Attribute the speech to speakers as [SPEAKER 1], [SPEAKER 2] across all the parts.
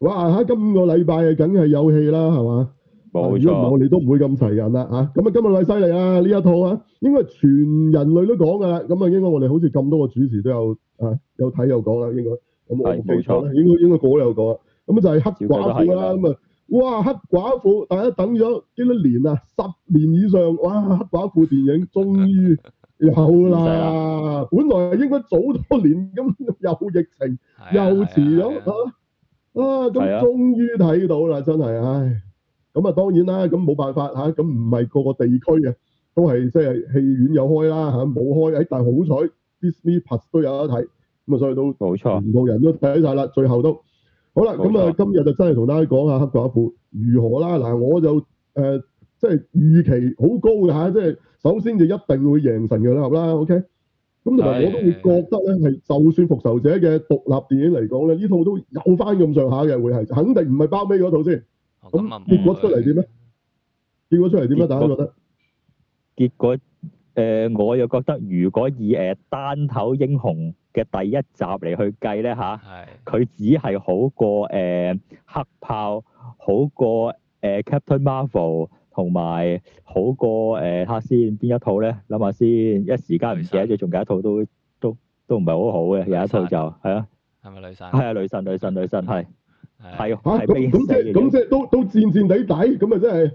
[SPEAKER 1] 哇！嚇，今個禮拜啊，梗係有戲啦，係嘛？
[SPEAKER 2] 冇
[SPEAKER 1] 啊如果唔係，我
[SPEAKER 2] 錯，
[SPEAKER 1] 哋都唔會咁齊人啦嚇。啊咁啊，今日太犀利啦！呢一套啊，應該係全人類都講㗎啦。咁啊，應該我哋好似咁多個主持都有啊，有睇有講啦，應該。咁我
[SPEAKER 2] 係
[SPEAKER 1] 冇錯
[SPEAKER 2] 冇錯
[SPEAKER 1] 啦，應該應該個個都有講啦。咁就係黑寡婦
[SPEAKER 2] 小弟都係㗎
[SPEAKER 1] 啦。
[SPEAKER 2] 啦
[SPEAKER 1] 咁啊，哇！黑寡婦，大家等咗幾多年啊？十年以上，哇！黑寡婦電影終於有
[SPEAKER 2] 唔使
[SPEAKER 1] 啦。本來應該早多年，咁有疫情。
[SPEAKER 3] 係啊
[SPEAKER 1] 又遲咗
[SPEAKER 3] 係啊係
[SPEAKER 1] 啊！
[SPEAKER 3] 啊
[SPEAKER 1] 啊，
[SPEAKER 2] 係
[SPEAKER 1] 咁
[SPEAKER 2] 啊
[SPEAKER 1] 終於睇到啦，真係，唉，咁啊當然啦，咁冇辦法嚇，咁唔係個個地區嘅都係即係戲院有開啦嚇，冇開，誒，但係好彩 Disney Plus 都有得睇，咁啊所以都
[SPEAKER 2] 冇錯，
[SPEAKER 1] 全部人都睇晒啦，最後都好啦，
[SPEAKER 2] 冇錯
[SPEAKER 1] 咁啊今日就真係同大家講下黑寡婦如何啦，嗱我就誒、呃即係預期好高嘅嚇，即係首先就一定會贏神嘅啦，啦，OK。咁同埋我都會覺得咧，係就算復仇者嘅獨立電影嚟講咧，呢套都有翻咁上下嘅，會係肯定唔係包尾嗰套先。
[SPEAKER 3] 哦
[SPEAKER 1] 咁
[SPEAKER 3] 咁啊
[SPEAKER 1] 結果
[SPEAKER 3] 冇
[SPEAKER 1] 出嚟點咧？結果出嚟點咧？
[SPEAKER 2] 結果
[SPEAKER 1] 大家覺得？
[SPEAKER 2] 結果誒、呃我又覺得如果以誒、呃單頭英雄嘅第一集嚟去計咧吓，
[SPEAKER 3] 係
[SPEAKER 2] 佢只係好過誒、呃黑豹，好過誒、Captain Marvel，同埋好過誒、呃睇下先邊一套咧？諗下先，一時間唔記得咗，仲有一套都都都唔係好好嘅，有一套就係啊，
[SPEAKER 3] 係咪女神？
[SPEAKER 2] 係啊，女神女神女神係係
[SPEAKER 1] 嚇
[SPEAKER 2] 係
[SPEAKER 1] 啊咁
[SPEAKER 2] 悲
[SPEAKER 1] 咁即
[SPEAKER 2] 死
[SPEAKER 1] 係
[SPEAKER 2] 嘅
[SPEAKER 1] 咁即係都都戰戰地底，咁啊真係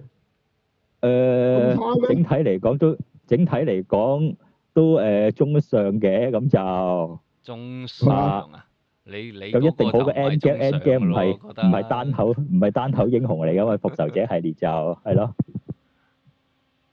[SPEAKER 1] 咁
[SPEAKER 2] 誒
[SPEAKER 1] 差咩
[SPEAKER 2] 整體嚟講都整體嚟講都誒、中上嘅咁就
[SPEAKER 3] 中上啊！你你
[SPEAKER 2] 咁一定好
[SPEAKER 3] 個
[SPEAKER 2] 過 N g a m N g a m 唔係唔係單
[SPEAKER 3] 頭
[SPEAKER 2] 頭唔係單頭英雄嚟嘅嘛，復仇者系列就係咯，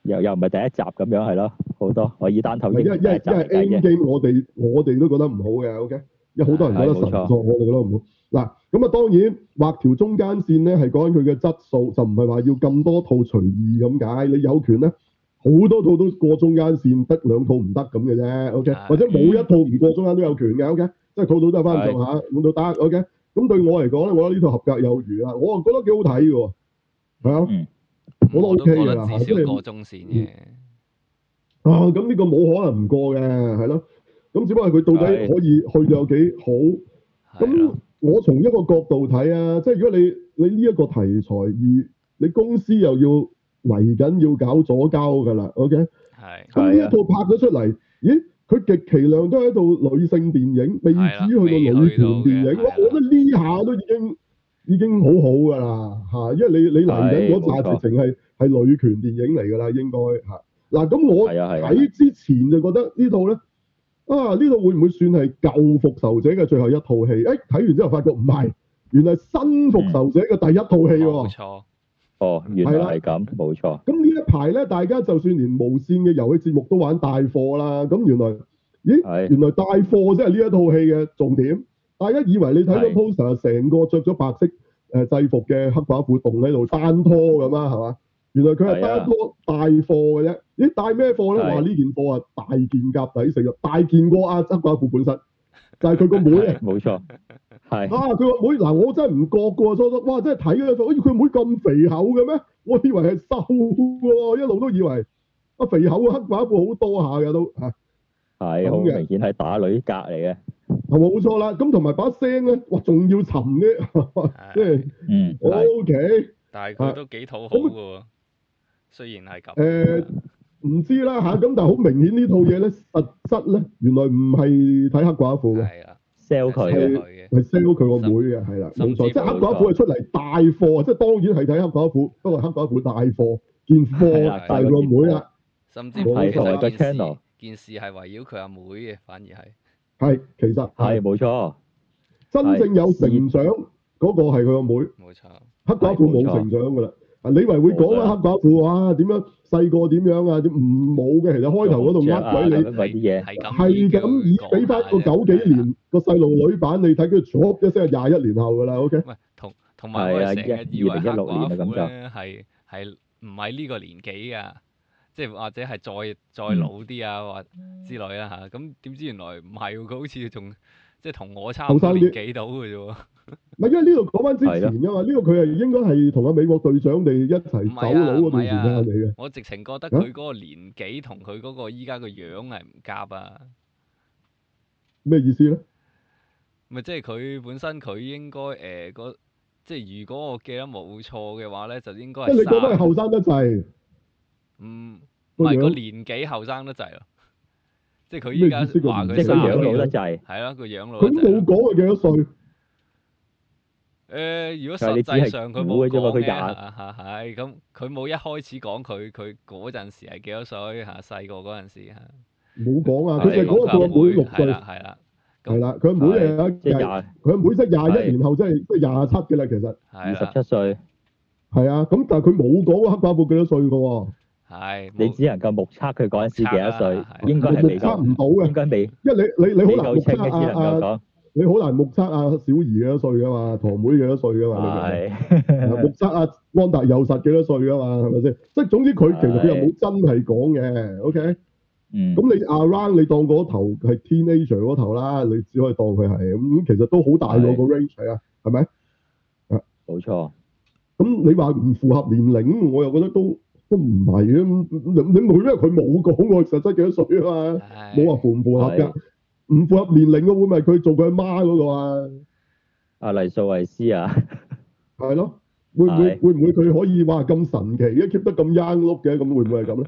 [SPEAKER 2] 又又唔係第一集咁樣係咯，好多我以單頭
[SPEAKER 1] 因
[SPEAKER 2] 英
[SPEAKER 1] 為因
[SPEAKER 2] 雄第一
[SPEAKER 1] 為
[SPEAKER 2] 集
[SPEAKER 1] 因
[SPEAKER 2] 嚟計
[SPEAKER 1] 為 N
[SPEAKER 2] 嘅，
[SPEAKER 1] game 我哋我哋都覺得唔好嘅，OK，有好多人覺得
[SPEAKER 2] 係冇
[SPEAKER 1] 神
[SPEAKER 2] 錯
[SPEAKER 1] 作，我哋覺得唔好。嗱，咁啊當然畫條中間線咧，係講緊佢嘅質素，就唔係話要咁多套隨意咁解。你有權咧，好多套都過中間線，得兩套唔得咁嘅啫，OK，
[SPEAKER 3] 係
[SPEAKER 1] 或者冇一套唔過中間都有權嘅，OK，即係套套都係翻上下，咁到得，OK。咁對我嚟講咧，我覺得呢套合格有餘啦，我啊覺得幾好睇嘅喎，係啊。我都
[SPEAKER 3] 我都
[SPEAKER 1] OK
[SPEAKER 3] 覺
[SPEAKER 1] 㗎
[SPEAKER 3] 得
[SPEAKER 1] 啦
[SPEAKER 3] 至
[SPEAKER 1] 即係
[SPEAKER 3] 少過中線嘅，
[SPEAKER 1] 啊，咁呢個冇可能唔過嘅，係咯。咁只不過佢到底
[SPEAKER 2] 係
[SPEAKER 1] 可以去到有幾好？
[SPEAKER 3] 係
[SPEAKER 1] 咁
[SPEAKER 3] 咯，
[SPEAKER 1] 我從一個角度睇啊，即係如果你你呢一個題材，而你公司又要嚟緊要搞左交㗎啦，OK？
[SPEAKER 3] 係
[SPEAKER 1] 咁呢一
[SPEAKER 2] 係啊
[SPEAKER 1] 套拍咗出嚟，咦？佢極其量都係一套女性電影，未
[SPEAKER 3] 係啦
[SPEAKER 1] 至於去到女權電
[SPEAKER 3] 未
[SPEAKER 1] 影。
[SPEAKER 3] 去到嘅
[SPEAKER 1] 哇我覺得呢下都已經已經好好㗎啦嚇，因為你你嚟緊嗰
[SPEAKER 2] 係冇
[SPEAKER 1] 扎
[SPEAKER 2] 錯
[SPEAKER 1] 直情係係女權電影嚟㗎啦，應該嚇。嗱咁我
[SPEAKER 2] 係啊係啊
[SPEAKER 1] 睇之前就覺得呢套咧啊呢套會唔會算係舊復仇者嘅最後一套戲？誒睇完之後發覺唔係，原來新復仇者嘅第一套戲喎
[SPEAKER 3] 冇。錯，
[SPEAKER 2] 哦原
[SPEAKER 1] 係啦
[SPEAKER 2] 來係咁，冇錯，
[SPEAKER 1] 咁呢一排咧，大家就算連無線嘅遊戲節目都玩大貨啦。咁原來，咦，
[SPEAKER 2] 係
[SPEAKER 1] 原來大貨即係呢一套戲嘅重點。大家以為你睇到
[SPEAKER 2] 係
[SPEAKER 1] poster 成個着咗白色誒制服嘅黑寡婦棟喺度單拖咁啊，係嘛？原來佢係
[SPEAKER 2] 係啊
[SPEAKER 1] 單拖帶貨嘅啫。咦，帶咩貨咧？
[SPEAKER 2] 係
[SPEAKER 1] 話呢件貨啊，大件夾抵食啊，大件過啊黑寡婦本身，就係佢個妹啊。
[SPEAKER 2] 係冇錯，係
[SPEAKER 1] 啊！佢個妹嗱，我真係唔覺嘅喎，初初哇，真係睇佢，哎佢妹咁肥厚嘅咩？我以為係瘦嘅喎，一路都以為啊肥厚嘅黑寡婦好多下嘅都嚇，
[SPEAKER 2] 係好
[SPEAKER 1] 咁嘅
[SPEAKER 2] 明顯係打女格嚟嘅，
[SPEAKER 1] 係冇錯啦。咁同埋把聲咧，哇，仲要沉啲，即係
[SPEAKER 3] 係
[SPEAKER 2] 嗯係
[SPEAKER 1] O K。
[SPEAKER 3] 但係佢都幾討好嘅喎，雖然係咁
[SPEAKER 1] 誒，唔知啦嚇，咁但係好明顯呢套嘢咧，實質咧原來唔係睇黑寡婦嘅，
[SPEAKER 3] 係啦，
[SPEAKER 2] sell 佢嘅。
[SPEAKER 3] 嘅，
[SPEAKER 1] 係 sell 佢個妹嘅，係啦，冇
[SPEAKER 3] 甚至
[SPEAKER 1] 錯，即係黑寡婦
[SPEAKER 2] 冇錯
[SPEAKER 1] 係出嚟帶貨，即係當然係睇黑寡婦，不過黑寡婦帶貨件
[SPEAKER 2] 係
[SPEAKER 1] 貨
[SPEAKER 2] 啦
[SPEAKER 1] 大個妹啦。
[SPEAKER 3] 甚至乎
[SPEAKER 1] 冇錯
[SPEAKER 3] 其實
[SPEAKER 1] 係
[SPEAKER 2] 個
[SPEAKER 3] 件事
[SPEAKER 2] channel
[SPEAKER 3] 件事係圍繞佢阿妹嘅，反而係
[SPEAKER 1] 係，其實係
[SPEAKER 2] 係冇錯，
[SPEAKER 1] 真正有成長嗰個係佢個妹，
[SPEAKER 3] 冇錯，
[SPEAKER 1] 黑寡婦冇成長㗎啦。啊，你以為會講啊黑寡婦啊點樣細個點樣啊？點唔冇嘅，其實開頭嗰度呃鬼你，
[SPEAKER 2] 咁啊鬼啲嘢
[SPEAKER 3] 係咁
[SPEAKER 1] 係
[SPEAKER 3] 已經
[SPEAKER 1] 咁以俾翻個九幾年個細路女版你睇，佢 drop 一聲係廿一年後㗎啦。OK，
[SPEAKER 3] 喂，同同
[SPEAKER 1] 啊
[SPEAKER 3] 埋我哋成日以為黑寡婦
[SPEAKER 2] 係啊
[SPEAKER 3] 咧係係唔係呢個年紀噶，即係或者係再再
[SPEAKER 1] 嗯
[SPEAKER 3] 老啲啊或之類啦嚇。咁點知原來唔係喎，佢好似仲即係同我差唔多年紀到嘅啫喎。
[SPEAKER 1] 唔係因為呢度講翻之
[SPEAKER 2] 係
[SPEAKER 1] 前㗎嘛，呢度佢係應該係同阿美國隊長哋一齊走佬嗰段時間嚟嘅。
[SPEAKER 3] 我直情覺
[SPEAKER 1] 嗯
[SPEAKER 3] 得佢嗰個年紀同佢嗰個依家個樣係唔夾啊！
[SPEAKER 1] 咩意思咧？
[SPEAKER 3] 咪即係佢本身佢應該誒嗰即係如果我記得冇錯嘅話咧，就應該
[SPEAKER 1] 即係你
[SPEAKER 3] 係
[SPEAKER 1] 覺得係
[SPEAKER 3] 三，
[SPEAKER 1] 後生得滯，
[SPEAKER 3] 嗯，唔
[SPEAKER 1] 個
[SPEAKER 3] 係個
[SPEAKER 1] 樣
[SPEAKER 3] 年紀後生得滯咯， 即係佢
[SPEAKER 1] 咩
[SPEAKER 3] 依
[SPEAKER 1] 意
[SPEAKER 3] 家
[SPEAKER 1] 思個
[SPEAKER 3] 話
[SPEAKER 1] 年
[SPEAKER 2] 即
[SPEAKER 3] 佢
[SPEAKER 1] 紀
[SPEAKER 2] 係佢
[SPEAKER 3] 三
[SPEAKER 1] 後
[SPEAKER 3] 十
[SPEAKER 1] 生
[SPEAKER 2] 養
[SPEAKER 1] 得
[SPEAKER 2] 老
[SPEAKER 1] 滯
[SPEAKER 2] 得
[SPEAKER 3] 幾，
[SPEAKER 2] 滯，
[SPEAKER 3] 係咯，佢養老得
[SPEAKER 1] 佢
[SPEAKER 3] 滯
[SPEAKER 1] 冇
[SPEAKER 3] 咯。
[SPEAKER 1] 講佢幾多歲，
[SPEAKER 3] 誒，如果
[SPEAKER 2] 但係你
[SPEAKER 3] 實
[SPEAKER 2] 只
[SPEAKER 3] 際
[SPEAKER 2] 係
[SPEAKER 3] 上佢
[SPEAKER 2] 估嘅
[SPEAKER 3] 冇
[SPEAKER 2] 啫嘛
[SPEAKER 3] 講
[SPEAKER 2] 佢
[SPEAKER 3] 嘅，
[SPEAKER 2] 廿
[SPEAKER 3] 嚇 嚇係咁，佢冇一開始講佢佢嗰陣時係幾多歲嚇，細個嗰陣時嚇。
[SPEAKER 1] 冇講啊！
[SPEAKER 2] 係
[SPEAKER 1] 佢就係講到
[SPEAKER 2] 講
[SPEAKER 1] 佢阿妹六
[SPEAKER 3] 係
[SPEAKER 1] 歲，
[SPEAKER 3] 啦係啦，咁
[SPEAKER 1] 係啦，佢阿妹係
[SPEAKER 2] 即係
[SPEAKER 1] 係
[SPEAKER 2] 廿
[SPEAKER 1] 佢阿妹即係廿一
[SPEAKER 2] 係
[SPEAKER 1] 年後，即係即係廿七嘅啦，其實
[SPEAKER 2] 二
[SPEAKER 3] 係
[SPEAKER 2] 十
[SPEAKER 3] 啦，
[SPEAKER 2] 七歲，
[SPEAKER 1] 係啊。咁但係佢冇講黑寡婦幾多歲嘅喎，
[SPEAKER 3] 係
[SPEAKER 2] 你
[SPEAKER 3] 冇
[SPEAKER 2] 只能夠目測佢嗰陣時幾多
[SPEAKER 3] 目測啊係
[SPEAKER 2] 歲，應該係
[SPEAKER 1] 目
[SPEAKER 2] 未
[SPEAKER 1] 測
[SPEAKER 2] 夠，
[SPEAKER 1] 唔到嘅
[SPEAKER 2] 應，該未
[SPEAKER 1] 因為你你你
[SPEAKER 2] 未
[SPEAKER 1] 好難目
[SPEAKER 2] 夠清
[SPEAKER 1] 測
[SPEAKER 2] 嘅，只
[SPEAKER 1] 啊
[SPEAKER 2] 能
[SPEAKER 1] 啊，
[SPEAKER 2] 夠
[SPEAKER 1] 你好難目測啊小儀幾多歲噶嘛，堂妹幾多歲噶
[SPEAKER 2] 講
[SPEAKER 1] 啊嘛，你明唔明？
[SPEAKER 2] 係。
[SPEAKER 1] 目測啊，安達有實幾多歲噶嘛，係咪先？即係總之佢其實佢又冇真係講嘅，OK？
[SPEAKER 2] 嗯，
[SPEAKER 1] 咁你 around 你當嗰頭係 teenager 嗰頭啦，你只可以當佢係咁，其實都好大個個 range 係啊，係咪？
[SPEAKER 2] 冇錯，
[SPEAKER 1] 咁你話唔符合年齡，我又覺得都都唔係啊。咁你你冇因為佢冇講我實質幾多歲啊嘛，冇話符唔符合㗎
[SPEAKER 2] 係，
[SPEAKER 1] 唔符合年齡嘅會咪佢做佢阿媽嗰個啊？
[SPEAKER 2] 阿黎素維斯啊，
[SPEAKER 1] 係咯，會唔會
[SPEAKER 2] 係
[SPEAKER 1] 會唔會佢可以話咁神奇嘅 keep 得咁 young look 嘅？咁會唔會係咁咧？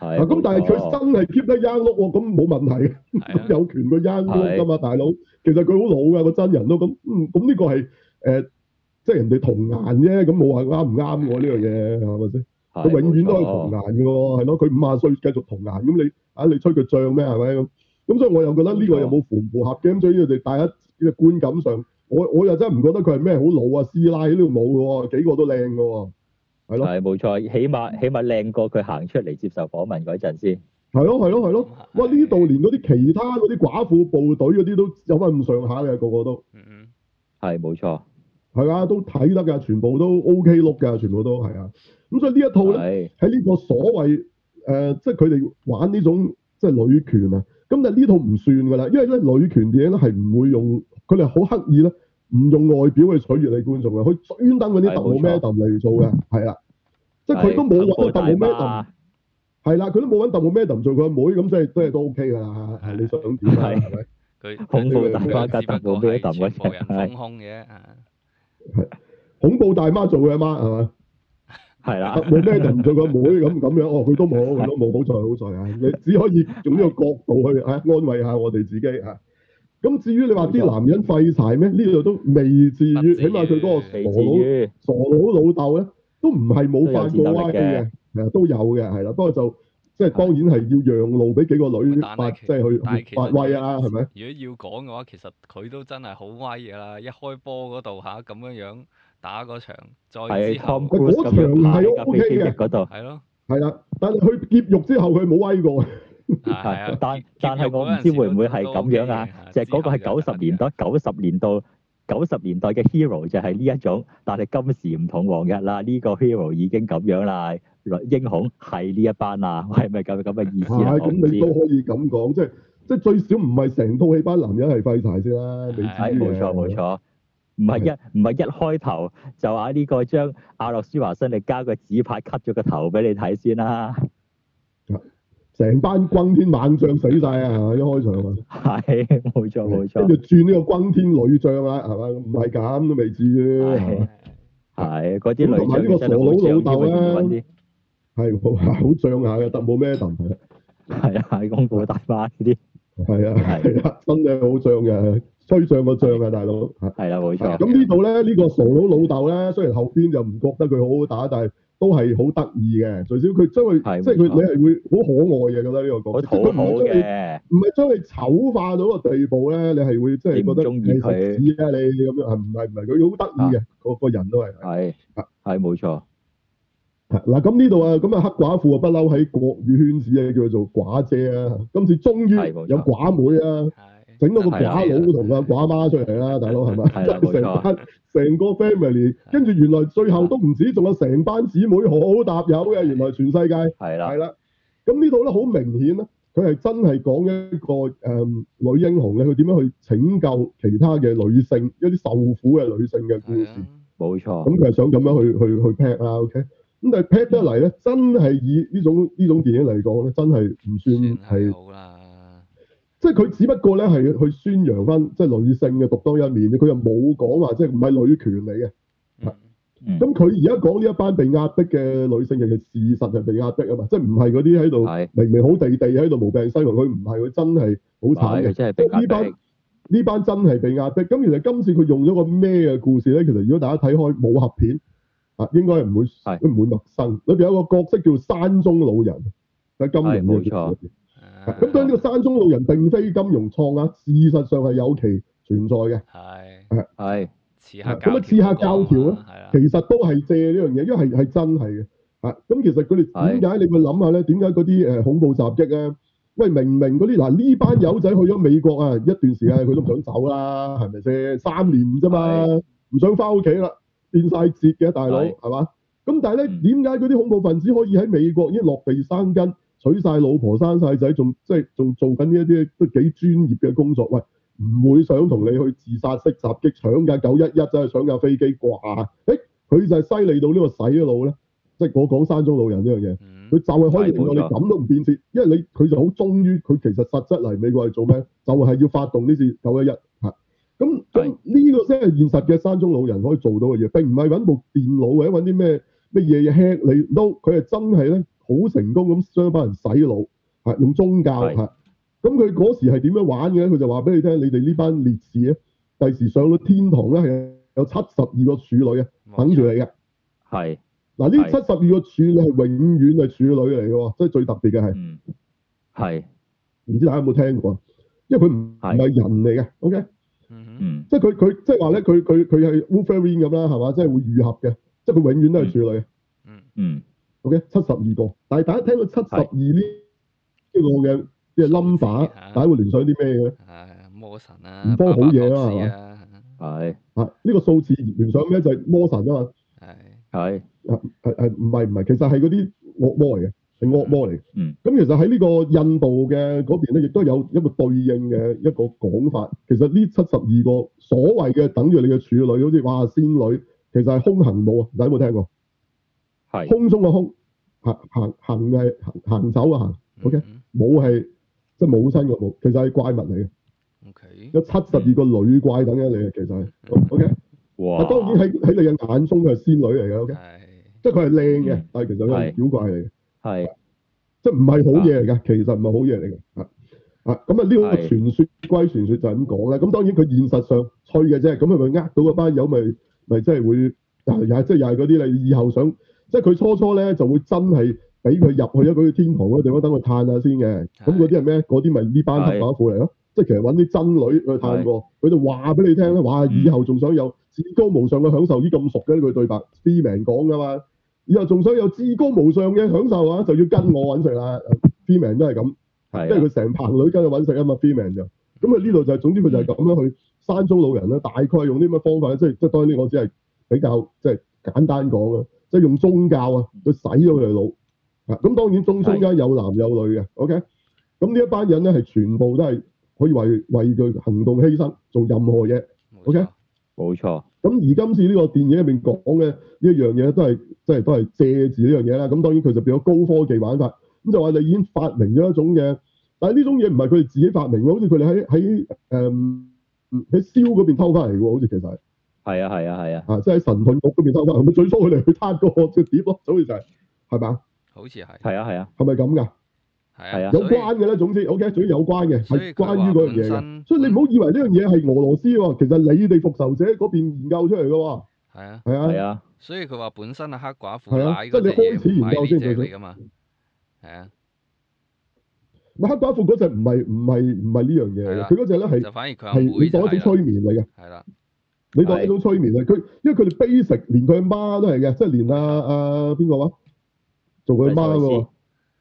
[SPEAKER 2] 係
[SPEAKER 1] 啊咁但係
[SPEAKER 2] 冇
[SPEAKER 1] 佢
[SPEAKER 2] 錯
[SPEAKER 1] 真係 keep 得 young look 喎，咁冇問題嘅。
[SPEAKER 3] 係
[SPEAKER 1] 咁
[SPEAKER 3] 啊
[SPEAKER 1] 有權佢爭屋噶嘛，大佬。其實佢好老噶個真人都咁，嗯，咁呢個係誒、呃即係人哋童顏啫，咁冇話啱唔啱喎呢樣嘢係咪先？
[SPEAKER 2] 係
[SPEAKER 1] 佢永遠都係
[SPEAKER 2] 冇錯
[SPEAKER 1] 童顏嘅喎，係咯，佢五廿歲繼續童顏，咁你啊你吹佢漲咩係咪咁？咁所以我又覺得呢個又冇符唔符合嘅，咁所以我哋大家嘅觀感上，我我又真係唔覺得佢係咩好老啊師奶呢度冇嘅喎，幾個都靚嘅喎，係咯，
[SPEAKER 2] 係冇錯，起碼起碼靚過佢行出嚟接受訪問嗰陣先。
[SPEAKER 1] 係咯，係咯，係咯。
[SPEAKER 3] 啊
[SPEAKER 1] 哇！呢度連嗰啲其他嗰啲寡婦部隊嗰啲都有翻咁上下嘅，個個都。
[SPEAKER 3] 嗯嗯
[SPEAKER 2] 係冇錯，
[SPEAKER 1] 係啊，都睇得㗎，全部都 O K 碌㗎，全部都係啊。咁所以呢一套咧，
[SPEAKER 2] 係
[SPEAKER 1] 喺呢個所謂誒、呃即係佢哋玩呢種即係女權啊。咁但係呢套唔算㗎啦，因為咧女權電影咧係唔會用，佢哋好刻意咧唔用外表去取悦你觀眾嘅，佢專登揾啲
[SPEAKER 2] 係
[SPEAKER 1] 特務
[SPEAKER 2] 冇錯嗯
[SPEAKER 1] madam 嚟做嘅，係啦。即係佢都冇
[SPEAKER 2] 係
[SPEAKER 1] 揾特務
[SPEAKER 2] 冚
[SPEAKER 1] madam，
[SPEAKER 2] 家
[SPEAKER 1] 係啦，佢都冇揾特務 madam 做佢阿妹，咁即係都係都 O K 㗎啦。
[SPEAKER 3] 係
[SPEAKER 1] 你想點啊？
[SPEAKER 2] 係
[SPEAKER 1] 係咪？
[SPEAKER 3] 佢
[SPEAKER 2] 恐怖大
[SPEAKER 1] 媽
[SPEAKER 2] 格特務咩
[SPEAKER 3] 佢只不過係全部人
[SPEAKER 2] 特務咩
[SPEAKER 3] 封空嘅啊
[SPEAKER 1] 恐怖大媽做佢阿媽係咪？
[SPEAKER 2] 係 啦，
[SPEAKER 3] 啊
[SPEAKER 1] 冇咩人做個妹咁咁樣，哦，佢都 冇，佢都冇，好在好在啊！你只可以用呢個角度去啊安慰下我哋自己啊。咁至於你話啲男人廢柴咩？呢度都未至於，起碼佢嗰個
[SPEAKER 2] 未至
[SPEAKER 1] 傻佬
[SPEAKER 2] 於
[SPEAKER 1] 傻佬老豆咧，都唔係冇犯過歪嘅，係啊，都有嘅，係啦。不過就即係當然係要讓路俾幾個女
[SPEAKER 3] 啊但
[SPEAKER 1] 發，
[SPEAKER 3] 係
[SPEAKER 1] 即
[SPEAKER 3] 其但
[SPEAKER 1] 係
[SPEAKER 3] 係
[SPEAKER 1] 去
[SPEAKER 3] 其
[SPEAKER 1] 發
[SPEAKER 3] 實
[SPEAKER 1] 威啊，係咪？
[SPEAKER 3] 如果要講嘅話，其實佢都真係好威嘅啦！一開波嗰度嚇咁樣樣打嗰場，再
[SPEAKER 2] 係
[SPEAKER 3] 之
[SPEAKER 2] Tom
[SPEAKER 3] 後
[SPEAKER 2] Cruise 咁樣爬喺架
[SPEAKER 1] OK
[SPEAKER 2] 飛機
[SPEAKER 1] 嘅
[SPEAKER 2] 翼嗰度。
[SPEAKER 3] 係咯，
[SPEAKER 1] 係啦，但係佢劫獄之後佢冇威過，
[SPEAKER 3] 係
[SPEAKER 2] 係
[SPEAKER 3] 啊，
[SPEAKER 2] 但
[SPEAKER 3] 結
[SPEAKER 2] 但係
[SPEAKER 3] 結
[SPEAKER 2] 我唔
[SPEAKER 3] 果嗰陣
[SPEAKER 2] 知
[SPEAKER 3] 時
[SPEAKER 2] 會唔會
[SPEAKER 3] 都
[SPEAKER 2] 係
[SPEAKER 3] 都
[SPEAKER 2] 咁
[SPEAKER 3] OK
[SPEAKER 2] 樣啊
[SPEAKER 3] 嘅？嚇
[SPEAKER 2] 就係嗰個係
[SPEAKER 3] 之後
[SPEAKER 2] 九
[SPEAKER 3] 就
[SPEAKER 2] 十
[SPEAKER 3] 真
[SPEAKER 2] 年
[SPEAKER 3] 嘅
[SPEAKER 2] 代，九十年代九十年代嘅 hero 就係呢一種，但係今時唔同往日啦。呢個 hero 已經咁樣啦，英雄係呢一班啦， 係咪咁咁嘅意思啊？
[SPEAKER 1] 係
[SPEAKER 2] 我唔
[SPEAKER 1] 咁你
[SPEAKER 2] 知
[SPEAKER 1] 都。可以咁講，即係即係最少唔係成套戲班男人係廢柴先啦，未至於
[SPEAKER 2] 係冇
[SPEAKER 1] 嘅
[SPEAKER 2] 錯冇錯，唔係一唔係一開頭就話呢個將阿諾舒華辛力加個紙牌 cut 咗個頭俾你睇先啦，
[SPEAKER 1] 成班轟天猛將死晒啊！ 係咪一開場啊，
[SPEAKER 2] 係冇錯冇
[SPEAKER 1] 跟
[SPEAKER 2] 錯
[SPEAKER 1] 住，轉呢個轟天女將啦，係咪？唔係咁都未至於，
[SPEAKER 2] 係
[SPEAKER 1] 係嘛
[SPEAKER 2] 係嗰啲女
[SPEAKER 1] 咁同埋呢個
[SPEAKER 2] 仔真係好
[SPEAKER 1] 傻佬老
[SPEAKER 2] 正
[SPEAKER 1] 豆咧
[SPEAKER 2] 添啊，仲要揾啲
[SPEAKER 1] 係好好漲下嘅，特冇咩特係啊
[SPEAKER 2] 係啊係功夫大媽呢啲，
[SPEAKER 1] 係啊，係啊，真係好漲嘅，吹漲個漲啊，大佬嚇。
[SPEAKER 2] 係啦冇錯，
[SPEAKER 1] 啊咁呢度咧，呢、個傻佬老豆咧，雖然後邊就唔覺得佢好好打，但係都係好得意嘅。最少佢將佢，
[SPEAKER 2] 係
[SPEAKER 1] 即係佢
[SPEAKER 2] 冇錯
[SPEAKER 1] 你係會好可愛嘅覺得呢個角
[SPEAKER 2] 好
[SPEAKER 1] 色，
[SPEAKER 2] 討好
[SPEAKER 1] 即係佢唔係將你唔
[SPEAKER 2] 嘅，
[SPEAKER 1] 係將你醜化到個地步咧，你係會即係
[SPEAKER 2] 你唔
[SPEAKER 1] 覺得
[SPEAKER 2] 中意佢啊
[SPEAKER 1] 你食屎啊！你咁樣係唔係唔係佢好得意嘅個個人都係
[SPEAKER 2] 係
[SPEAKER 1] 啊
[SPEAKER 2] 係冇錯，
[SPEAKER 1] 係嗱咁呢度啊，咁啊黑寡婦啊不嬲喺國語圈子啊叫做寡姐啊，今次終於
[SPEAKER 2] 係冇錯
[SPEAKER 1] 有寡妹啊，
[SPEAKER 3] 係
[SPEAKER 1] 整到個
[SPEAKER 2] 係啊
[SPEAKER 1] 寡佬同啊寡媽出嚟啦，大佬係咪？
[SPEAKER 2] 係啦冇錯
[SPEAKER 1] 成班成個 family，跟住原來最後都唔止，仲有成班姊妹好搭友嘅，原來全世界。
[SPEAKER 2] 係啊啦
[SPEAKER 1] 係啦，咁呢度咧好明顯咧，啊佢係真係講一個誒、嗯女英雄咧，佢點樣去拯救其他嘅女性，一啲受苦嘅女性嘅故事
[SPEAKER 3] 係。啊。
[SPEAKER 2] 冇錯，
[SPEAKER 1] 咁佢係想咁樣去去去 p 啦，OK。咁但係 p 得嚟咧，真係以呢種呢種電影嚟講咧，真係唔
[SPEAKER 3] 算啊
[SPEAKER 1] 算係
[SPEAKER 3] 係好啦，
[SPEAKER 1] 即係佢只不過咧係去宣揚翻即係女性嘅獨當一面，佢又冇講話即係唔係女權嚟嘅。
[SPEAKER 3] 嗯
[SPEAKER 2] 嗯
[SPEAKER 1] 咁佢而家講呢一班被壓迫嘅女性，其實事實係被壓迫啊嘛，即係唔係嗰啲喺
[SPEAKER 2] 係
[SPEAKER 1] 度明明好地地喺度無病西涼，佢唔係佢真係好慘
[SPEAKER 2] 係
[SPEAKER 1] 嘅
[SPEAKER 2] 佢。真係被
[SPEAKER 1] 呢
[SPEAKER 2] 壓
[SPEAKER 1] 班
[SPEAKER 2] 迫，
[SPEAKER 1] 呢班真係被壓迫。咁其實今次佢用咗個咩嘅故事咧？其實如果大家睇開武俠片啊，應該係唔會
[SPEAKER 2] 係
[SPEAKER 1] 唔會陌生。裏邊有一個角色叫山中老人，喺金
[SPEAKER 2] 係
[SPEAKER 1] 庸嘅故
[SPEAKER 2] 冇錯
[SPEAKER 1] 事
[SPEAKER 3] 啊
[SPEAKER 1] 裏邊。咁當然呢個山中老人並非金庸創啊，事實上係有其存在嘅。
[SPEAKER 3] 啊係
[SPEAKER 2] 係
[SPEAKER 3] 刺客
[SPEAKER 1] 咁啊
[SPEAKER 3] 教
[SPEAKER 1] 刺客教條
[SPEAKER 3] 條
[SPEAKER 1] 啊其實都係借呢樣嘢，因為係係真係嘅。啊，咁其實佢哋
[SPEAKER 2] 係
[SPEAKER 1] 點解你會諗下咧？點解嗰啲誒呃恐怖襲擊咧？喂，明明嗰啲嗱呢班友仔去咗美國啊，一段時間佢都唔想走啦，係咪先？三年啫嘛，唔想翻屋企啦，變晒節嘅大佬
[SPEAKER 2] 係
[SPEAKER 1] 係嘛？咁但係咧，
[SPEAKER 2] 嗯
[SPEAKER 1] 點解嗰啲恐怖分子可以喺美國已經落地生根，娶晒老婆生晒仔，仲即係仲做緊呢一啲都幾專業嘅工作？喂！唔會想同你去自殺式襲擊搶架九一一走去搶架飛機啩？誒，佢就係犀利到呢個洗腦咧，即係我講山中老人呢樣嘢，
[SPEAKER 3] 嗯
[SPEAKER 1] 佢就係可以令到你
[SPEAKER 2] 係冇錯
[SPEAKER 1] 咁都唔變節，因為你佢就好忠於佢其實實質嚟美國係做咩？就係、要發動呢次九一一嚇。咁咁
[SPEAKER 2] 係
[SPEAKER 1] 呢個先係現實嘅山中老人可以做到嘅嘢，並唔係揾部電腦或者揾啲咩咩嘢嘢 hack 你，no，佢係真係咧好成功咁將班人洗腦嚇，用宗教
[SPEAKER 2] 係
[SPEAKER 1] 嚇。咁佢嗰時係點樣玩嘅咧？佢就話俾你聽，你哋呢班烈士咧，第時上到天堂咧係有七十二個處女啊，等住你嘅。
[SPEAKER 2] 係
[SPEAKER 1] 嗱，呢
[SPEAKER 2] 係
[SPEAKER 1] 七十二個處女係永遠係處女嚟嘅喎，即係最特別嘅係，
[SPEAKER 2] 嗯係
[SPEAKER 1] 唔知大家有冇聽過？因為佢唔唔
[SPEAKER 2] 係
[SPEAKER 1] 係人嚟嘅，OK，
[SPEAKER 3] 嗯哼
[SPEAKER 2] 嗯
[SPEAKER 1] 即係佢佢即係話咧，佢佢佢係 Wolverine 咁啦，係嘛？即係會愈合嘅，即係佢永遠都係處女嘅
[SPEAKER 3] 嗯
[SPEAKER 2] 嗯
[SPEAKER 1] ，OK，七十二個。但係大家聽到七十二呢呢個嘅即係 number，
[SPEAKER 3] 嚇
[SPEAKER 1] 大家會聯想啲咩嘅咧？
[SPEAKER 3] 係魔神啊，
[SPEAKER 1] 唔幫好嘢啊係
[SPEAKER 3] 啊，
[SPEAKER 2] 嗯係
[SPEAKER 1] 啊，呢個數字聯想咩就係魔神啊嘛。
[SPEAKER 3] 係
[SPEAKER 2] 係
[SPEAKER 1] 係係係唔係唔係，其實係嗰啲惡魔嚟嘅，係惡魔嚟嘅。
[SPEAKER 2] 嗯。
[SPEAKER 1] 咁其實喺呢個印度嘅嗰邊咧，亦都有一個對應嘅一個講法。其實呢七十二個所謂嘅等住你嘅處女，好似哇仙女，其實係空行舞啊！大家有冇聽過？
[SPEAKER 2] 係
[SPEAKER 1] 空中嘅空，行行行係行行走啊行，OK
[SPEAKER 3] 嗯
[SPEAKER 1] 舞係即係舞身嘅舞，其實係怪物嚟嘅。
[SPEAKER 3] 嗯 OK，
[SPEAKER 1] 有七十二個女怪等緊你嘅，其實係 OK。
[SPEAKER 2] 嗯哇
[SPEAKER 1] 啊，當然喺喺你嘅眼中佢係仙女嚟嘅，OK，
[SPEAKER 3] 係
[SPEAKER 1] 即係佢係靚嘅
[SPEAKER 2] 嗯，
[SPEAKER 1] 但係其實佢係
[SPEAKER 2] 係
[SPEAKER 1] 妖怪嚟嘅。
[SPEAKER 2] 係
[SPEAKER 1] 啊即係唔係好嘢嚟嘅，其實唔係好嘢嚟嘅。啊啊，咁啊呢個
[SPEAKER 2] 係
[SPEAKER 1] 傳說歸傳說就係咁講啦。咁當然佢現實上吹嘅啫，咁佢咪呃到嗰班友咪咪即係會啊又係即係又係嗰啲你以後想，即係佢初初咧就會真係俾佢入去一個天堂嗰個地方等佢嘆下先嘅。咁嗰啲係咩？嗰啲咪呢班黑寡婦嚟咯。即係其實揾啲真女去嘆過，佢就話俾你聽咧，哇！以後仲想有至高無上嘅享受，咦咁熟嘅呢句對白 s t e v e n 講噶嘛。以後仲想有至高無上嘅享受啊，就要跟我揾食啦。f e e m a n 都係咁，
[SPEAKER 2] 係啊
[SPEAKER 1] 因為佢成棚女跟佢揾食啊嘛 f e e m a n 就咁佢呢度就係總之佢就係咁樣去山中老人啦，大概係用啲咩方法咧？即係即係當然呢個只係比較即係簡單講啊，即係用宗教啊去洗咗佢哋腦啊。咁當然中中間有男有女嘅，OK。咁呢一班人咧係全部都係可以為為佢行動犧牲，做任何嘢。
[SPEAKER 3] 冇
[SPEAKER 1] OK
[SPEAKER 3] 錯
[SPEAKER 2] 冇錯
[SPEAKER 1] 咁而今次呢個電影入面講嘅呢一樣嘢都係即係都係借住呢樣嘢啦。咁當然佢就變咗高科技玩法，咁就話你已經發明咗一種嘅，但係呢種嘢唔係佢哋自己發明喎，好似佢哋喺喺誒喺燒嗰邊偷翻嚟嘅喎，好似其實係
[SPEAKER 2] 係啊係啊係啊
[SPEAKER 1] 啊，即係喺神盾局嗰邊偷翻嚟。咁最初佢哋去攤嗰個隻碟咯，所以就係係嘛，
[SPEAKER 3] 好似係
[SPEAKER 2] 係啊係啊
[SPEAKER 1] 係咪咁㗎？
[SPEAKER 3] 係
[SPEAKER 2] 係
[SPEAKER 3] 啊
[SPEAKER 1] 有
[SPEAKER 2] 啊，
[SPEAKER 3] 所以
[SPEAKER 1] 關嘅咧，總之 OK，總之有關嘅
[SPEAKER 3] 所以
[SPEAKER 1] 係
[SPEAKER 3] 佢
[SPEAKER 1] 關於嗰
[SPEAKER 3] 話
[SPEAKER 1] 樣
[SPEAKER 3] 本
[SPEAKER 1] 嘢嘅。
[SPEAKER 3] 身
[SPEAKER 1] 所以你唔好以為呢樣嘢係俄羅斯喎，其實你哋復仇者嗰邊研究出嚟嘅喎，
[SPEAKER 3] 係啊，
[SPEAKER 1] 係啊
[SPEAKER 2] 係。啊
[SPEAKER 3] 所以佢話本身啊黑寡婦
[SPEAKER 1] 係啊
[SPEAKER 3] 奶
[SPEAKER 1] 即係
[SPEAKER 3] 嗰
[SPEAKER 1] 你
[SPEAKER 3] 隻嘢
[SPEAKER 1] 開始
[SPEAKER 3] 唔
[SPEAKER 1] 研
[SPEAKER 3] 係
[SPEAKER 1] 究
[SPEAKER 3] 呢
[SPEAKER 1] 先
[SPEAKER 3] 隻
[SPEAKER 1] 最
[SPEAKER 3] 嚟噶嘛，係啊，
[SPEAKER 1] 唔係黑寡婦嗰隻唔係唔係唔係呢樣嘢
[SPEAKER 3] 係
[SPEAKER 1] 嚟
[SPEAKER 3] 啦
[SPEAKER 1] 嘅，佢嗰隻咧係
[SPEAKER 3] 就反而佢阿
[SPEAKER 1] 係
[SPEAKER 3] 妹
[SPEAKER 1] 你
[SPEAKER 3] 就
[SPEAKER 1] 當一種
[SPEAKER 3] 係啦，
[SPEAKER 1] 催眠嚟嘅，
[SPEAKER 3] 係啦，
[SPEAKER 1] 你當一種催眠嚟。佢因為佢哋 basic 連佢阿媽都係嘅，即係連阿阿邊個話做佢阿媽
[SPEAKER 2] 黎
[SPEAKER 1] 嗰
[SPEAKER 2] 壽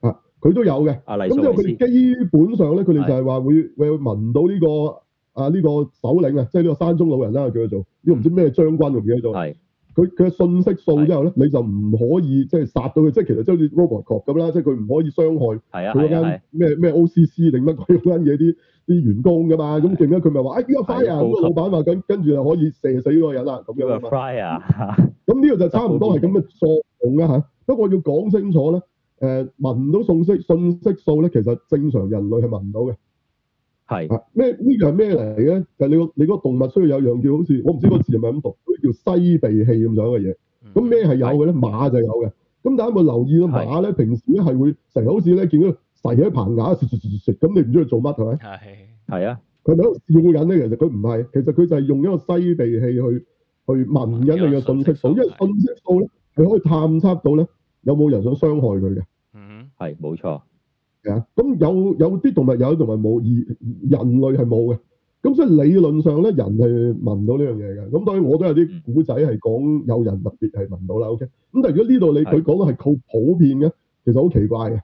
[SPEAKER 1] 個啊，佢都有嘅。
[SPEAKER 2] 阿
[SPEAKER 1] 咁
[SPEAKER 2] 黎
[SPEAKER 1] 即
[SPEAKER 2] 素
[SPEAKER 1] 係
[SPEAKER 2] 維
[SPEAKER 1] 佢
[SPEAKER 2] 斯
[SPEAKER 1] 哋基本上咧，佢哋就係話會會聞到呢個啊呢個首領啊，即係呢個山中老人啦，叫佢做呢個唔知咩將軍，我唔記得咗。
[SPEAKER 3] 嗯
[SPEAKER 2] 係
[SPEAKER 1] 佢佢嘅信息素之後咧，你就唔可以即係殺到佢，即係其實即係好似 Robocop 咁啦，即係佢唔可以傷害。
[SPEAKER 2] 係啊
[SPEAKER 1] 佢嗰
[SPEAKER 2] 係啊係
[SPEAKER 1] 間咩咩 OCC 定乜鬼嗰間嘢啲啲員工噶嘛，咁勁咧佢咪話啊依個 fire
[SPEAKER 2] 係
[SPEAKER 1] 咁個老闆話跟跟住就可以射死嗰個人啦咁
[SPEAKER 2] 呢
[SPEAKER 1] 樣啊
[SPEAKER 2] 個
[SPEAKER 1] 嘛，
[SPEAKER 2] Fry 啊
[SPEAKER 1] 咁呢個就差唔多係咁嘅作用啦嚇。不過要講清楚咧，誒、聞到信息信息素咧，其實正常人類係聞唔到嘅，
[SPEAKER 2] 係
[SPEAKER 1] 啊咩呢個係咩嚟嘅？就係你個你個動物需要有樣叫好似我唔知個字係咪咁讀，叫西鼻氣咁樣嘅嘢。
[SPEAKER 3] 嗯
[SPEAKER 1] 咁咩係有嘅咧？馬就有嘅。咁但係有冇留意到
[SPEAKER 2] 係
[SPEAKER 1] 馬咧？平時咧係會成日好似咧見到佢噬喺棚牙，啜啜啜啜咁，你唔知佢做乜係咪？
[SPEAKER 3] 係
[SPEAKER 2] 係啊，
[SPEAKER 1] 佢咪喺度笑緊咧？其實佢唔係，其實佢就係用一個西鼻氣去去聞緊你嘅信息素，因為信息素咧，佢可以探測到咧有冇人想傷害佢嘅。
[SPEAKER 3] 嗯
[SPEAKER 2] 係冇錯，
[SPEAKER 1] 係啊，咁有有啲動物有，啲動物冇，而人類係冇嘅。咁所以理論上咧，人係聞到呢樣嘢嘅。咁當然我都有啲古仔係講有人特別係聞到啦。OK，咁但係如果呢度你
[SPEAKER 2] 係
[SPEAKER 1] 佢講到係靠普遍嘅，其實好奇怪嘅。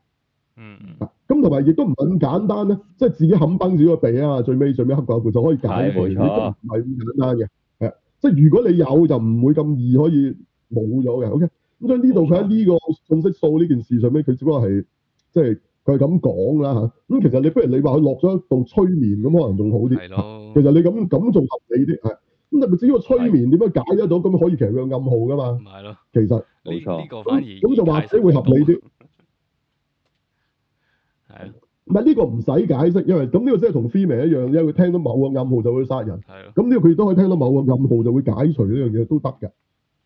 [SPEAKER 3] 嗯嗯
[SPEAKER 1] 啊咁同埋亦都唔係咁簡單咧，即係自己冚崩自己個鼻啊，最尾最尾黑寡婦就可以解
[SPEAKER 2] 係冇
[SPEAKER 1] 決，
[SPEAKER 2] 錯
[SPEAKER 1] 亦都唔係咁簡單嘅。係啊，即係如果你有就唔會咁易可以冇咗嘅。OK，咁所以呢度佢喺呢個信息素呢件事上面，佢只不過係即係佢係咁講啦嚇。咁其實你不如你話佢落咗一度催眠咁，可能仲好啲。
[SPEAKER 3] 係咯
[SPEAKER 1] 嗯其，實你咁咁仲合理啲係。咁但係至於個催眠點樣解得到，咁可以其實佢有暗號噶嘛。
[SPEAKER 3] 唔係咯，
[SPEAKER 1] 其實
[SPEAKER 3] 呢
[SPEAKER 2] 冇錯
[SPEAKER 3] 呢個反而
[SPEAKER 1] 咁咁就或者會合理啲。
[SPEAKER 3] 係咯
[SPEAKER 1] 唔係呢個唔使解釋，因為咁呢個即係同 f e m a 一樣，因為佢聽到某個暗號就會殺人。
[SPEAKER 3] 係咯，
[SPEAKER 1] 咁呢個佢亦都可以聽到某個暗號就會解除呢樣嘢都得嘅，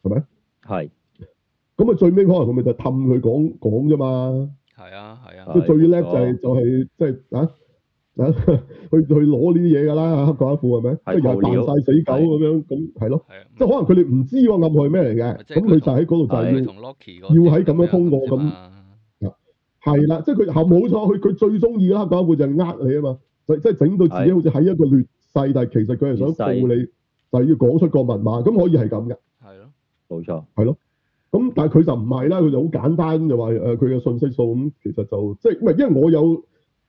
[SPEAKER 1] 係咪？
[SPEAKER 2] 係
[SPEAKER 1] 咁啊最尾可能佢咪就氹佢講講啫嘛，
[SPEAKER 3] 係啊係啊
[SPEAKER 1] 即係最叻就
[SPEAKER 2] 冇錯
[SPEAKER 1] 係就係即係啊啊去 去攞呢啲嘢㗎啦，黑寡婦係咪？
[SPEAKER 2] 係
[SPEAKER 1] 即係又係扮
[SPEAKER 2] 無聊
[SPEAKER 1] 晒死狗咁樣，咁係咯，
[SPEAKER 3] 係啊，
[SPEAKER 1] 即係可能佢哋唔知個暗號係咩嚟嘅，
[SPEAKER 3] 即係
[SPEAKER 1] 咁
[SPEAKER 3] 佢
[SPEAKER 1] 佢就喺嗰度就
[SPEAKER 2] 同
[SPEAKER 1] 係
[SPEAKER 3] 佢
[SPEAKER 1] 要。
[SPEAKER 3] 同 Loki
[SPEAKER 1] 要喺咁樣通過咁
[SPEAKER 3] 咁。
[SPEAKER 1] 係啦，即係佢後冇錯，佢佢最中意嘅黑寡婦就係呃你啊嘛，就即係整到自己好似喺一個劣勢，但係其實佢係想告你，就係要講出個密碼，咁可以係咁嘅。
[SPEAKER 3] 係咯，
[SPEAKER 2] 冇錯，
[SPEAKER 1] 咁但係佢就唔係啦，佢就好簡單就話誒佢嘅信息素咁，其實就即係唔係因為我有，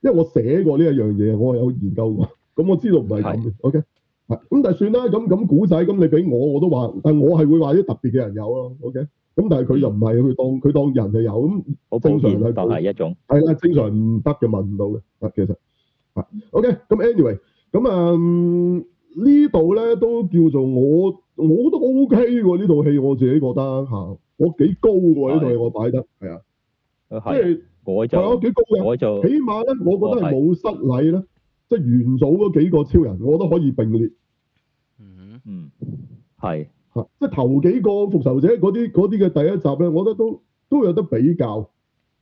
[SPEAKER 1] 因為我寫過呢一樣嘢，我有研究過， 咁我知道唔係咁嘅，OK。係咁但係算啦，咁咁古仔咁你俾我我都話，但我係會話啲特別嘅人有咯，OK。咁但係佢就唔係，佢當佢當人係有咁。
[SPEAKER 2] 好普
[SPEAKER 1] 正常
[SPEAKER 2] 遍
[SPEAKER 1] 係
[SPEAKER 2] 當係一種
[SPEAKER 1] 係啦，正常唔得嘅問唔到嘅，啊其實啊 OK，咁 anyway，咁啊嗯呢度咧都叫做我我都 OK 喎，呢套戲我自己覺得嚇，我幾高喎呢套戲我擺得係啊，即
[SPEAKER 2] 係
[SPEAKER 1] 係
[SPEAKER 2] 我
[SPEAKER 1] 係啊
[SPEAKER 2] 就
[SPEAKER 1] 幾高嘅，
[SPEAKER 2] 我就
[SPEAKER 1] 起碼咧我覺得係冇失禮咧，即係元祖嗰幾個超人，我都可以並列。
[SPEAKER 3] 嗯
[SPEAKER 2] 嗯係
[SPEAKER 1] 嚇，即係頭幾個復仇者嗰啲嗰啲嘅第一集咧，我覺得都都有得比較，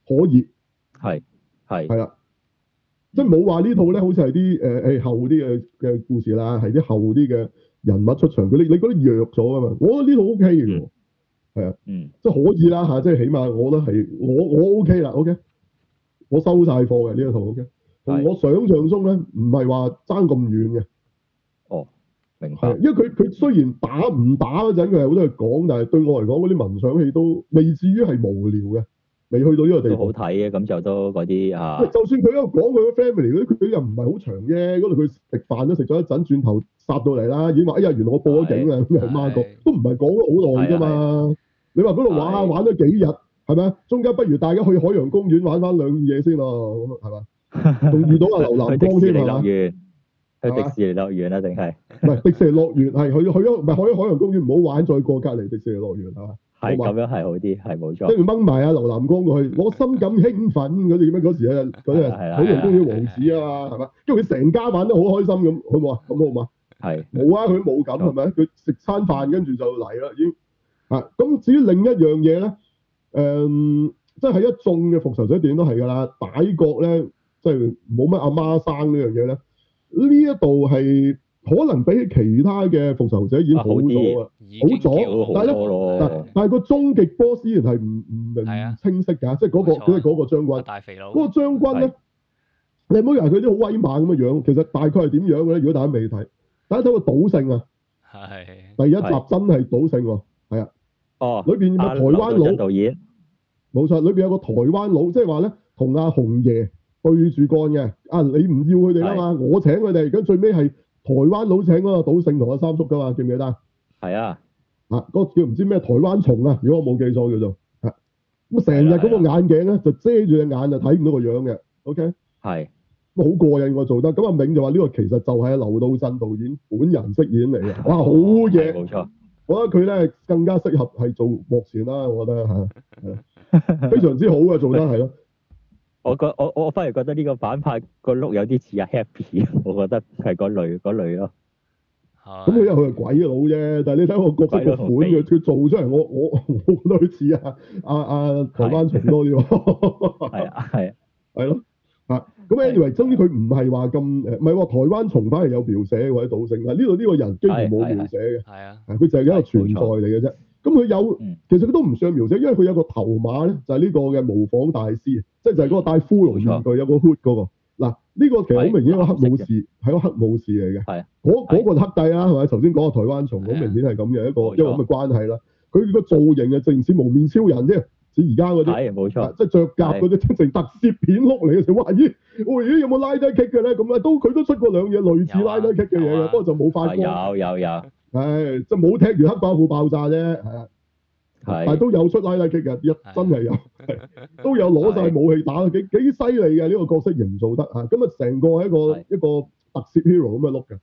[SPEAKER 1] 可以。
[SPEAKER 2] 係係
[SPEAKER 1] 係啦，即係冇話呢套咧，好似係啲誒誒後啲嘅嘅故事啦，係啲後啲嘅人物出場，佢你你覺得弱咗啊嘛？我覺得呢套 O K 嘅喎，
[SPEAKER 2] 嗯
[SPEAKER 1] 即係可以啦嚇，即係起碼我覺得係我我 O K 啦，O K，我收晒貨嘅呢一套 O K，同
[SPEAKER 2] 係
[SPEAKER 1] 我想象中咧唔係話爭咁遠嘅，
[SPEAKER 2] 明白
[SPEAKER 1] 係因為佢佢雖然打唔打嗰陣佢係好多嘢講，但係對我嚟講嗰啲文賞戲都未至於係無聊嘅，未去到呢個地
[SPEAKER 2] 都
[SPEAKER 1] 步
[SPEAKER 2] 好。睇嘅，咁就都嗰啲啊
[SPEAKER 1] 喂就算佢喺度講佢個 family 嗰啲，佢又唔係好長啫。嗰度佢食飯都食咗一陣，轉頭殺到嚟啦，已經話：哎呀，原來我報咗警啦，咁樣孖個
[SPEAKER 3] 係
[SPEAKER 1] 都唔係講咗好耐啫嘛。你話嗰度玩下
[SPEAKER 2] 係
[SPEAKER 1] 玩咗幾日，係咪啊？中間不如大家去海洋公園玩翻兩嘢先咯，咁係嘛？仲遇到阿劉
[SPEAKER 2] 去
[SPEAKER 1] 林
[SPEAKER 2] 迪
[SPEAKER 1] 光
[SPEAKER 2] 士
[SPEAKER 1] 添
[SPEAKER 2] 尼
[SPEAKER 1] 係
[SPEAKER 2] 樂
[SPEAKER 1] 嘛？
[SPEAKER 2] 園，
[SPEAKER 1] 係嘛
[SPEAKER 2] 去迪士尼樂園啊，定係
[SPEAKER 1] 唔係迪士尼樂園係去去咗，唔係去咗海洋公園唔好玩，再過隔離迪士尼樂園係嘛？
[SPEAKER 2] 係
[SPEAKER 1] 好嘛
[SPEAKER 2] 咁樣係好啲，係冇錯
[SPEAKER 1] 跟，住掹埋阿劉南光過去，我深感興奮嗰啲咁樣嗰時啊，嗰
[SPEAKER 2] 係
[SPEAKER 1] 啲
[SPEAKER 2] 啦係啦
[SPEAKER 1] 海洋公園王子啊嘛，係嘛？跟住佢成家玩得好開心咁，好唔好啊？咁好嘛？
[SPEAKER 2] 係
[SPEAKER 1] 冇啊，佢冇咁係咪？
[SPEAKER 2] 哦
[SPEAKER 1] 佢食餐飯跟住就嚟啦，已經啊。咁至於另一樣嘢咧，誒、嗯即係喺一眾嘅復仇者電影都係㗎啦。歹國咧，即係冇乜阿媽生呢樣嘢咧。呢一度係可能比起其他嘅復仇者已經
[SPEAKER 2] 啊
[SPEAKER 1] 好
[SPEAKER 2] 好啲
[SPEAKER 1] 咗啊。
[SPEAKER 3] 已
[SPEAKER 1] 好
[SPEAKER 3] 經
[SPEAKER 1] 咗
[SPEAKER 3] 叫
[SPEAKER 1] 但係咧
[SPEAKER 2] 多
[SPEAKER 3] 哦
[SPEAKER 1] 但
[SPEAKER 2] 咯，
[SPEAKER 1] 但係個終極 boss 依然係唔唔明
[SPEAKER 3] 係
[SPEAKER 1] 唔
[SPEAKER 3] 啊
[SPEAKER 1] 清晰㗎，即係嗰個
[SPEAKER 3] 冇錯
[SPEAKER 1] 佢係嗰個將
[SPEAKER 3] 阿
[SPEAKER 1] 軍，
[SPEAKER 3] 大肥佬，
[SPEAKER 1] 嗰個將軍咧
[SPEAKER 2] 係，
[SPEAKER 1] 你唔好以為佢啲好威猛咁嘅樣，其實大概係點樣嘅咧？如果大家未睇，大家睇個賭聖啊！
[SPEAKER 3] 係啊
[SPEAKER 1] 第一集真
[SPEAKER 2] 係
[SPEAKER 1] 係賭聖喎，
[SPEAKER 2] 哦，
[SPEAKER 1] 裏邊有個
[SPEAKER 2] 阿
[SPEAKER 1] 台
[SPEAKER 2] 劉道
[SPEAKER 1] 灣
[SPEAKER 2] 真
[SPEAKER 1] 佬，
[SPEAKER 2] 導演
[SPEAKER 1] 冇錯，裏邊有個台灣佬，即係話咧同阿紅爺對住幹嘅，啊你唔要佢哋啦嘛，我請佢哋，咁最尾係台灣佬請嗰個賭聖同阿三叔噶嘛，記唔記得啊？
[SPEAKER 2] 係啊，
[SPEAKER 1] 啊，嗰個叫唔知咩台灣蟲啊，如果我冇記錯叫做啊，咁成日嗰個眼鏡咧就遮住隻眼就睇唔到個樣嘅，OK，
[SPEAKER 2] 係
[SPEAKER 1] 咁好過癮我做得，咁阿銘就話呢個其實就係劉道振導演本人飾演嚟 嘅，哇好嘢
[SPEAKER 2] 係！冇錯，
[SPEAKER 1] 我覺得佢咧更加適 啊合係做幕前啦，我覺得嚇，係啊非常之好嘅做得係咯。
[SPEAKER 2] 我覺我我我反而覺得呢個反派個碌有啲似阿 Happy，我 覺得係嗰類嗰類咯。
[SPEAKER 1] 咁佢因為佢係鬼佬啫，但係你睇我角色個款
[SPEAKER 2] 鬼佬
[SPEAKER 1] 佢佢做出嚟，我我我覺得佢似啊啊啊台灣蟲多啲喎，
[SPEAKER 2] 係啊係啊，
[SPEAKER 1] 係咯嚇。
[SPEAKER 2] 嗯
[SPEAKER 1] 咁 anyway，總之佢唔係話咁誒，唔係話台灣蟲反而有描寫或者賭聖，但係呢度呢個人幾乎冇描寫嘅，
[SPEAKER 3] 系啊，
[SPEAKER 1] 係佢就係一個存在嚟嘅啫。咁佢有
[SPEAKER 2] 嗯
[SPEAKER 1] 其實佢都唔算描寫，因為佢有個頭馬咧，就係呢個嘅模仿大師，即係就係嗰個戴骷髏面具有個 hood 嗰個。嗱，呢個其實好明顯一個黑武士，係一個黑武士嚟嘅。
[SPEAKER 2] 係啊
[SPEAKER 1] 嗰嗰個就黑帝啦，係咪？頭先講個台灣蟲，好
[SPEAKER 3] 係啊
[SPEAKER 1] 明顯係咁嘅一個
[SPEAKER 2] 冇錯
[SPEAKER 1] 一個咁嘅關係啦。佢個造型啊，正唔似蒙面超人啫，似而家嗰啲。
[SPEAKER 2] 係冇錯
[SPEAKER 1] 啊，即係着甲嗰啲，成特攝片碌嚟嘅時候，哇咦，喂咦有冇拉低 kick 嘅咧？咁咧都佢都出過兩嘢類似
[SPEAKER 3] 有啊
[SPEAKER 1] 拉低 kick 嘅嘢
[SPEAKER 3] 有
[SPEAKER 1] 嘅，
[SPEAKER 3] 啊
[SPEAKER 1] 不過就冇發
[SPEAKER 2] 係
[SPEAKER 1] 光，
[SPEAKER 2] 有有有
[SPEAKER 1] 係就冇踢完黑寡婦爆炸啫，係啊。但係
[SPEAKER 2] 係
[SPEAKER 1] 都有出拉拉劇嘅，一真係有，係 都有攞晒武器打，幾幾犀利嘅呢個角色營造得嚇。咁啊，成個係一個
[SPEAKER 2] 係
[SPEAKER 1] 一個特攝 hero 咁嘅 look 嘅。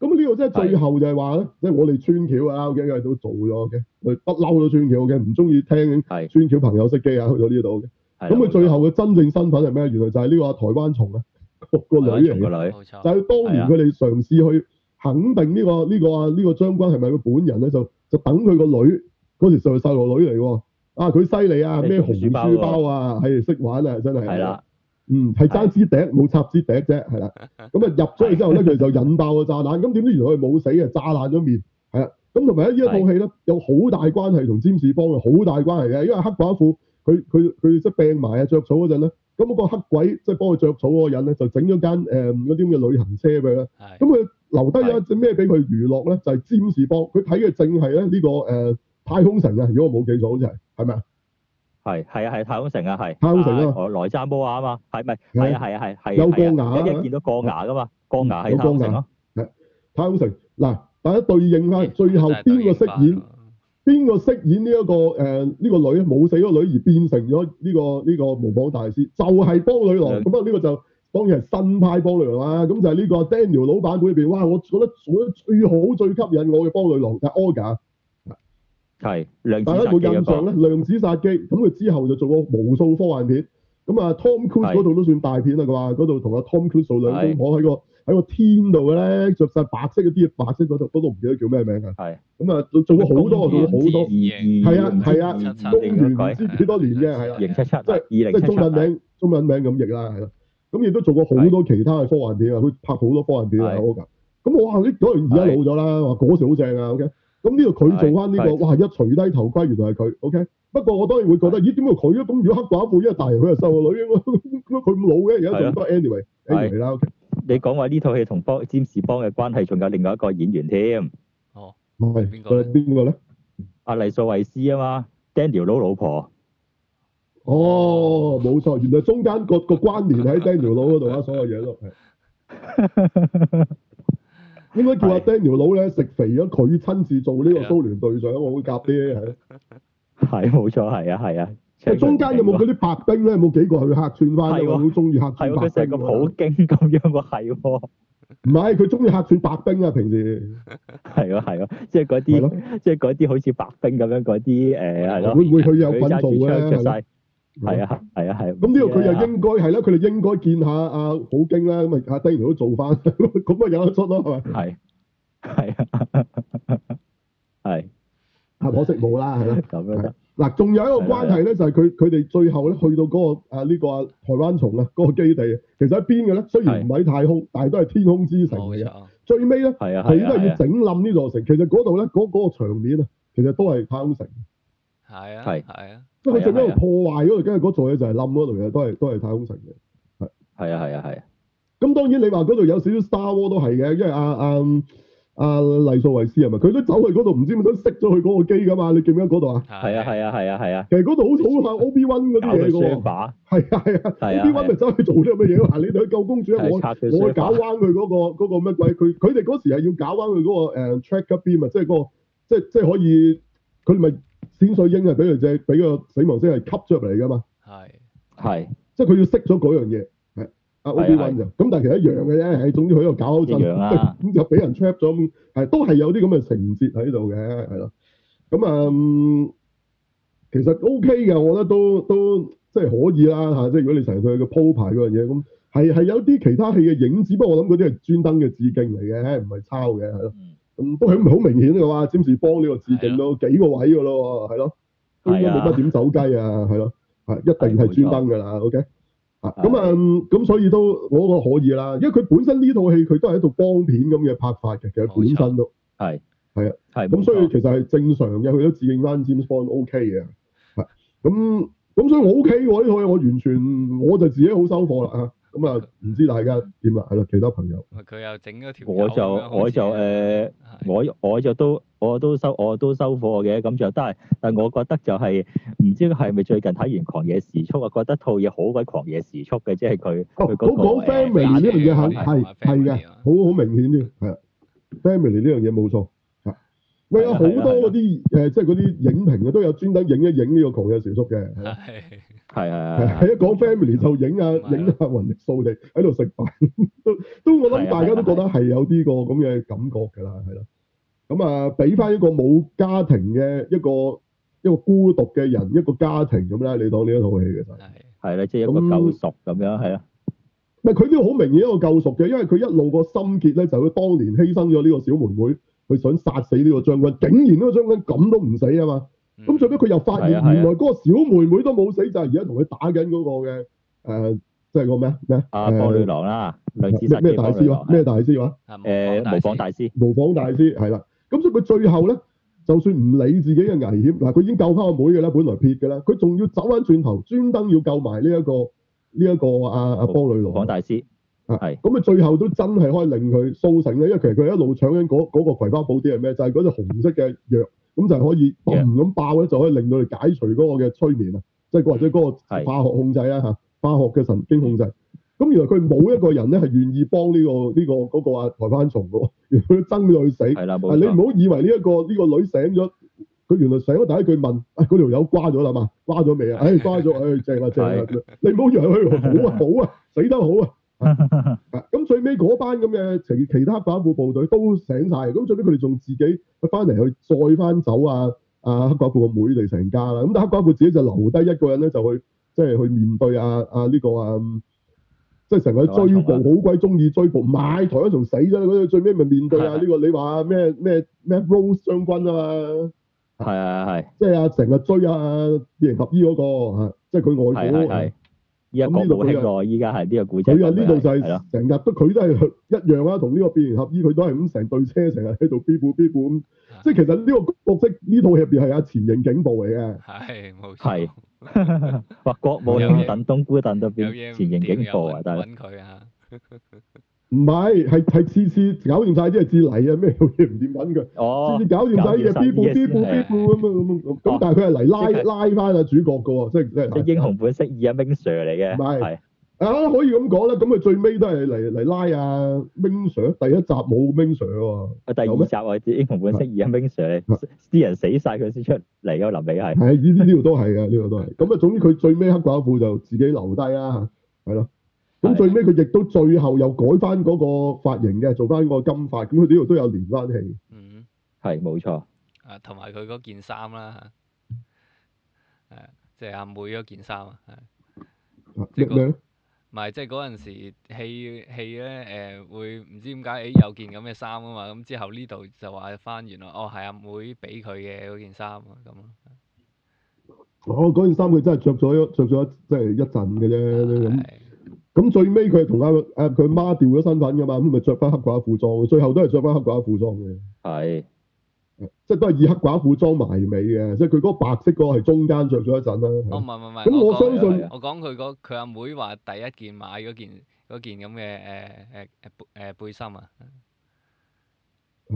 [SPEAKER 1] 咁呢個即係最
[SPEAKER 2] 係
[SPEAKER 1] 後就係話咧，即係我哋穿橋啊，OK，我哋都做咗嘅，我哋不嬲都穿橋嘅，唔中意聽
[SPEAKER 2] 係
[SPEAKER 1] 穿橋朋友識機啊，去到呢度嘅。
[SPEAKER 2] 係啦
[SPEAKER 1] 咁佢最後嘅
[SPEAKER 2] 冇
[SPEAKER 1] 真正身份係咩？原來就係呢個台灣蟲啊， 個
[SPEAKER 2] 錯
[SPEAKER 1] 女嚟
[SPEAKER 2] 同
[SPEAKER 1] 嘅
[SPEAKER 2] 個。女
[SPEAKER 3] 冇
[SPEAKER 1] 就
[SPEAKER 3] 錯，
[SPEAKER 1] 係當
[SPEAKER 2] 啊
[SPEAKER 1] 年佢哋嘗試去肯定呢、個呢、個啊呢、個將軍係咪佢本人咧，就就等佢個女嗰時就係細路女嚟喎。啊，佢犀利啊，
[SPEAKER 2] 咩
[SPEAKER 1] 咩紅
[SPEAKER 2] 紅書包
[SPEAKER 1] 書包啊，係識玩啊，真係。
[SPEAKER 2] 係啦。
[SPEAKER 1] 嗯，係爭支笛，冇插支笛啫， 係啦。咁啊入咗去之後咧，佢就引爆個炸彈。咁點知原來佢冇死啊嘅，炸爛咗面。係啦。咁同埋咧，呢一套戲咧有好大關係同占士邦嘅好大關係嘅，因為黑寡婦佢佢佢即係病埋啊，着草嗰陣咧，咁嗰個黑鬼即係幫佢着草嗰個人咧，就整咗間誒嗰啲咁嘅旅行車俾佢啦。
[SPEAKER 3] 係
[SPEAKER 1] 咁佢留低咗一隻咩俾佢娛樂咧？就係、占士邦，佢睇嘅正係咧呢個誒、呃太空城啊！如果我冇記錯，好似係係咪啊？
[SPEAKER 2] 係係啊係太空城啊係
[SPEAKER 1] 太空城啊
[SPEAKER 2] 我萊詹摩亞啊嘛係咪
[SPEAKER 1] 係啊
[SPEAKER 2] 係啊係啊係係
[SPEAKER 1] 有
[SPEAKER 2] 係啊
[SPEAKER 1] 鋼牙啊
[SPEAKER 2] 一一見到鋼牙噶嘛鋼牙
[SPEAKER 1] 有
[SPEAKER 2] 喺
[SPEAKER 1] 鋼牙
[SPEAKER 2] 太空城咯
[SPEAKER 1] 太空城嗱，大家對應翻最後
[SPEAKER 3] 真係對
[SPEAKER 1] 邊個
[SPEAKER 3] 應
[SPEAKER 1] 飾演
[SPEAKER 3] 返？咯
[SPEAKER 1] 邊個飾演呢、一個呃誒呢、個女冇死嗰個女而變成咗呢、個呢、個模仿大師，就係、邦女郎。
[SPEAKER 2] 嗯
[SPEAKER 1] 咁啊呢個就當然係新派邦女郎啦。咁就係呢個 Daniel 老闆本裏邊，哇！我覺得做得最好、最吸引我嘅邦女郎就係 Olga。
[SPEAKER 2] 係量子
[SPEAKER 1] 大家
[SPEAKER 2] 殺
[SPEAKER 1] 有
[SPEAKER 2] 機
[SPEAKER 1] 冇印象
[SPEAKER 2] 嗰個
[SPEAKER 1] 咧？量子殺機咁佢之後就做過無數科幻片。咁啊，Tom Cruise
[SPEAKER 2] 係
[SPEAKER 1] 嗰度都算大片啦，佢話嗰度同阿 Tom Cruise 做兩公婆喺個喺個天度嘅咧，着晒白色嗰啲嘢，白色嗰度嗰度唔記得叫咩名啊。
[SPEAKER 2] 係
[SPEAKER 1] 咁啊，做過好多，做過好多。
[SPEAKER 2] 二
[SPEAKER 1] 係啊係啊
[SPEAKER 2] 二
[SPEAKER 1] 公
[SPEAKER 2] 二定
[SPEAKER 1] 元唔
[SPEAKER 2] 嗰個啊
[SPEAKER 1] 知幾多年啫，係啦，
[SPEAKER 2] 型七七
[SPEAKER 1] 即係
[SPEAKER 2] 二零
[SPEAKER 1] 即係
[SPEAKER 2] 七七
[SPEAKER 1] 中文名中文名咁譯啦，係啦。咁亦都做過好多其他嘅科幻片啊，佢拍好多科幻片啊
[SPEAKER 2] 係
[SPEAKER 1] ，Olga。咁我話呢嗰人而家老咗啦，話嗰時好正啊，OK。咁呢度佢做翻呢個，
[SPEAKER 2] 係
[SPEAKER 1] 哇！一除低頭盔，原來係佢，OK。不過我當然會覺得，咦？點解佢咧？咁如果黑寡婦，因為大人佢又瘦個女，咁咁佢咁老嘅，而家
[SPEAKER 2] 啊
[SPEAKER 1] 仲得 anyway，anyway 啦，OK。
[SPEAKER 2] 你講話呢套戲同邦詹士邦嘅關係，仲有另外一個演員添，
[SPEAKER 3] 哦，
[SPEAKER 1] 係
[SPEAKER 3] 邊個咧
[SPEAKER 1] 邊個咧？
[SPEAKER 2] 阿麗素維斯啊嘛，Daniel 佬老婆，
[SPEAKER 1] 哦，冇錯，原來中間個個關聯 喺 Daniel 佬嗰度啊，所有嘢都係。應該叫阿 Daniel 佬咧食肥咗，佢親自做呢個
[SPEAKER 3] 係啊
[SPEAKER 1] 蘇聯隊長，我會夾啲 係。
[SPEAKER 2] 係冇錯，係啊，係啊。
[SPEAKER 1] 喂中間有冇嗰啲白兵咧？有冇幾個係客串翻
[SPEAKER 2] 係
[SPEAKER 1] 咧？
[SPEAKER 2] 喎
[SPEAKER 1] 我好中意客
[SPEAKER 2] 係
[SPEAKER 1] 串
[SPEAKER 2] 喎，
[SPEAKER 1] 白
[SPEAKER 2] 佢成
[SPEAKER 1] 兵
[SPEAKER 2] 個
[SPEAKER 1] 喎。
[SPEAKER 2] 普京咁樣喎，係喎，
[SPEAKER 1] 唔係，佢中意客串白兵啊！平時
[SPEAKER 2] 係喎，係喎，即係嗰
[SPEAKER 1] 係咯
[SPEAKER 2] 啲，，即係嗰啲好似白冰咁樣嗰啲誒係咯，
[SPEAKER 1] 會唔會佢有
[SPEAKER 2] 佢
[SPEAKER 1] 份
[SPEAKER 2] 揸
[SPEAKER 1] 做
[SPEAKER 2] 住
[SPEAKER 1] 咧？
[SPEAKER 2] 槍
[SPEAKER 1] 係
[SPEAKER 2] 着
[SPEAKER 1] 咯嗯
[SPEAKER 2] 晒，係啊，係啊，係。
[SPEAKER 1] 咁呢度佢又
[SPEAKER 2] 應
[SPEAKER 1] 應該係啦，佢哋應該見下阿好京啦，咁啊阿 Daniel 都做翻，咁啊有得出咯，係咪？
[SPEAKER 2] 係係啊，係
[SPEAKER 1] 啊可惜冇啦，係咯。
[SPEAKER 2] 咁樣得
[SPEAKER 1] 嗱，仲有一個關係咧，就係佢佢哋最後咧去到嗰、個啊呢、個啊台灣蟲啊 嗰、個基地，其實喺邊嘅咧？雖然唔喺太空，但係都係天空之城
[SPEAKER 3] 冇
[SPEAKER 1] 嚟嘅。
[SPEAKER 3] 錯，
[SPEAKER 1] 最尾咧，
[SPEAKER 2] 係啊，
[SPEAKER 1] 佢
[SPEAKER 2] 係
[SPEAKER 1] 都
[SPEAKER 2] 啊
[SPEAKER 1] 係要
[SPEAKER 2] 係啊，
[SPEAKER 1] 整冧呢座城。其實嗰度咧，嗰嗰個場面啊，其實都係太空城。
[SPEAKER 3] 係啊，
[SPEAKER 2] 係
[SPEAKER 3] 係啊，
[SPEAKER 1] 即係佢最尾
[SPEAKER 2] 係
[SPEAKER 1] 度
[SPEAKER 2] 啊
[SPEAKER 1] 破壞嗰度，跟住嗰座嘢就係冧嗰度嘅，都係都係太空城嘅。
[SPEAKER 2] 係啊，係啊，係啊，
[SPEAKER 1] 咁當然你話嗰度有少少 Star War 都係嘅，因為阿阿阿黎素維斯係咪？佢都走去嗰度，唔知點解熄咗佢嗰個機㗎嘛？你記唔記得嗰度啊？
[SPEAKER 2] 係啊，係啊，係啊，係啊，
[SPEAKER 1] 其實嗰度好好下 Obi Wan 嗰
[SPEAKER 2] 搞
[SPEAKER 1] 啲嘢
[SPEAKER 2] 佢
[SPEAKER 1] 㗎喎
[SPEAKER 2] s。
[SPEAKER 1] 係
[SPEAKER 2] 把，
[SPEAKER 1] 啊係啊
[SPEAKER 2] 係啊
[SPEAKER 1] ，Obi-Wan 咪走去做啲咁嘅嘢咯。啊嗱，你哋去救公主，
[SPEAKER 2] 係
[SPEAKER 1] 我
[SPEAKER 2] 拆
[SPEAKER 1] 我
[SPEAKER 2] 佢
[SPEAKER 1] 去
[SPEAKER 2] s
[SPEAKER 1] 搞
[SPEAKER 2] 把，
[SPEAKER 1] 彎佢嗰個嗰個乜鬼？佢佢哋嗰時係要搞彎佢嗰個誒 tracker beam 啊，即係嗰個即係即係可以佢哋咪閃水英係俾佢隻俾個死亡星係吸咗入嚟㗎嘛，
[SPEAKER 3] 係
[SPEAKER 2] 係
[SPEAKER 1] 即係佢要熄咗嗰樣嘢。係啊
[SPEAKER 2] 係啊
[SPEAKER 1] ，Obi-Wan 就咁，但係其實一樣嘅啫。係總之佢喺度搞好
[SPEAKER 2] 一樣啊
[SPEAKER 1] 咁就俾人 trap 咗咁，係都係有啲咁嘅情節喺度嘅，係咯。咁啊，嗯其實 O K 嘅，我覺得都都即係可以啦嚇。即係如果你成日對佢嘅鋪排嗰樣嘢咁，係係有啲其他戲嘅影子，不過我諗嗰啲係專登嘅致敬嚟嘅，唔係抄嘅，係咯。
[SPEAKER 2] 嗯
[SPEAKER 1] 咁都係好明顯嘅話，占士邦呢個致敬都幾個位嘅咯啊喎，係咯，應該冇乜點走雞啊，係咯，係一定係專登㗎啦，OK。啊，咁啊，嗯咁所以都我覺得可以啦，因為佢本身呢套戲佢都係一套幫片咁嘅拍法嘅，其實本身都
[SPEAKER 2] 係
[SPEAKER 1] 係啊，
[SPEAKER 2] 係
[SPEAKER 1] 咁所以
[SPEAKER 2] 冇錯
[SPEAKER 1] 其實係正常嘅，佢都致敬翻 James Bond OK 嘅，係咁咁所以我 OK 喎呢套嘢，我完全我就自己好收貨啦啊，咁啊唔知大家點啊啦，係啦，其他朋友
[SPEAKER 3] 佢又整咗條
[SPEAKER 2] 我就我就呃誒。
[SPEAKER 3] 啊
[SPEAKER 2] 我我就都我都收我都收貨嘅，咁就但係但我覺得就係、唔知係咪最近睇完《狂野時速》，我覺得套嘢好鬼《狂野時速》嘅，即係佢
[SPEAKER 1] 哦，好
[SPEAKER 2] 佢嗰個
[SPEAKER 1] 講
[SPEAKER 2] 誒
[SPEAKER 1] family 呢樣嘢係係係嘅，
[SPEAKER 3] 係
[SPEAKER 1] 好好明顯啲，係啊 family 呢樣嘢冇錯。係喂，有好多嗰啲誒，即係嗰啲影評啊，都有專登影一影呢個狂野時速嘅，係啊
[SPEAKER 2] 係係
[SPEAKER 3] 係
[SPEAKER 2] 係
[SPEAKER 1] 係一啊講 family 就影啊
[SPEAKER 3] 係啊
[SPEAKER 1] 影下雲力掃地喺度食飯，都都我諗大家都覺得係有呢個咁嘅感覺㗎啦，係啦。咁啊，俾翻一個冇家庭嘅一個一個孤獨嘅人一個家庭咁啦，你當呢一套戲其實。
[SPEAKER 3] 係
[SPEAKER 2] 係啦，即係一個
[SPEAKER 1] 咁
[SPEAKER 2] 救贖咁樣係啊，
[SPEAKER 1] 唔係佢都好明顯一個救贖嘅，因為佢一路個心結咧，就係佢當年犧牲咗呢個小妹妹，佢想殺死呢個將軍，竟然呢個將軍咁都唔死啊嘛！
[SPEAKER 3] 嗯
[SPEAKER 1] 咁最尾佢又發現
[SPEAKER 2] 係啊係啊
[SPEAKER 1] 原來嗰個小妹妹都冇死，就係而家同佢打緊嗰個嘅誒、呃即係個咩咩
[SPEAKER 2] 阿
[SPEAKER 1] 誒
[SPEAKER 2] 波女郎啦，兩子
[SPEAKER 1] 咩
[SPEAKER 2] 殺
[SPEAKER 1] 咩
[SPEAKER 2] 機啊
[SPEAKER 1] 大
[SPEAKER 2] 波
[SPEAKER 1] 師
[SPEAKER 2] 女
[SPEAKER 1] 話
[SPEAKER 2] 郎，
[SPEAKER 1] 咩大師話
[SPEAKER 2] 誒呃模仿
[SPEAKER 3] 啊大
[SPEAKER 2] 大師
[SPEAKER 1] 模仿大師係啦。咁所以佢最後咧，就算唔理自己嘅危險，嗱佢已經救翻個妹嘅啦，本來撇嘅啦，佢仲要走翻轉頭，專登要救埋呢一個呢一、個阿阿波女
[SPEAKER 2] 模仿
[SPEAKER 1] 郎。
[SPEAKER 2] 大師係
[SPEAKER 1] 咁啊，最後都真係可以令佢甦醒咧，因為其實佢一路搶緊嗰嗰個葵花寶典係咩？就係嗰隻紅色嘅藥，咁就係可以
[SPEAKER 2] 藥
[SPEAKER 1] 嘣咁爆咧，就可以令到你解除嗰個嘅催眠啊，即係或者嗰
[SPEAKER 2] 係
[SPEAKER 1] 個化學控制啦嚇，化學嘅神經控制。咁原來佢冇一個人咧係願意幫呢、個呢、個嗰、個啊台灣蟲嘅喎，原來佢爭到佢死。
[SPEAKER 2] 係啦冇
[SPEAKER 1] 啊！你
[SPEAKER 2] 錯，
[SPEAKER 1] 唔好以為呢、一個呢、個女醒咗，佢原來醒咗第一句問：啊，嗰條友瓜咗啦嘛？瓜咗 未啊？唉、瓜咗，唉、正啦正啦！你唔好以為佢好啊好 啊，死得好啊！啊咁最尾嗰班咁嘅其其他反腐部隊都醒晒，咁最尾佢哋仲自己去翻嚟去再翻走啊啊黑寡婦個妹哋成家啦，咁但黑寡婦自己就留低一個人咧，就去即係去面對啊啊呢、個啊，嗯即係成日去追捕，
[SPEAKER 2] 台灣
[SPEAKER 1] 好鬼中意追捕，唔係台灣仲死咗啦，嗰最尾咪面對啊
[SPEAKER 3] 係
[SPEAKER 1] 呢、個你話咩咩咩 Rose 將軍啊嘛，
[SPEAKER 2] 係係係
[SPEAKER 1] 即係啊成日追啊變形合衣嗰、個啊即係佢外
[SPEAKER 2] 係
[SPEAKER 1] 父。
[SPEAKER 2] 係係。依家
[SPEAKER 1] 咁呢
[SPEAKER 2] 講
[SPEAKER 1] 度
[SPEAKER 2] 好
[SPEAKER 1] 佢
[SPEAKER 2] 興
[SPEAKER 1] 就
[SPEAKER 2] 喎，依家係呢個古仔。
[SPEAKER 1] 佢啊呢度就
[SPEAKER 2] 係咯
[SPEAKER 1] 係成日都佢都係一樣啦，同呢個變形合衣佢都係咁成隊車成日喺度 B 股 B 股咁，即係其實呢個角色呢套戲入邊係阿前刑警部嚟嘅，
[SPEAKER 3] 係冇
[SPEAKER 2] 係哇！國務
[SPEAKER 3] 有
[SPEAKER 2] 卿
[SPEAKER 3] 嘢
[SPEAKER 2] 鄧東姑鄧到
[SPEAKER 3] 有
[SPEAKER 2] 變
[SPEAKER 3] 嘢
[SPEAKER 2] 前刑警部啊，大佬
[SPEAKER 3] 揾佢啊，
[SPEAKER 1] 唔係係係次次搞掂晒啲係至嚟啊咩嘢唔掂揾佢，
[SPEAKER 2] 哦
[SPEAKER 1] 次次搞掂晒啲
[SPEAKER 2] 搞掂
[SPEAKER 1] 嘢
[SPEAKER 2] 晒
[SPEAKER 1] B 股
[SPEAKER 2] 啲嘢啊
[SPEAKER 1] B 股 B
[SPEAKER 3] 先
[SPEAKER 1] 股咁樣咁樣咁，但係佢係
[SPEAKER 2] 哦即係
[SPEAKER 1] 嚟拉拉翻阿主角嘅喎，即係即係
[SPEAKER 2] 即係英雄本色二啊，Ming Sir 嚟嘅，
[SPEAKER 1] 唔係
[SPEAKER 2] 係
[SPEAKER 1] 啊可以咁講啦，咁佢最尾都係嚟嚟拉阿 Ming Sir，第一集冇 Ming Sir 喎。
[SPEAKER 2] 啊第二
[SPEAKER 1] 有咩
[SPEAKER 2] 集我知英雄本色二啊，Ming Sir 嚟啲人死晒佢先出嚟嘅，臨尾係
[SPEAKER 1] 係呢啲呢度都係 嘅，呢度都係。咁啊，總之佢最尾黑寡婦就自己留低啦，係咯。
[SPEAKER 2] 係
[SPEAKER 1] 咁最尾佢亦都最後又改翻嗰個髮型嘅，做翻個金髮。咁佢呢度都有連翻戲。
[SPEAKER 3] 嗯
[SPEAKER 2] 係冇錯，
[SPEAKER 3] 啊，同埋佢嗰件衫啦，誒，即係阿妹嗰件衫啊，係
[SPEAKER 1] 啊
[SPEAKER 3] 即
[SPEAKER 1] 咩
[SPEAKER 3] 係個
[SPEAKER 1] 咩？
[SPEAKER 3] 唔係即係嗰陣時戲戲咧誒會唔知點解誒有件咁嘅衫啊嘛，咁之後呢度就話翻原來哦係阿妹俾佢嘅嗰件衫啊咁咯，
[SPEAKER 1] 哦，嗰件衫佢真係着咗着咗即係一啊陣嘅啫。咁
[SPEAKER 3] 係
[SPEAKER 1] 咁最尾佢係同阿阿佢媽調咗身份㗎嘛，咁咪着翻黑寡婦裝，最後都係着翻黑寡婦裝嘅。
[SPEAKER 2] 係
[SPEAKER 1] 即係都係以黑寡婦裝埋尾嘅，即係佢嗰個白色嗰個係中間着咗一陣啦。
[SPEAKER 3] 哦唔係唔係唔係，
[SPEAKER 1] 咁我
[SPEAKER 3] 講
[SPEAKER 1] 相
[SPEAKER 2] 係
[SPEAKER 1] 信
[SPEAKER 2] 啊
[SPEAKER 3] 我講佢嗰佢阿妹話第一件買嗰件嗰件咁嘅誒誒誒背誒背心啊，
[SPEAKER 1] 嗯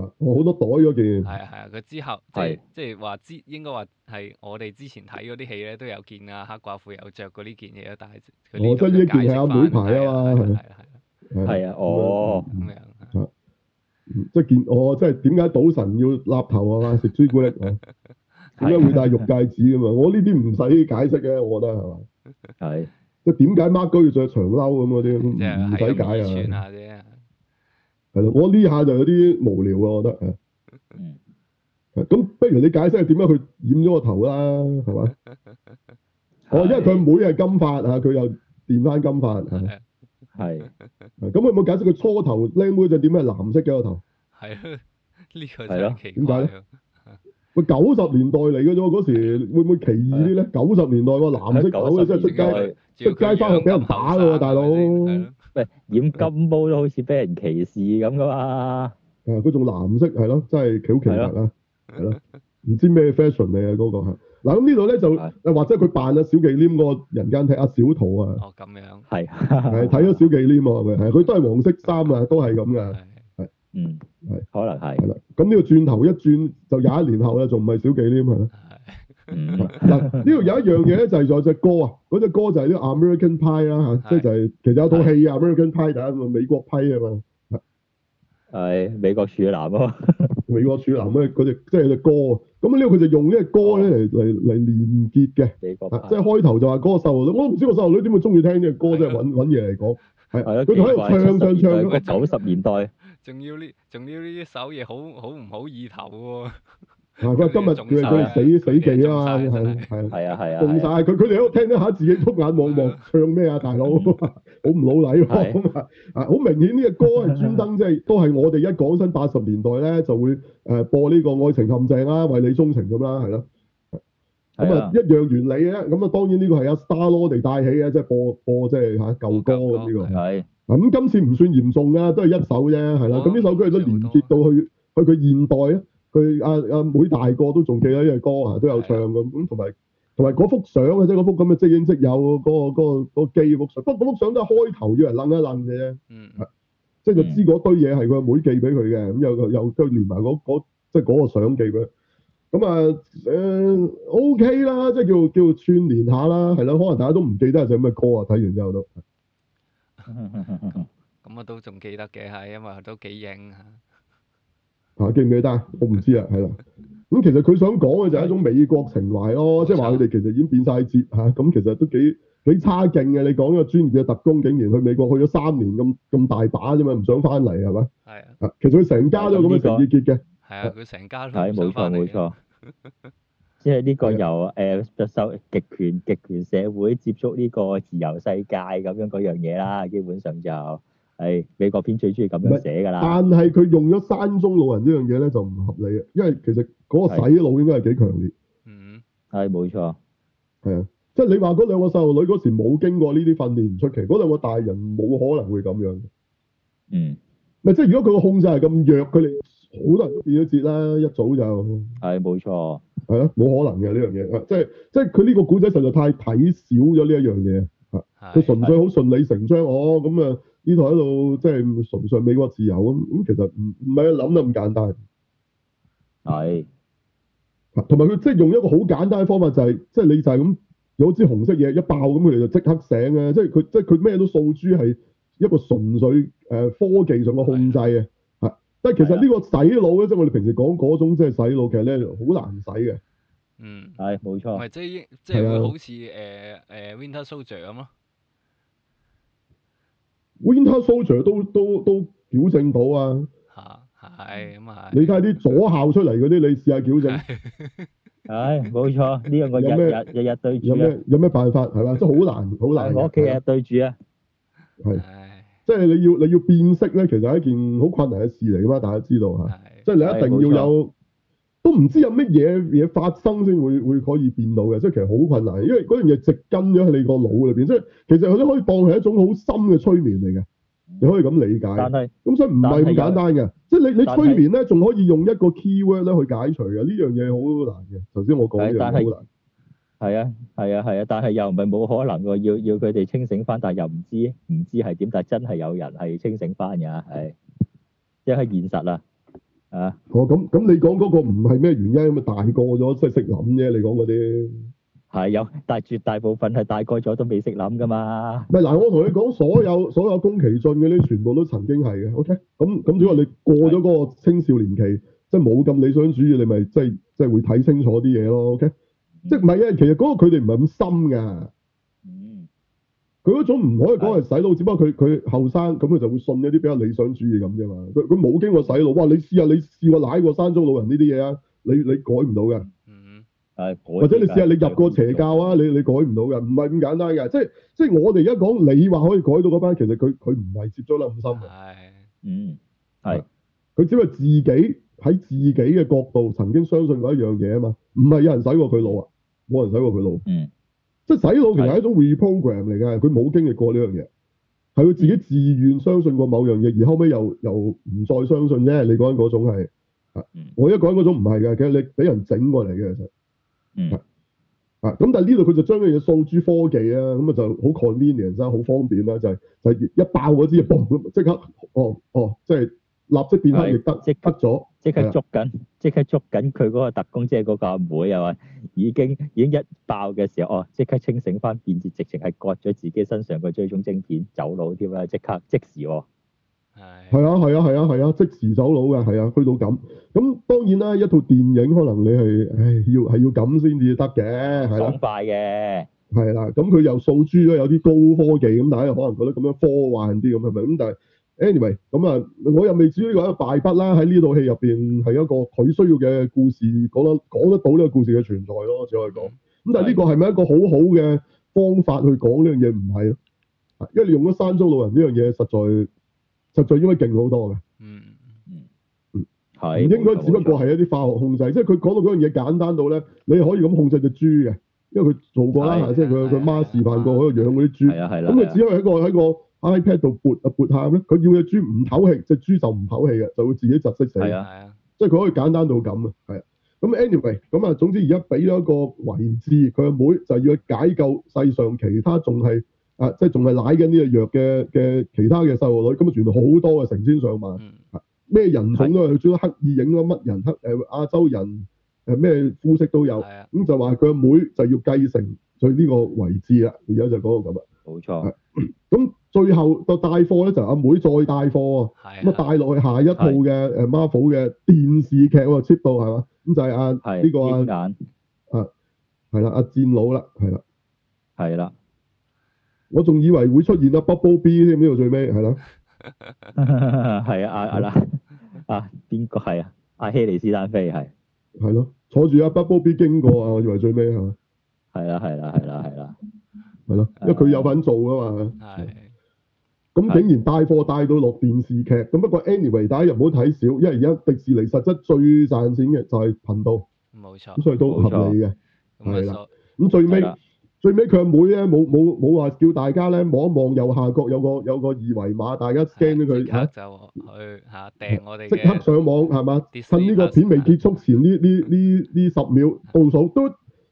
[SPEAKER 1] 啊我好多袋嗰件
[SPEAKER 3] 係啊係啊，佢之後即
[SPEAKER 2] 係
[SPEAKER 3] 係即係話之應該話係我哋之前睇嗰啲戲咧都有見啊黑寡婦有着過呢件嘢，但係佢
[SPEAKER 1] 哦即
[SPEAKER 3] 呢
[SPEAKER 1] 係呢
[SPEAKER 3] 度就
[SPEAKER 1] 一件
[SPEAKER 3] 解
[SPEAKER 1] 係阿
[SPEAKER 3] 釋
[SPEAKER 1] 妹
[SPEAKER 3] 翻
[SPEAKER 1] 牌啊嘛
[SPEAKER 3] 係啦係啦
[SPEAKER 1] 係
[SPEAKER 2] 係啊，哦，
[SPEAKER 3] 咁樣啊
[SPEAKER 1] 嗯即係見我即係點解賭神要立頭啊嘛？食朱古力啊？點解
[SPEAKER 2] 係
[SPEAKER 1] 會戴玉戒指㗎嘛？我呢啲唔使解釋嘅，我覺得係嘛？
[SPEAKER 2] 係
[SPEAKER 1] 即係點解 Mark 哥要着長褸咁嗰啲，嗯唔
[SPEAKER 3] 即係
[SPEAKER 1] 唔
[SPEAKER 3] 係
[SPEAKER 1] 使
[SPEAKER 3] 咁
[SPEAKER 1] 解
[SPEAKER 3] 穿
[SPEAKER 1] 啊！
[SPEAKER 3] 下啫。
[SPEAKER 1] 係咯，我呢下就有啲無聊啊，我覺得啊。
[SPEAKER 2] 嗯
[SPEAKER 1] 咁不如你解釋下點解佢染咗個頭啦，係咪？哦，因為佢妹係金髮啊，佢又電翻金髮啊。
[SPEAKER 2] 係
[SPEAKER 1] 咁佢有冇解釋佢初頭靚妹就點解係藍色嘅個頭？
[SPEAKER 3] 係咯， 呢個
[SPEAKER 2] 係
[SPEAKER 3] 真
[SPEAKER 2] 咯
[SPEAKER 3] 係奇怪
[SPEAKER 1] 點解
[SPEAKER 3] 啊！
[SPEAKER 1] 喂，九十年代嚟嘅啫喎，嗰時會唔會奇異啲咧？九十年代喎，藍色頭啊咧，真係出
[SPEAKER 2] 90
[SPEAKER 1] 街
[SPEAKER 2] 年代
[SPEAKER 3] 主要佢
[SPEAKER 1] 出街返學俾人
[SPEAKER 3] 樣咁
[SPEAKER 1] 打
[SPEAKER 3] 後
[SPEAKER 1] 喎
[SPEAKER 3] 生
[SPEAKER 1] 大佬
[SPEAKER 3] 係咪先
[SPEAKER 2] 喂染金毛都好似俾人歧視咁噶嘛？
[SPEAKER 1] 啊，佢仲藍色係咯，真係好奇特啊，係咯，唔知咩 fashion 嚟啊嘅嗰個係。嗱咁呢度咧
[SPEAKER 2] 係
[SPEAKER 1] 就或者佢扮啊小忌廉嗰個人間睇阿小桃啊，
[SPEAKER 3] 哦咁樣，
[SPEAKER 2] 係
[SPEAKER 1] 係睇咗小忌廉啊，係咪？係佢都係黃色衫啊，都係咁噶。
[SPEAKER 3] 係
[SPEAKER 2] 嗯
[SPEAKER 1] 係
[SPEAKER 2] 可能係
[SPEAKER 1] 係啦，咁呢個轉頭一轉就廿一年後啦，仲唔係小忌廉係啦。
[SPEAKER 3] 係
[SPEAKER 2] 嗯
[SPEAKER 1] 嗱，呢度有一樣嘢咧，就係在隻歌啊，嗰隻歌就係呢個 American Pie 啦嚇，
[SPEAKER 3] 係
[SPEAKER 1] 即係就係其實有套戲啊 American Pie，大家咪美國批啊嘛，
[SPEAKER 2] 係美國處男啊咯，
[SPEAKER 1] 啊美國處男咧嗰隻即係有隻歌，啊咁呢個佢就用呢隻歌咧嚟嚟嚟連結嘅，
[SPEAKER 2] 美國
[SPEAKER 1] 啊即係開頭就話嗰個細路女，我都唔知個細路女點會中意聽呢隻歌，即係揾揾嘢嚟講，係
[SPEAKER 2] 係咯，啊
[SPEAKER 1] 佢仲喺度唱唱唱咁
[SPEAKER 2] 九十年代
[SPEAKER 3] 仲要呢，仲要呢首嘢好好唔好意頭喎，
[SPEAKER 1] 啊佢話今日佢哋佢哋死死記啊嘛，係係。
[SPEAKER 2] 係啊係啊
[SPEAKER 1] 中晒
[SPEAKER 2] 係啊，
[SPEAKER 1] 佢，佢哋喺度聽得下自己碌眼望望，唱咩啊，大佬 好唔老禮喎
[SPEAKER 2] 嗯係
[SPEAKER 1] 咁啊！啊，好明顯呢個歌係專 登即係都係我哋一講新八十年代咧，就會誒播呢個愛情陷阱啦，為你鍾情咁啦，係咯。咁
[SPEAKER 2] 係
[SPEAKER 1] 啊
[SPEAKER 2] 啊
[SPEAKER 1] 一樣原理嘅，咁啊當然呢個係阿 Star Lord 哋帶起嘅，啊即係播播即係嚇舊歌咁呢
[SPEAKER 2] 係
[SPEAKER 1] 個。啊咁今次唔算嚴重啊，都係一首啫，係啦。
[SPEAKER 3] 哦
[SPEAKER 1] 咁呢首歌亦都連結到去去佢現代啊，佢阿阿妹大個都仲記得呢隻歌啊，都有唱咁，咁同埋同埋嗰幅相啊，即係嗰幅咁嘅即影即有嗰、個嗰、個嗰、個機幅相，不過嗰幅相都係開頭要人楞一楞嘅啫，
[SPEAKER 3] 嗯
[SPEAKER 1] 即係就知嗰堆嘢係佢阿妹寄俾佢嘅，咁又又都連埋嗰嗰即係嗰個相寄俾佢。咁啊誒 O K 啦，即係叫叫串連下啦，係咯，可能大家都唔記得係隻咩歌啊，睇完之後都
[SPEAKER 3] 咁啊都仲記得嘅係，因為都幾型嚇，
[SPEAKER 1] 嚇記唔記得啊？我唔知啊，係啦。咁其實佢想講嘅就係一種美國情懷咯，即係話佢哋其實已經變晒節嚇，咁其實都幾幾差勁嘅。你講一個專業嘅特工，竟然去美國去咗三年咁咁大把啫嘛，唔想翻嚟係咪？
[SPEAKER 3] 係啊
[SPEAKER 1] 啊，其實佢成家都咁嘅情意結嘅，
[SPEAKER 3] 係啊，佢成家都
[SPEAKER 2] 係
[SPEAKER 3] 唔
[SPEAKER 2] 冇
[SPEAKER 3] 想
[SPEAKER 2] 錯
[SPEAKER 3] 翻嚟
[SPEAKER 2] 冇
[SPEAKER 3] 嘅， 啊
[SPEAKER 2] 錯，即係呢個由誒受極權極權社會接觸呢個自由世界咁樣嗰樣嘢啦，基本上就係美國片最中意咁樣寫㗎啦，
[SPEAKER 1] 但係佢用咗山中老人呢樣嘢咧就唔合理嘅，啊因為其實嗰個洗腦應該係幾強烈，
[SPEAKER 3] 嗯
[SPEAKER 2] 係冇錯，
[SPEAKER 1] 係啊，即係你話嗰兩個細路女嗰時冇經過呢啲訓練唔出奇，嗰兩個大人冇可能會咁樣嘅。
[SPEAKER 2] 嗯
[SPEAKER 1] 咪即係如果佢個控制係咁弱，佢哋好多人都變咗節啦，一早就。
[SPEAKER 2] 係冇錯，
[SPEAKER 1] 係咯，冇可能嘅呢樣嘢，啊即係即係佢呢個古仔實在太睇少咗呢一樣嘢，佢
[SPEAKER 3] 係
[SPEAKER 1] 純粹好順理成章，哦咁啊呢台喺度即係崇尚美國自由咁，咁其實唔唔係諗得咁簡單，
[SPEAKER 2] 係
[SPEAKER 1] 啊同埋佢即係用一個好簡單嘅方法就係、即係你就係咁有支紅色嘢一爆咁，佢哋就即刻醒啊！即係佢即係佢咩都訴諸係一個純粹誒、呃科技上嘅控制嘅，啊！但係其實呢個洗腦咧，即係我哋平時講嗰種即係洗腦，其實咧好難洗嘅。
[SPEAKER 3] 嗯。
[SPEAKER 2] 係冇
[SPEAKER 3] 唔
[SPEAKER 2] 錯，
[SPEAKER 3] 係即係即係
[SPEAKER 1] 啊係
[SPEAKER 3] 會
[SPEAKER 1] 啊
[SPEAKER 3] 好似誒誒 Winter Soldier 咁咯，
[SPEAKER 1] Winter Soldier 都都都矯正到啊！
[SPEAKER 3] 嚇係咁啊係。
[SPEAKER 1] 你睇下啲左校出嚟嗰啲，你試下矯正，
[SPEAKER 2] 係冇錯，呢樣我
[SPEAKER 1] 有咩
[SPEAKER 2] 日日日日對
[SPEAKER 1] 有
[SPEAKER 2] 住啊。
[SPEAKER 1] 咩有咩辦法係嘛？真係好難，好難嘅。
[SPEAKER 2] 我屋企日日對住啊，
[SPEAKER 1] 係
[SPEAKER 3] 唉
[SPEAKER 1] 即係你要你要變色咧，其實係一件好困難嘅事嚟噶嘛，大家知道嚇。
[SPEAKER 3] 係
[SPEAKER 1] 即係你一定要有，都唔知有乜嘢嘢發生先會會可以變到嘅，即係其實好困難，因為嗰樣嘢植根咗喺你個腦裏邊，即係其實佢都可以當係一種好深嘅催眠嚟嘅，你可以咁理解。
[SPEAKER 2] 但係
[SPEAKER 1] 咁所以唔係咁簡單嘅，即係你你
[SPEAKER 2] 但係
[SPEAKER 1] 催眠咧，仲可以用一個 keyword 咧去解除嘅，呢樣嘢好難嘅。頭先我講呢樣
[SPEAKER 2] 但係
[SPEAKER 1] 嘢好難，
[SPEAKER 2] 係啊係啊係啊，但係又唔係冇可能喎，要要佢哋清醒翻，但係又唔知唔知係點，但係真係有人係清醒翻㗎，係即係現實啊啊
[SPEAKER 1] 哦咁咁你講嗰個唔係咩原因咁啊？大個咗即係識諗啫，你講嗰啲。
[SPEAKER 2] 係有，但係絕大部分係大個咗都未識諗㗎嘛，
[SPEAKER 1] 唔係嗱，我同你講，所有所有宮崎駿嗰啲全部都曾經係嘅，OK？咁咁只不過你過咗嗰個青少年期，即係冇咁理想主義，你咪即係即係會睇清楚啲嘢咯，OK？即係唔係啊？其實嗰個佢哋唔係咁深㗎。
[SPEAKER 2] 嗯
[SPEAKER 1] 佢嗰種唔可以講係洗腦，只不過佢佢後生咁佢就會信一啲比較理想主義咁啫嘛。佢佢冇經過洗腦，哇！你試下你試過舐過山中老人呢啲嘢啊？你你改唔到嘅。
[SPEAKER 3] 嗯
[SPEAKER 2] 誒，
[SPEAKER 1] 或
[SPEAKER 2] 或
[SPEAKER 1] 者你試下你入個邪教啊，你你改唔到嘅，唔係咁簡單嘅。即係即係我哋而家講你話可以改到嗰班，其實佢佢唔係接觸得咁深嘅，
[SPEAKER 3] 係
[SPEAKER 2] 嗯，
[SPEAKER 1] 啊
[SPEAKER 2] 係
[SPEAKER 1] 佢只係自己喺自己嘅角度曾經相信過一樣嘢啊嘛，唔係有人洗過佢腦啊，冇人洗過佢腦。
[SPEAKER 2] 嗯，
[SPEAKER 1] 即係洗腦其實係一種 reprogram 嚟嘅，佢冇經歷過呢樣嘢，係佢自己自願相信過某樣嘢，而後尾又又唔再相信啫。你講緊嗰種係，啊
[SPEAKER 2] 嗯
[SPEAKER 1] 我而家講緊嗰種唔係嘅，其實你俾人整過嚟嘅其實。
[SPEAKER 2] 嗯
[SPEAKER 1] 啊，咁但係呢度佢就將嗰樣嘢訴諸科技啊，咁啊就好 convenient 啦，好方便啦，就係、就係一爆嗰支，嘣咁即刻，哦哦，即係立即變黑亦得，
[SPEAKER 2] 即刻
[SPEAKER 1] 得咗，
[SPEAKER 2] 即
[SPEAKER 1] 係
[SPEAKER 2] 刻
[SPEAKER 1] 啊
[SPEAKER 2] 捉緊，即刻捉緊佢嗰個特工，即係嗰個阿妹又話已經已經一爆嘅時候，哦，即刻清醒翻，變節直情係割咗自己身上個追蹤晶片走佬添啦，即刻即時喎，
[SPEAKER 1] 係
[SPEAKER 3] 係
[SPEAKER 1] 啊係啊係啊係啊，即時走佬嘅，係啊，去到咁。咁當然啦，一套電影可能你係，唉，要係要咁先至得嘅，係啦
[SPEAKER 2] 爽。快嘅，
[SPEAKER 1] 係啦，咁佢又訴諸咗有啲高科技咁，大家可能覺得咁樣科幻啲咁係咪？咁但係 anyway 咁啊，我又未至於話一個敗筆啦。喺呢套戲入邊係一個佢需要嘅故事，講得講得到呢個故事嘅存在咯，只可以講。咁但係呢個係咪一個好好嘅方法去講呢樣嘢？唔係咯，啊因為你用咗山中老人呢樣嘢，實在實在應該勁好多嘅。
[SPEAKER 3] 嗯
[SPEAKER 1] 唔
[SPEAKER 2] 係
[SPEAKER 1] 應該只不過
[SPEAKER 2] 係
[SPEAKER 1] 係一啲化學控制，即係佢講到嗰樣嘢簡單到咧，你可以咁控制只豬嘅，因為佢做過啦，
[SPEAKER 2] 係
[SPEAKER 1] 即係佢佢媽示範過喺度養嗰啲豬。
[SPEAKER 2] 係啊係啦，
[SPEAKER 1] 咁佢只可以喺個喺個 iPad 度撥啊撥下咁咧，佢要只豬唔唞氣，只豬就唔唞氣嘅，就會自己窒息死。
[SPEAKER 2] 係啊
[SPEAKER 3] 係啊
[SPEAKER 1] 即係佢可以簡單到咁啊，係啊。咁 anyway，咁啊，總之而家俾咗一個位置，佢阿妹就要去解救世上其他仲係啊，即係仲係奶緊呢個藥嘅嘅其他嘅細路女，咁啊，原來好多啊，成千上萬。
[SPEAKER 3] 嗯
[SPEAKER 1] 咩人種都有，佢專登刻意影咗乜人黑誒亞洲人誒咩膚色都有，
[SPEAKER 3] 係啊
[SPEAKER 1] 咁就話佢阿妹就要繼承佢呢個位置啦。而家就講到咁啊，
[SPEAKER 2] 冇錯，
[SPEAKER 1] 咁最後就帶貨咧就阿妹再帶貨啊，咁
[SPEAKER 3] 係
[SPEAKER 1] 啊
[SPEAKER 3] 啊
[SPEAKER 1] 帶落去下一套嘅誒 Marvel 嘅電視劇喎，cheap 到係嘛？咁就係阿
[SPEAKER 2] 係
[SPEAKER 1] 啊呢個
[SPEAKER 2] 鷹
[SPEAKER 1] 阿
[SPEAKER 2] 眼
[SPEAKER 1] 係啦，阿戰佬啦，係啦，
[SPEAKER 2] 係啦，
[SPEAKER 1] 我仲以為會出現阿 Bubble B 添，呢度最尾係啦，
[SPEAKER 2] 係啊啊啊啦，啊邊個係啊？阿希利斯丹菲係。
[SPEAKER 1] 係咯，坐住阿 Bubble B 經過啊，我以為最尾係嘛？
[SPEAKER 2] 係啦，係啦，係啦，係啦，
[SPEAKER 1] 係咯，
[SPEAKER 3] 啊
[SPEAKER 1] 因為佢有份做啊嘛。
[SPEAKER 3] 係
[SPEAKER 1] 咁竟然帶貨帶到落電視劇，咁不過 anyway 大家又唔好睇少，因為而家迪士尼實質最賺錢嘅就係頻道，
[SPEAKER 3] 冇錯
[SPEAKER 1] 咁所以都合理嘅。係
[SPEAKER 3] 咁
[SPEAKER 1] 啦
[SPEAKER 3] 啊所
[SPEAKER 1] 咁最
[SPEAKER 2] 係
[SPEAKER 1] 尾
[SPEAKER 2] 啦
[SPEAKER 1] 最尾佢阿妹咧冇冇冇話叫大家咧望一望右下角有個有個二維碼，大家 scan 咗
[SPEAKER 3] 即
[SPEAKER 1] 佢
[SPEAKER 3] 刻，就去嚇訂我哋
[SPEAKER 1] 嗯即刻
[SPEAKER 3] 嘅
[SPEAKER 1] 上網係嘛？
[SPEAKER 3] Disney
[SPEAKER 1] 趁呢個片未結束前呢呢呢呢十秒倒數，都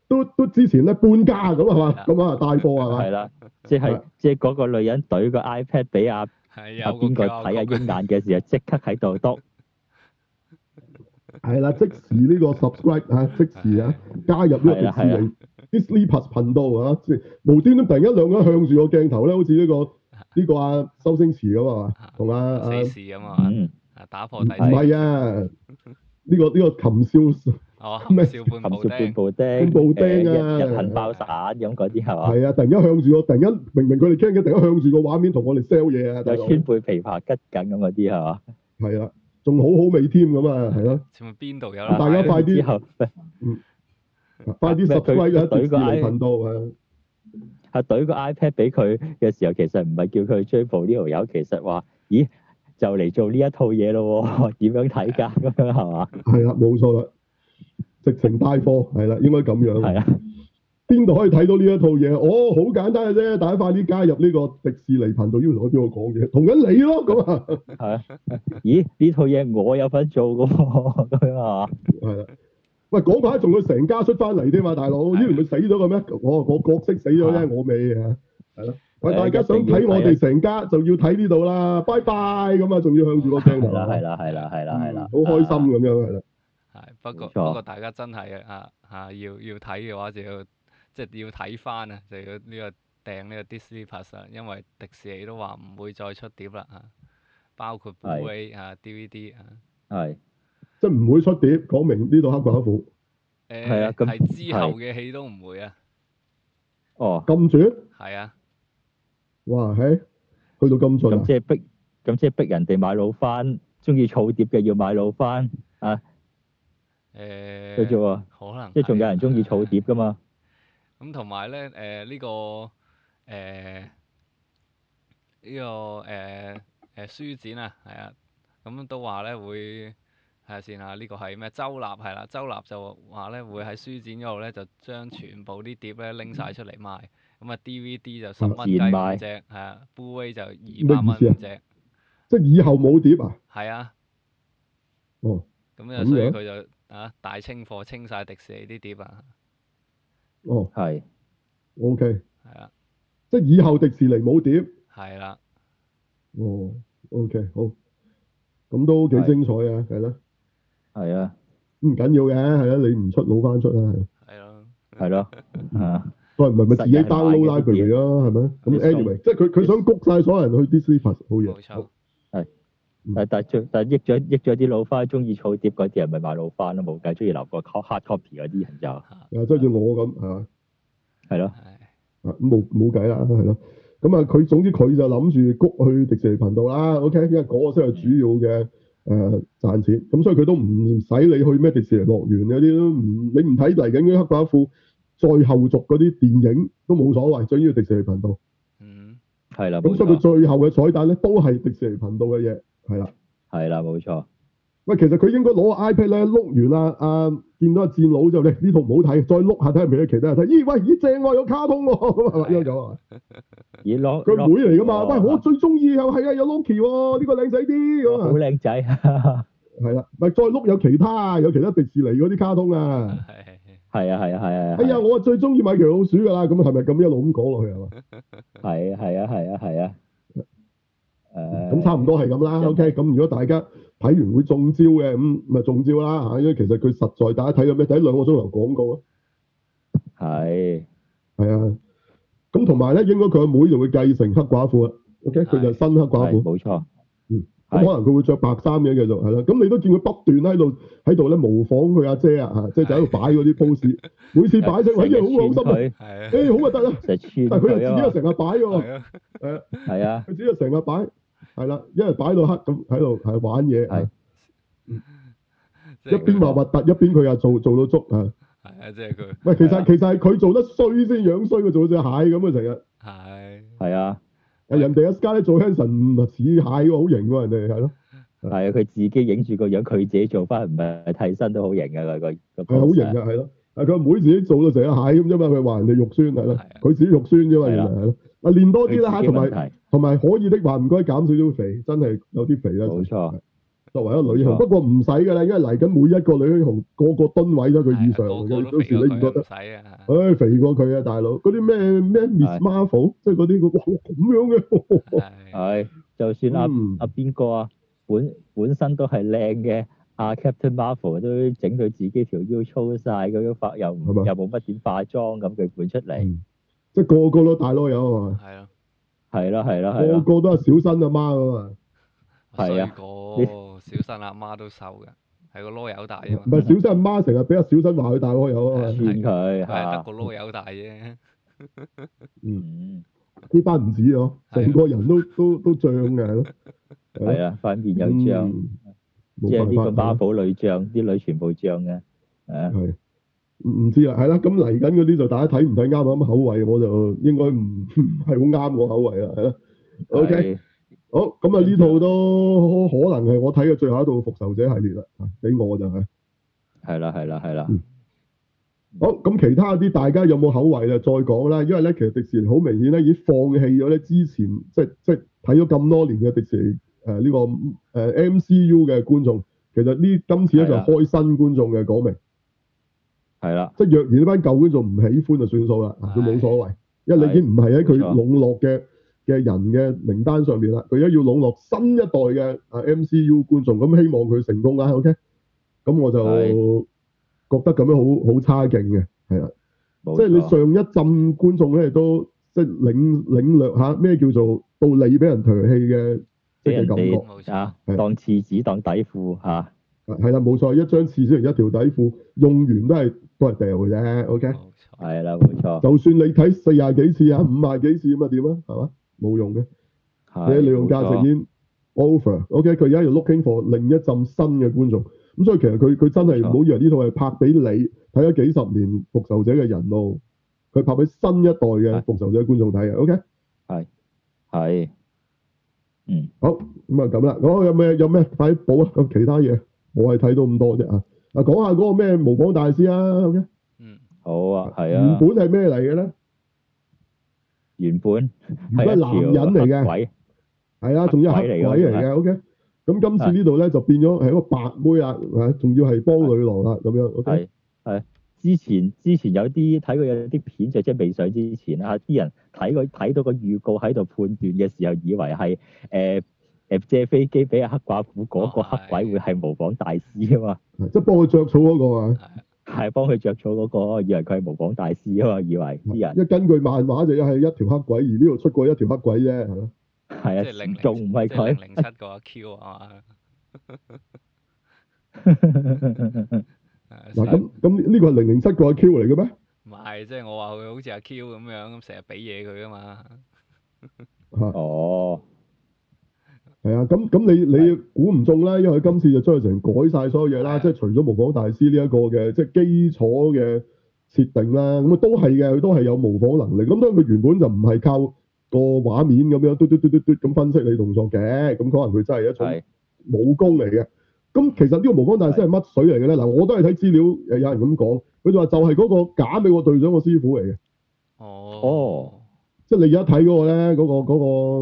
[SPEAKER 1] 都都之前咧半價咁係嘛？咁啊帶貨係
[SPEAKER 2] 係
[SPEAKER 1] 嘛？
[SPEAKER 2] 啦，即係
[SPEAKER 1] 啊
[SPEAKER 2] 即係嗰個女人懟個 iPad 俾阿阿
[SPEAKER 3] 係有個
[SPEAKER 2] 邊個
[SPEAKER 3] QR
[SPEAKER 2] 睇
[SPEAKER 1] 啊
[SPEAKER 2] 阿鷹
[SPEAKER 3] code
[SPEAKER 2] 眼嘅時候，即刻喺度 篤，
[SPEAKER 1] 係啦，即時呢個 subscribe 嚇，即時啊！加入呢個迪
[SPEAKER 2] 係啦係
[SPEAKER 1] 士尼 Disney Plus 頻道啊，即係無端端突然間兩個人向住個鏡頭咧，好似呢、個呢、個啊周星馳咁啊嘛，同啊啊
[SPEAKER 3] 死
[SPEAKER 1] 唔
[SPEAKER 3] 事咁啊嘛，
[SPEAKER 2] 嗯，
[SPEAKER 3] 啊打破第四
[SPEAKER 1] 係啊，呢、個呢、個琴少
[SPEAKER 3] 哦
[SPEAKER 1] 咩
[SPEAKER 3] 含笑半
[SPEAKER 2] 嗯含
[SPEAKER 3] 步
[SPEAKER 2] 笑半
[SPEAKER 3] 釘
[SPEAKER 2] 步釘，
[SPEAKER 1] 半步釘啊
[SPEAKER 2] 誒一一痕爆散咁嗰啲係嘛？
[SPEAKER 1] 係啊，突然間向住個，突然間明明佢哋傾緊，突然間向住個畫面同我哋 sell 嘢啊，大
[SPEAKER 2] 又
[SPEAKER 1] 佬
[SPEAKER 2] 穿背琵琶吉緊咁嗰啲係嘛？
[SPEAKER 1] 係啦，仲好好味添咁啊，係咯，
[SPEAKER 3] 全部邊度有啊
[SPEAKER 1] 大家
[SPEAKER 3] 啦？
[SPEAKER 1] 快啲
[SPEAKER 2] 啊之後，
[SPEAKER 1] 快啲
[SPEAKER 2] 咩佢
[SPEAKER 1] subscribe 啊
[SPEAKER 2] 佢
[SPEAKER 1] 迪士
[SPEAKER 2] 懟個
[SPEAKER 1] 尼
[SPEAKER 2] I-
[SPEAKER 1] 頻道啊！
[SPEAKER 2] 係懟個啊 iPad 俾佢嘅時候，其實唔係叫佢追捕呢條友，其實話，咦，就嚟做呢一套嘢咯喎， 點樣睇㗎？咁樣係嘛？
[SPEAKER 1] 係啦，冇錯啦，直情帶貨係啦，應該咁樣。
[SPEAKER 2] 係啊，
[SPEAKER 1] 邊度可以睇到呢一套嘢？哦，好簡單嘅啫，大家快啲加入呢個迪士尼頻道，要同我邊個講嘢，同緊你咯，咁啊，
[SPEAKER 2] 係啊，咦，呢套嘢我有份做㗎喎，咁樣係嘛？
[SPEAKER 1] 係啦。喂，嗰排仲佢成家出翻嚟添嘛，大佬，
[SPEAKER 3] 係啊
[SPEAKER 1] 呢輪佢死咗嘅咩？我我角色死咗啫，我未啊，係咯。喂，
[SPEAKER 2] 誒
[SPEAKER 1] 大家想睇我哋成家就要睇呢度啦，拜拜咁啊，仲要向住個鏡頭
[SPEAKER 2] 係，啦，係啦，係啦，係啦，係啦，
[SPEAKER 1] 啊嗯
[SPEAKER 2] 啊
[SPEAKER 1] 好開心咁樣，係啦，
[SPEAKER 3] 係不過
[SPEAKER 2] 冇錯
[SPEAKER 3] 不過大家真係啊啊要要睇嘅話就要即係要睇翻啊，就要呢個訂呢個 Disney Plus 啊，因為迪士尼都話唔會再出碟啦啊，包括 b
[SPEAKER 2] 係
[SPEAKER 3] l u 啊 DVD 啊。
[SPEAKER 2] 係
[SPEAKER 1] 即係唔會出碟，講明呢度黑寡婦
[SPEAKER 3] 誒
[SPEAKER 2] 係啊咁
[SPEAKER 3] 係之後嘅戲都唔會啊，
[SPEAKER 2] 哦，
[SPEAKER 1] 咁住，
[SPEAKER 3] 係啊，
[SPEAKER 1] 哇，嘿，去到咁盡
[SPEAKER 2] 咁
[SPEAKER 1] 啊，
[SPEAKER 2] 即係逼，咁即係逼人哋買老翻，中意儲碟嘅要買老翻啊，
[SPEAKER 3] 誒
[SPEAKER 2] 嘅啫喎，
[SPEAKER 3] 可能
[SPEAKER 2] 即係仲有人中意
[SPEAKER 3] 草
[SPEAKER 2] 儲碟噶嘛？
[SPEAKER 3] 咁同埋咧，誒、呢、個誒呢、個誒誒、書展啊，係啊，咁都話咧會睇下先啊，呢、個係咩？周立係啦，周立就話咧會喺書展嗰度咧就將全部啲碟咧拎晒出嚟賣，咁啊 DVD 就十蚊雞
[SPEAKER 2] 賤
[SPEAKER 3] 五
[SPEAKER 2] 賣
[SPEAKER 3] 隻，係啊，Blu-ray 就
[SPEAKER 1] 咩意思啊
[SPEAKER 3] 二百蚊五隻，
[SPEAKER 1] 即係以後冇碟啊？
[SPEAKER 3] 係啊，
[SPEAKER 1] 哦，
[SPEAKER 3] 咁
[SPEAKER 1] 咁
[SPEAKER 3] 啊，所以
[SPEAKER 1] 樣
[SPEAKER 3] 佢就啊大清貨清晒迪士尼啲碟啊，
[SPEAKER 1] 哦
[SPEAKER 2] 係
[SPEAKER 1] ，OK，
[SPEAKER 3] 係啦，
[SPEAKER 1] 即係以後迪士尼冇碟。
[SPEAKER 3] 係啦，
[SPEAKER 1] 哦，OK，好，咁都幾
[SPEAKER 2] 係
[SPEAKER 1] 精彩啊，係啦，
[SPEAKER 2] 係啊，
[SPEAKER 1] 唔緊要嘅，係啦，你唔出老翻出啦，係
[SPEAKER 3] 係咯，
[SPEAKER 2] 係咯，啊，
[SPEAKER 1] 喂，唔係咪自己
[SPEAKER 2] 實人買
[SPEAKER 1] download
[SPEAKER 2] 嘅
[SPEAKER 1] 啦佢哋咯，係咪？咁
[SPEAKER 2] 啲數
[SPEAKER 1] anyway，即係佢佢想谷晒所有人去 Disney Plus 好嘢，
[SPEAKER 3] 冇錯。
[SPEAKER 1] 嗯
[SPEAKER 2] 但但最但益咗益咗啲老花中意儲碟嗰啲人咪買老花咯，冇計，中意留個 co- hard copy 嗰啲人就
[SPEAKER 3] 嚇
[SPEAKER 1] 啊，即係好似我咁係嘛，
[SPEAKER 2] 係咯，
[SPEAKER 3] 係
[SPEAKER 1] 啊咁冇冇計啦，係咯，咁啊佢總之佢就諗住谷去迪士尼頻道啦，OK，因為嗰個先係主要嘅。誒、賺錢，咁所以佢都唔使你去咩迪士尼樂園嗰啲都唔，你唔睇嚟緊嗰啲黑寡婦再後續嗰啲電影都冇所謂，最緊要迪士尼頻道。
[SPEAKER 3] 嗯，
[SPEAKER 2] 係啦，冇
[SPEAKER 1] 咁所以佢
[SPEAKER 2] 錯，
[SPEAKER 1] 最後嘅彩蛋咧，都係迪士尼頻道嘅嘢，係啦。
[SPEAKER 2] 係啦，冇錯，
[SPEAKER 1] 喂，其實佢應該攞個 iPad 咧碌完啦，啊，見到阿戰佬就 咧呢套唔好睇，再碌下睇下俾其他人睇。咦，喂，咦正喎，有卡通喎，咁啊，
[SPEAKER 3] 係啊
[SPEAKER 1] 有咗啊，
[SPEAKER 2] 咦攞
[SPEAKER 1] 佢妹嚟噶嘛？
[SPEAKER 2] 攞
[SPEAKER 1] 喂，我最中意又係啊，有 Loki 喎，呢個靚仔啲咁
[SPEAKER 2] 好
[SPEAKER 1] 啊，
[SPEAKER 2] 靚仔， 係
[SPEAKER 1] 係啦，咪再碌有其他啊，有其他迪士尼嗰啲卡通啊。
[SPEAKER 3] 係係係
[SPEAKER 2] 啊係啊係啊，
[SPEAKER 1] 哎呀，我最中意米奇老鼠㗎啦，咁係咪咁一路咁講落去係嘛？
[SPEAKER 2] 係啊係啊係啊係啊，誒
[SPEAKER 1] 咁差唔多係咁啦。
[SPEAKER 2] 真係
[SPEAKER 1] OK，咁如果大家睇完會中招嘅，咁咪中招啦嚇。因為其實佢實在大家睇咗咩？睇兩個鐘頭廣告啊，
[SPEAKER 2] 係
[SPEAKER 1] 係啊。咁同埋咧，應該佢阿妹就會繼承黑寡婦啦。OK，啊
[SPEAKER 3] 係
[SPEAKER 1] 佢就係新黑寡
[SPEAKER 2] 係
[SPEAKER 1] 婦。
[SPEAKER 2] 冇錯，
[SPEAKER 1] 咁可
[SPEAKER 2] 係
[SPEAKER 1] 能佢會着白衫嘅繼續係啦。咁你都見佢不斷喺度喺度咧模仿佢阿姐啊嚇，即係就喺度擺嗰啲 pose。每次擺出
[SPEAKER 2] 成
[SPEAKER 1] 嚟，
[SPEAKER 2] 日
[SPEAKER 1] 哎好好
[SPEAKER 2] 串
[SPEAKER 1] 心啊！
[SPEAKER 2] 佢，
[SPEAKER 3] 係啊，
[SPEAKER 1] 誒好啊得啦，
[SPEAKER 2] 成日
[SPEAKER 1] 但
[SPEAKER 2] 串
[SPEAKER 1] 係佢又自己又
[SPEAKER 2] 佢
[SPEAKER 1] 成日擺喎。
[SPEAKER 3] 係啊，
[SPEAKER 1] 係啊，
[SPEAKER 2] 啊嘛，係啊，
[SPEAKER 1] 佢自己又成日擺。係啦，因為擺到黑咁喺度係玩嘢，
[SPEAKER 2] 係
[SPEAKER 3] 即
[SPEAKER 1] 一
[SPEAKER 3] 係
[SPEAKER 1] 邊
[SPEAKER 3] 佢
[SPEAKER 1] 話核突，一邊佢又做做到足啊！
[SPEAKER 3] 係啊，即係佢
[SPEAKER 1] 喂，其
[SPEAKER 2] 係
[SPEAKER 1] 實
[SPEAKER 2] 啊
[SPEAKER 1] 其實係佢做得衰先樣衰，佢做只蟹咁啊！成日
[SPEAKER 3] 係
[SPEAKER 2] 係啊。
[SPEAKER 1] 啊人哋阿 s c a r l e 做 Hanson 唔似蟹喎，好型喎，人哋係咯，
[SPEAKER 2] 係啊，佢自己影住個樣，佢自己做翻，唔係替身都好型嘅佢個個
[SPEAKER 1] 係好
[SPEAKER 2] pose
[SPEAKER 1] 型
[SPEAKER 2] 啊
[SPEAKER 1] 嘅係咯。啊佢阿妹自己做到成隻蟹咁啫嘛，佢話人哋肉酸係
[SPEAKER 3] 係
[SPEAKER 1] 啦
[SPEAKER 3] 啊，
[SPEAKER 1] 佢自己肉酸啫嘛，
[SPEAKER 2] 係
[SPEAKER 1] 原
[SPEAKER 2] 啦
[SPEAKER 1] 來係咯。啊練多啲啦
[SPEAKER 2] 佢
[SPEAKER 1] 嚇，
[SPEAKER 2] 自己
[SPEAKER 1] 同
[SPEAKER 2] 問
[SPEAKER 1] 埋
[SPEAKER 2] 題
[SPEAKER 1] 同埋可以的話，唔該減少啲肥，真係有啲肥啦。
[SPEAKER 2] 冇錯，
[SPEAKER 1] 作為一個女
[SPEAKER 2] 冇
[SPEAKER 1] 雄，
[SPEAKER 2] 錯
[SPEAKER 1] 不過唔使㗎啦，因為嚟緊每一個女雄個個噸位咗
[SPEAKER 2] 啊
[SPEAKER 1] 佢以上
[SPEAKER 3] 啊個
[SPEAKER 1] 㗎，
[SPEAKER 3] 個都
[SPEAKER 1] 到
[SPEAKER 3] 肥
[SPEAKER 1] 時
[SPEAKER 3] 過
[SPEAKER 1] 你唔覺
[SPEAKER 3] 佢
[SPEAKER 1] 得
[SPEAKER 3] 唔？使啊，
[SPEAKER 1] 唉、肥過佢啊，大佬！嗰啲咩咩 Miss
[SPEAKER 2] 係
[SPEAKER 1] Marvel，即係嗰啲，哇咁樣嘅，哦
[SPEAKER 3] 係
[SPEAKER 2] 係就算阿
[SPEAKER 1] 嗯
[SPEAKER 2] 阿邊個啊，本本身都係靚嘅，阿 Captain Marvel 都整到自己條腰粗晒，咁樣化又唔
[SPEAKER 1] 係嘛
[SPEAKER 2] 又冇乜點化妝咁嘅款出嚟，
[SPEAKER 1] 嗯即係個個都大佬友啊嘛，
[SPEAKER 3] 係咯，
[SPEAKER 2] 係啦係啦係啊
[SPEAKER 1] 個
[SPEAKER 2] 啦，
[SPEAKER 1] 個都係小新阿媽啊嘛，
[SPEAKER 2] 係
[SPEAKER 3] 衰
[SPEAKER 2] 啊
[SPEAKER 3] 過小新阿媽都瘦嘅，係個籮柚大
[SPEAKER 2] 啊
[SPEAKER 3] 啫
[SPEAKER 1] 唔
[SPEAKER 3] 嘛
[SPEAKER 1] 係，小新阿媽成日俾阿小新話佢大佬友啊嘛，
[SPEAKER 2] 串佢
[SPEAKER 3] 佢係得
[SPEAKER 1] 啊
[SPEAKER 2] 嚇
[SPEAKER 3] 個，籮柚大啫，
[SPEAKER 1] 嗯，
[SPEAKER 2] 嗯
[SPEAKER 1] 呢班唔止咯，
[SPEAKER 2] 啊
[SPEAKER 1] 成個人都都都漲嘅，係咯，
[SPEAKER 2] 係
[SPEAKER 1] 啊，
[SPEAKER 2] 啊，塊面有脹，
[SPEAKER 1] 嗯，
[SPEAKER 2] 即係呢
[SPEAKER 1] 冇
[SPEAKER 2] 個
[SPEAKER 1] 辦法，
[SPEAKER 2] Marvel 女脹，啲女全部脹嘅，啊誒
[SPEAKER 1] 係唔唔知啊啦，係啦，咁嚟緊嗰啲就大家睇唔睇啱啱口味，我就應該唔唔係好啱我口味啦，係啦，OK。
[SPEAKER 2] 係
[SPEAKER 1] 好，咁啊呢套都可能係我睇嘅最後一套復仇者系列啦，啊俾我就係、
[SPEAKER 2] 係啦係啦係啦
[SPEAKER 1] 嗯，好，咁其他啲大家有冇口味啦？再講啦，因為咧其實迪士尼好明顯咧已經放棄咗咧之前即係即係睇咗咁多年嘅迪士尼誒呢、個誒、呃 MCU 嘅觀眾，其實呢今次咧
[SPEAKER 2] 係
[SPEAKER 1] 就
[SPEAKER 2] 啦
[SPEAKER 1] 開新觀眾嘅講明，
[SPEAKER 2] 係啦
[SPEAKER 1] 即係若然呢班舊觀眾唔喜歡就算數啦，啊佢冇
[SPEAKER 3] 係
[SPEAKER 1] 所謂，因為你已經唔係喺佢籠絡嘅嘅人嘅名單上面啦，佢而家要籠絡新一代嘅啊 MCU 觀眾，咁希望佢成功啦，OK？咁我就
[SPEAKER 2] 係
[SPEAKER 1] 覺得咁樣好好差勁嘅，係啦，
[SPEAKER 2] 冇
[SPEAKER 1] 即係你
[SPEAKER 2] 錯，
[SPEAKER 1] 上一陣觀眾咧都即係領領略下咩叫做到你俾人唾棄嘅即
[SPEAKER 2] 俾
[SPEAKER 1] 係
[SPEAKER 2] 人
[SPEAKER 1] 感覺，
[SPEAKER 3] 冇
[SPEAKER 2] 哋
[SPEAKER 3] 錯
[SPEAKER 2] 啊
[SPEAKER 1] 係
[SPEAKER 2] 當廁紙當底褲嚇，
[SPEAKER 1] 係啦冇錯，一張廁雖然一條底褲用完都係都係掉嘅啫，OK？
[SPEAKER 3] 冇錯，
[SPEAKER 2] 係啦冇錯，
[SPEAKER 1] 就算你睇四廿幾次啊、五廿幾次咁啊點啊，係嘛？冇用嘅，
[SPEAKER 2] 係
[SPEAKER 1] 你利用價值已經 over。OK，佢而家又 looking for 另一陣新嘅觀眾。咁所以其實佢佢真係唔好以為呢套係拍俾你睇咗幾十年復仇者嘅人咯，佢拍俾新一代嘅
[SPEAKER 2] 係
[SPEAKER 1] 復仇者觀眾睇嘅。OK，
[SPEAKER 2] 係，嗯，
[SPEAKER 1] 好咁啊咁啦，咁有咩有咩快啲補啊！咁其他嘢我係睇到咁多啫啊！啊，講下嗰個咩模仿大師啊，OK，
[SPEAKER 3] 嗯，
[SPEAKER 2] 好啊，係
[SPEAKER 1] 原
[SPEAKER 2] 啊
[SPEAKER 1] 本，係嗯咩嚟嘅咧？
[SPEAKER 2] 原本
[SPEAKER 1] 原
[SPEAKER 2] 係啊
[SPEAKER 1] 本係男人嚟嘅。
[SPEAKER 2] 鬼，
[SPEAKER 1] 係啦，仲有黑鬼
[SPEAKER 2] 鬼
[SPEAKER 1] 嚟
[SPEAKER 2] 嚟㗎
[SPEAKER 1] 嘅，OK。咁今次呢度咧就變咗係一個白妹啊，係仲要係幫女郎啦，咁樣，OK。
[SPEAKER 2] 係係。之前之前有啲睇過有啲片就即係未上之前啊，啲人睇過睇到個預告喺度判斷嘅時候，以為係誒誒借飛機俾阿黑寡婦嗰
[SPEAKER 1] 哦
[SPEAKER 2] 個黑鬼會係模仿大師啊嘛。
[SPEAKER 1] 係即係幫佢着草嗰個啊。
[SPEAKER 2] 係幫佢着草嗰、個，以為佢係模仿大師啊嘛，以為啲人
[SPEAKER 1] 一根據漫畫就係一條黑鬼，而呢度出過一條黑鬼啫，係咯。
[SPEAKER 2] 係
[SPEAKER 3] 即係零
[SPEAKER 2] 啊
[SPEAKER 3] 零，
[SPEAKER 2] 仲唔係
[SPEAKER 3] 即係
[SPEAKER 2] 佢
[SPEAKER 3] 零？零七個阿 Q 啊嘛，啊
[SPEAKER 1] 嗱咁咁呢個係零零七個阿 Q 嚟嘅咩？
[SPEAKER 3] 唔係即係我話佢好似阿 Q 咁樣，咁成日俾嘢佢噶啊嘛，
[SPEAKER 1] 嚇
[SPEAKER 2] 哦，
[SPEAKER 1] 係啊，咁咁你你估唔中啦，因為佢今次就將佢成改晒所有嘢啦，
[SPEAKER 3] 係
[SPEAKER 1] 即係除咗模仿大師呢一個嘅即係基礎嘅設定啦，咁啊都係嘅，佢都係有模仿能力。咁當然佢原本就唔係靠個畫面咁樣嘟嘟嘟嘟嘟咁分析你動作嘅，咁可能佢真係一種
[SPEAKER 2] 係
[SPEAKER 1] 武功嚟嘅。咁其實呢個模仿大師係乜水嚟嘅咧？嗱，我都係睇資料，誒有人咁講，佢就話就係嗰個假美國隊長個師傅嚟嘅，
[SPEAKER 3] 哦，
[SPEAKER 1] 即係你而家睇嗰個咧，嗰、個嗰、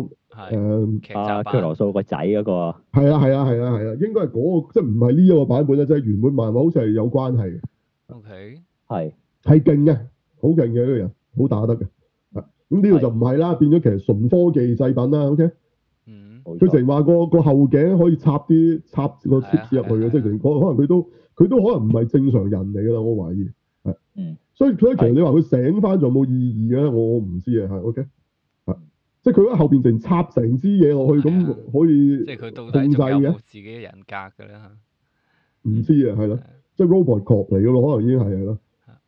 [SPEAKER 1] 個呃
[SPEAKER 3] 係
[SPEAKER 1] 誒
[SPEAKER 3] 劇集
[SPEAKER 2] 阿
[SPEAKER 3] 版，
[SPEAKER 2] 克啊羅素個仔嗰個
[SPEAKER 1] 係啊係啊係啊係啊，應該係嗰、個即係唔係呢一個版本咧，即係原本漫畫好似係有關係嘅，
[SPEAKER 3] OK，
[SPEAKER 2] 係
[SPEAKER 1] 係勁嘅，好勁嘅呢個人，好打得嘅。啊咁呢度就唔係啦，變咗其實純科技製品啦。OK，
[SPEAKER 3] 嗯，
[SPEAKER 2] 冇
[SPEAKER 1] 佢
[SPEAKER 2] 錯，
[SPEAKER 1] 成話個個後頸可以插啲插個
[SPEAKER 3] 係啊
[SPEAKER 1] tips 入去
[SPEAKER 3] 係
[SPEAKER 1] 嘅，
[SPEAKER 3] 啊
[SPEAKER 1] 即係
[SPEAKER 3] 係
[SPEAKER 1] 成可可能佢都佢都可能唔係正常人嚟㗎啦，我懷疑係。
[SPEAKER 2] 嗯。
[SPEAKER 1] 所以所以其實你話佢醒翻仲有冇意義咧？我唔知啊，係 OK。係即係佢喺後邊成插成支嘢落去，咁
[SPEAKER 3] 係啊
[SPEAKER 1] 可以
[SPEAKER 3] 即係佢到底仲有
[SPEAKER 1] 控制嘅
[SPEAKER 3] 冇自己嘅人格嘅咧嚇？
[SPEAKER 1] 唔知啊，係咯，即係 robot cop 嚟㗎咯，可能已經係係咯。